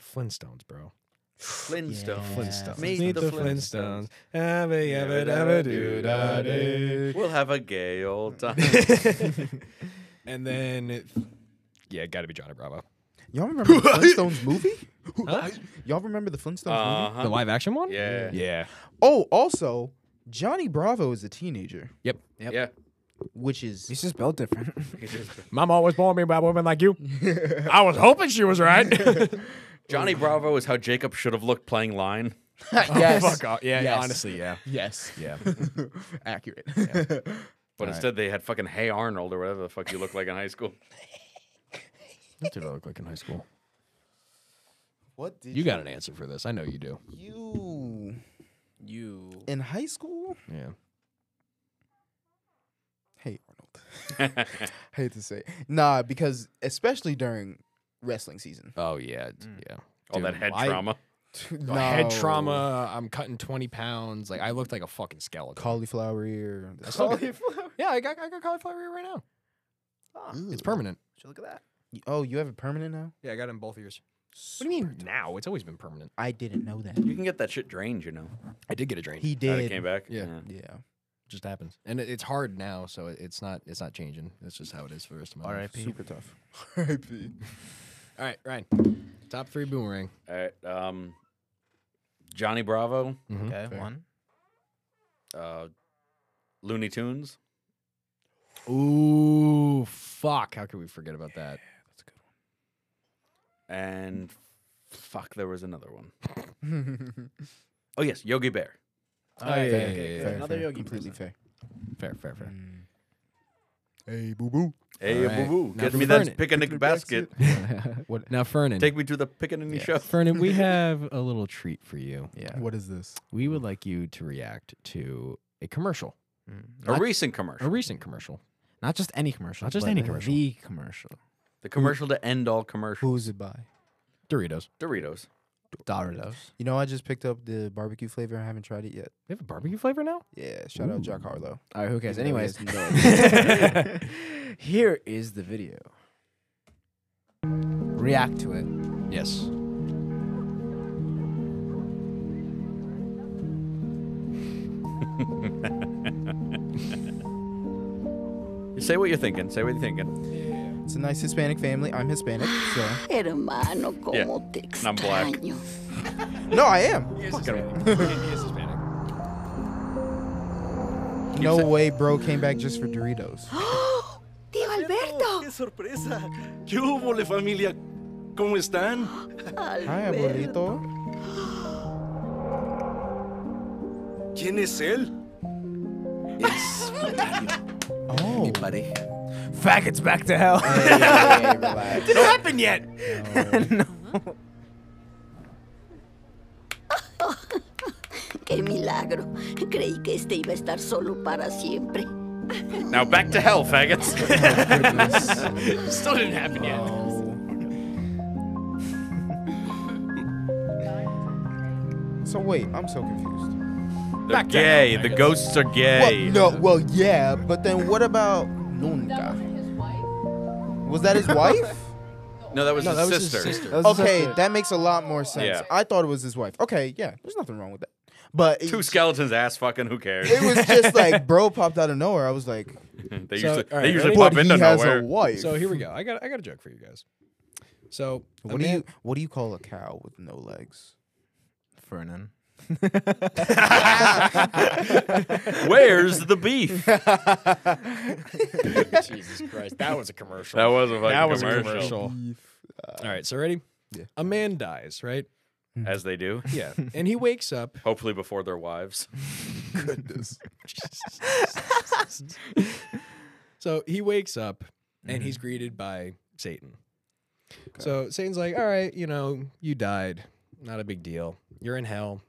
Flintstones, bro.
Flintstones.
Yeah.
Flintstones.
Meet the Flintstones.
Abba, yabba, dabba, doo, da, doo.
We'll have a gay old time.
and then, yeah, got to be Johnny Bravo.
Y'all remember the Flintstones movie?
Huh?
Y'all remember the Flintstones movie?
Uh-huh.
The live action one?
Yeah.
Yeah.
Oh, also, Johnny Bravo is a teenager,
Yep.
Yeah.
which is
He's just built different.
Mom always warned me about women like you. I was hoping she was right.
Johnny Bravo is how Jacob should have looked playing line.
yes,
Fuck off. Yeah, yeah,
Yes.
honestly, yeah.
yes,
Yeah.
accurate.
But instead, they had fucking Hey Arnold or whatever the fuck you look like in high school.
That's what I look like in high school.
what did
You got an answer for this. I know you do.
you
you.
in high school?
Yeah.
Hey Arnold, I hate to say, it. nah, because especially during wrestling season,
Oh, yeah. d- Yeah.
All that
Dude,
head
I-
trauma.
no.
Head trauma. I'm cutting 20 pounds. Like, I looked like a fucking skeleton.
cauliflower ear,
I still got- Yeah, I got, I got cauliflower ear right now. Ah, It's permanent.
Look at that.
Oh, you have it permanent now?
Yeah, I got it in both ears. What do you mean now? It's always been permanent.
I didn't know that.
You can get that shit drained, you know.
I did get a drain.
He
How
did.
it came back.
Yeah.
Yeah.
just happens, and it, it's hard now, so it, it's not it's not changing. That's just how it is for the rest of my life.
Super tough. R.I.P.
All right, Ryan, top three boomerang.
All right. Um, Johnny Bravo,
Mm-hmm.
Okay, one.
uh, Looney Tunes,
Ooh, fuck! How could we forget about that?
and fuck, there was another one. oh yes, Yogi Bear.
Oh, yeah, yeah, yeah, yeah,
Fair,
Another
fair.
Yogi
completely fair.
Fair, fair, fair.
Mm. Hey, boo boo.
Hey,
All right.
boo boo,
Now
get
for
me
Vernon.
that picnic basket.
what now, Fernan?
Take me to the picnic show.
Fernan, we have a little treat for you.
Yeah.
What is this?
We would like you to react to a commercial,
A recent
a
commercial.
recent commercial.
Not just any commercial.
Not just
but
any commercial.
The commercial.
the commercial to end all commercials.
Who's it by?
Doritos.
Doritos.
Doritos.
You know, I just picked up the barbecue flavor. I haven't tried it yet.
They have a barbecue flavor now.
Yeah. Shout out Jack Harlow.
All right, who cares?
Even though he
Anyways,
has
here is the video. React to it.
Yes.
Say what you're thinking. Say what you're thinking.
It's a nice Hispanic family. I'm Hispanic, so.
Hermano,
Yeah.
como te
And I'm black.
extraño.
No, I am.
He is
Fuck 'em.
Hispanic. He is Hispanic.
No way, bro. Came back just for Doritos.
¡Tío Alberto!
¡Qué sorpresa! ¿Qué hubo, le familia? ¿Cómo están?
Hi, abuelito.
¿Quién es él? Es
Oh. mi
pareja.
Faggots back to hell.
Didn't happen yet.
¡Qué milagro! Creí que este iba a estar solo para siempre.
Now back to hell, faggots.
Still didn't happen yet.
So wait, I'm so confused.
They're gay. The ghosts are gay.
Well, no, well, yeah, but then what about Nunca? Was that his wife?
No, that was,
No,
his,
that was his
sister.
sister. okay, that makes a lot more sense.
Yeah.
I thought it was his wife. Okay, yeah, there's nothing wrong with that. But it,
Two skeletons ass fucking. Who cares?
it was just like bro popped out of nowhere. I was like,
they usually,
So, all right,
they usually
ready?
pop
But
into
he has a
nowhere.
wife.
So here we go. I got I got a joke for you guys. So a
what do
man-
you what do you call a cow with no legs?
Fernan.
Where's the beef?
Jesus Christ, that was a commercial.
That was a fucking
that was
commercial.
a commercial. All right, so ready?
Yeah.
A man dies, right?
As they do.
Yeah, and he wakes up.
Hopefully before their wives.
Goodness.
so he wakes up and he's greeted by Satan. So Satan's like, "All right, you know, you died. Not a big deal. You're in hell.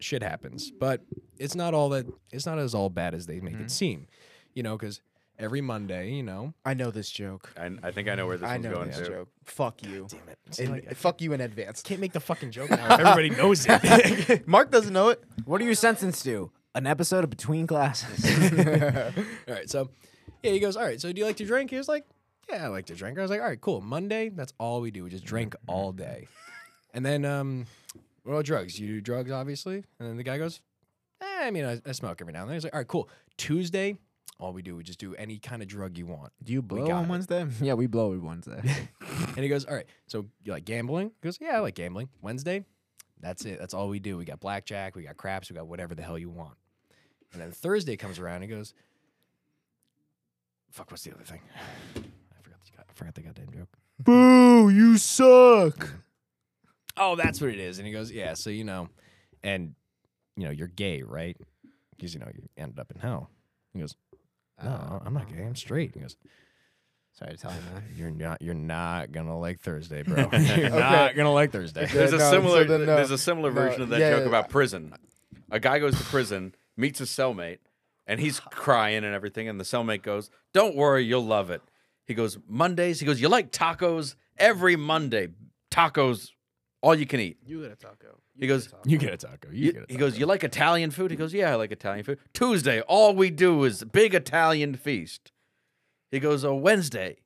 Shit happens, but it's not all that. It's not as all bad as they make it seem. You know, because every Monday, you know,
I know this joke.
I, I think I know where this
I
one's
know
going
this
to.
joke. Fuck you.
damn it,
In- fuck you in advance.
can't make the fucking joke now. if Everybody knows it.
Mark doesn't know it.
What are your sentenced to? An episode of Between Classes.
all right, so yeah, he goes, all right, so do you like to drink? He was like, yeah, I like to drink. I was like, all right, cool. Monday, that's all we do. We just drink all day. And then, um, what about drugs? You do drugs, obviously. And then the guy goes, eh, I mean, I, I smoke every now and then. He's like, all right, cool. Tuesday, all we do, we just do any kind of drug you want.
Do you blow
got
on
it.
Wednesday? Yeah, we blow on Wednesday.
And he goes, all right, so you like gambling? He goes, yeah, I like gambling. Wednesday, that's it. That's all we do. We got blackjack, we got craps, we got whatever the hell you want. And then Thursday comes around and he goes, fuck, what's the other thing? I forgot the, I forgot the goddamn joke.
Boo, you suck.
Oh, that's what it is. And he goes, yeah, so, you know, and, you know, you're gay, right? Because, you know, you ended up in hell. He goes, no, I'm not gay. I'm straight. He goes,
Sorry to tell you, man.
you're not, you're not going to like Thursday, bro. you're not going to like Thursday.
There's
Yeah,
a
no, so
similar
then, no,
there's a similar
no,
version of that
yeah,
joke
yeah.
about prison. A guy goes to prison, meets his cellmate, and he's crying and everything, and the cellmate goes, Don't worry, you'll love it. He goes, Mondays, he goes, You like tacos? Every Monday, tacos, all you can eat.
You get a taco.
He goes,
You get a taco. You,
"You-
get a taco.
he goes, You like Italian food? He goes, Yeah, I like Italian food. Tuesday, all we do is big Italian feast. He goes, Oh, Wednesday,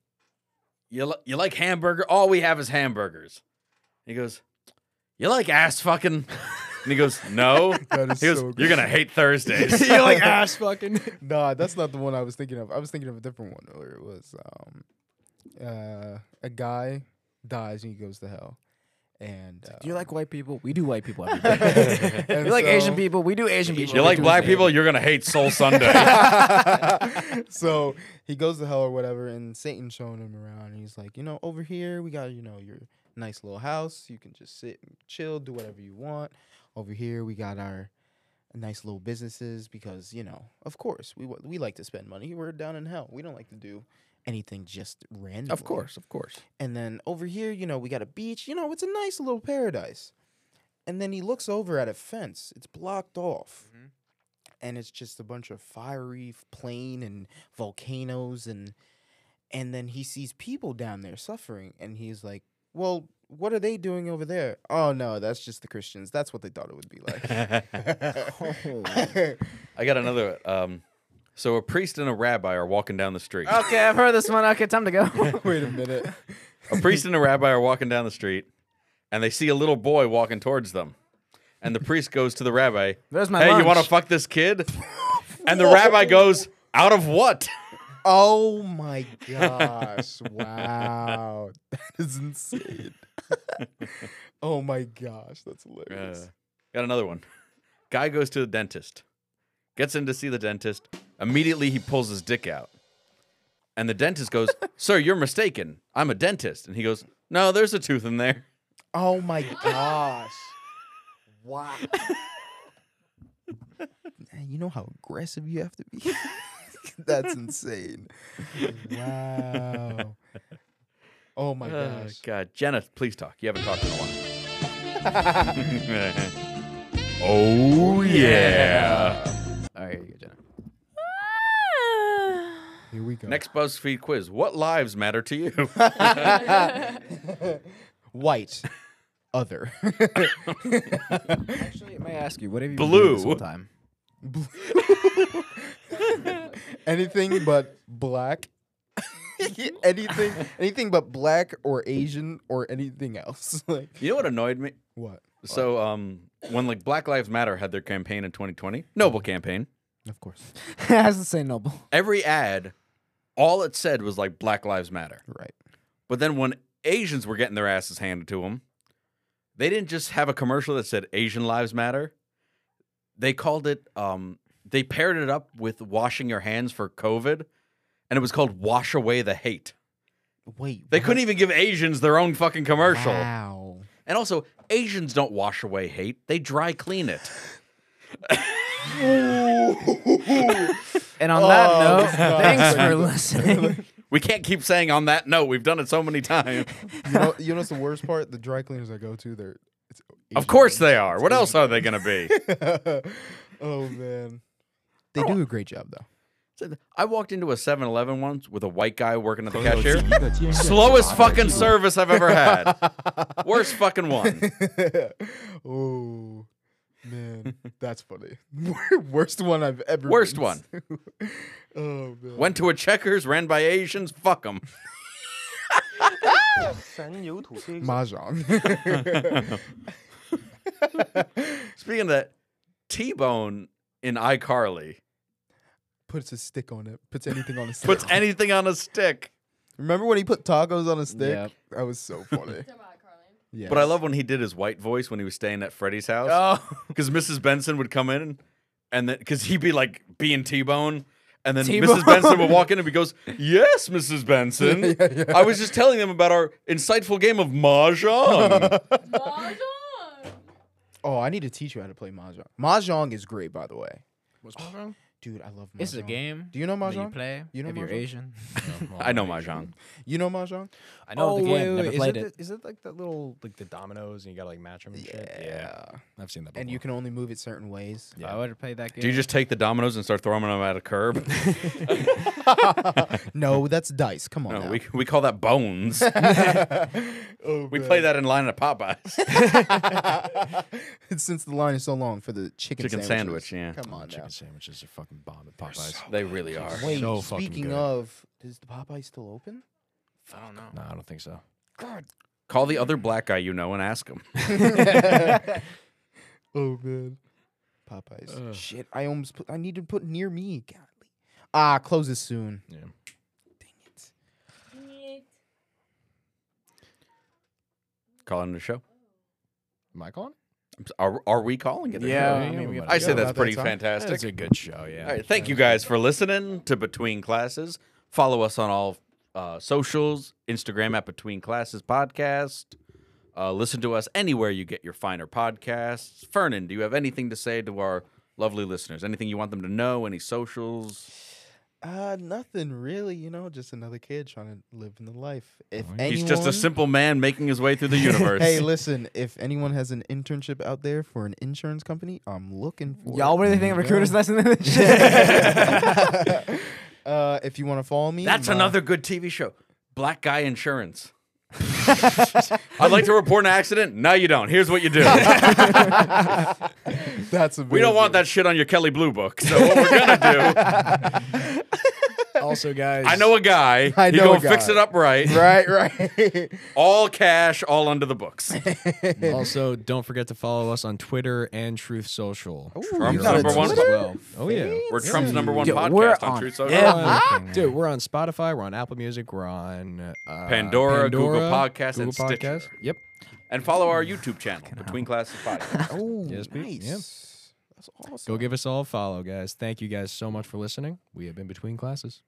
you, li- you like hamburger? All we have is hamburgers. He goes, You like ass fucking? And he goes, No.
That is
he goes,
so good.
You're going to hate Thursdays.
You're like ass fucking.
Nah, that's not the one I was thinking of. I was thinking of a different one where it was um, uh, a guy dies and he goes to hell. And uh,
Do you like white people? We do white people. Every day.
and
you like Asian
so-
people? We do Asian people.
you like
every
black
Tuesday.
people? You're going to hate Soul Sunday.
so he goes to hell or whatever, and Satan's showing him around, and he's like, you know, over here we got you know your nice little house. You can just sit and chill, do whatever you want. Over here we got our nice little businesses because you know, of course, we wa- we like to spend money. We're down in hell. We don't like to do anything just random.
Of course, of course.
And then over here, you know, we got a beach. You know, it's a nice little paradise. And then he looks over at a fence. It's blocked off.
Mm-hmm.
And it's just a bunch of fiery f- plain and volcanoes and and then he sees people down there suffering and he's like, "Well, what are they doing over there?" Oh no, that's just the Christians. That's what they thought it would be
Oh.
like.
I got another. Um, so a priest and a rabbi are walking down the street.
Okay, I've heard this one. Okay, time to go.
Wait a minute.
a priest and a rabbi are walking down the street and they see a little boy walking towards them. And the priest goes to the rabbi,
There's my
Hey, you
lunch."
want to fuck this kid? And the rabbi goes, Out of what?
Oh my gosh. wow. That is insane. oh my gosh. That's hilarious.
Uh, got another one. Guy goes to the dentist, gets in to see the dentist. Immediately, he pulls his dick out. And the dentist goes, Sir, you're mistaken. I'm a dentist. And he goes, No, there's a tooth in there.
Oh my gosh. Wow. Man, you know how aggressive you have to be? That's insane. Wow. Oh my
Uh,
gosh.
God. Jenna, please talk. You haven't talked in a while. oh, yeah.
All right, you go, Jenna.
Here we go.
Next BuzzFeed quiz What lives matter to you?
White. Other.
Actually, may I ask you, what have you been doing
Blue.
this whole time?
anything but black. anything anything but black or Asian or anything else. like
You know what annoyed me?
what?
So, um, when like Black Lives Matter had their campaign in 2020, noble campaign,
Of course.
Has to say noble.
every ad, all it said was like Black Lives Matter.
Right.
But then when Asians were getting their asses handed to them, they didn't just have a commercial that said Asian Lives Matter. They called it, um, they paired it up with washing your hands for COVID, and it was called Wash Away the Hate.
Wait.
They couldn't even give Asians their own fucking commercial.
Wow.
And also, Asians don't wash away hate, they dry clean it.
And on that
Oh,
note,
it's not
thanks
funny.
for listening.
We can't keep saying on that note. We've done it so many times.
You know, you know what's the worst part? The dry cleaners I go to, they're it's
of course they are. What else are they going to be?
oh man. They do a great job though.
I walked into a 7 Eleven once with a white guy working at the cashier. Slowest fucking service I've ever had. Worst fucking one.
oh man, that's funny. Worst one I've ever.
Worst
been
one.
to. oh man.
Went to a checkers, ran by Asians. Fuck them.
mahjong.
Speaking of that, T Bone in iCarly
puts a stick on it. Puts anything on a stick.
puts anything on a stick.
Remember when he put tacos on a stick?
Yep.
That was so funny. yeah.
But I love when he did his white voice when he was staying at Freddie's house.
oh,
because Mrs. Benson would come in and then because he'd be like being T Bone. And then
T-Bone.
Mrs. Benson would walk in and he goes, Yes, Mrs. Benson. I was just telling them about our insightful game of Mahjong.
Oh, I need to teach you how to play mahjong. Mahjong is great, by the way.
What's wrong?
Dude, I love mahjong.
it's a game.
Do you know
that you
mahjong?
play.
You know
if you're
mahjong?
Asian.
I know Mahjong.
You know mahjong?
I know
Oh,
the game. never played
is
it.
The, is it like that little like the dominoes and you gotta like match them and shit? I've seen that. Before.
And you can only move it certain ways.
If I would have played that game.
Do you just take the dominoes and start throwing them at a curb?
Oh, no, that's dice. Come on.
no,
now.
we, we call that bones.
Oh,
we
man.
play that in line at Popeyes.
Since the line is so long for the chicken,
Chicken
sandwiches.
sandwich, yeah.
Come on
chicken
now.
sandwiches are fucking bomb at Popeyes.
they really are.
Wait,
So fucking
speaking
good.
of, is the Popeye still open?
I don't know.
no, I don't think so.
God.
Call the other black guy you know and ask him.
oh man. Popeyes. Shit, I almost put, I need to put near me. Golly. Ah, closes soon.
Yeah.
Calling the show.
Am I calling?
Are, are we calling it? a
Yeah,
show?
I mean, we
I say that's
Yeah, about that
pretty
time.
fantastic.
That's a good show. Yeah.
All right, thank you guys for listening to Between Classes. Follow us on all uh, socials, Instagram at Between Classes Podcast. Uh, listen to us anywhere you get your finer podcasts. Fernan, do you have anything to say to our lovely listeners? Anything you want them to know? Any socials?
Uh, nothing really, you know, just another kid trying to live in the life. If
Alright.
anyone,
He's just a simple man making his way through the universe.
Hey, listen, if anyone has an internship out there for an insurance company, I'm looking for
Y'all
it.
really think recruiters listen to this shit?
uh, if you want to follow me,
That's
my-
another good TV show. Black Guy Insurance. I'd like to report an accident. No, you don't. Here's what you do.
That's a
We don't want that shit on your Kelly Blue Book. So what we're gonna do?
Also, guys,
I know a guy.
I
he
know a
gonna fix
guy.
it up right.
Right,
right.
all cash, all under the books.
also, don't forget to follow us on Twitter and Truth Social.
Trump's you got a number one- Twitter?
Well, oh yeah,
We're Trump's number one
Dude,
podcast
we're
on Truth Social.
everything. Dude, we're on Spotify. We're on Apple Music. We're on uh,
Pandora, Google Podcast, and
Google Podcast.
Stitcher.
Yep.
And follow our YouTube channel, Between Classes Podcast.
Oh,
Yes, Pete.
nice.
Yeah.
That's awesome.
Go give us all a follow, guys. Thank you guys so much for listening. We have been between classes.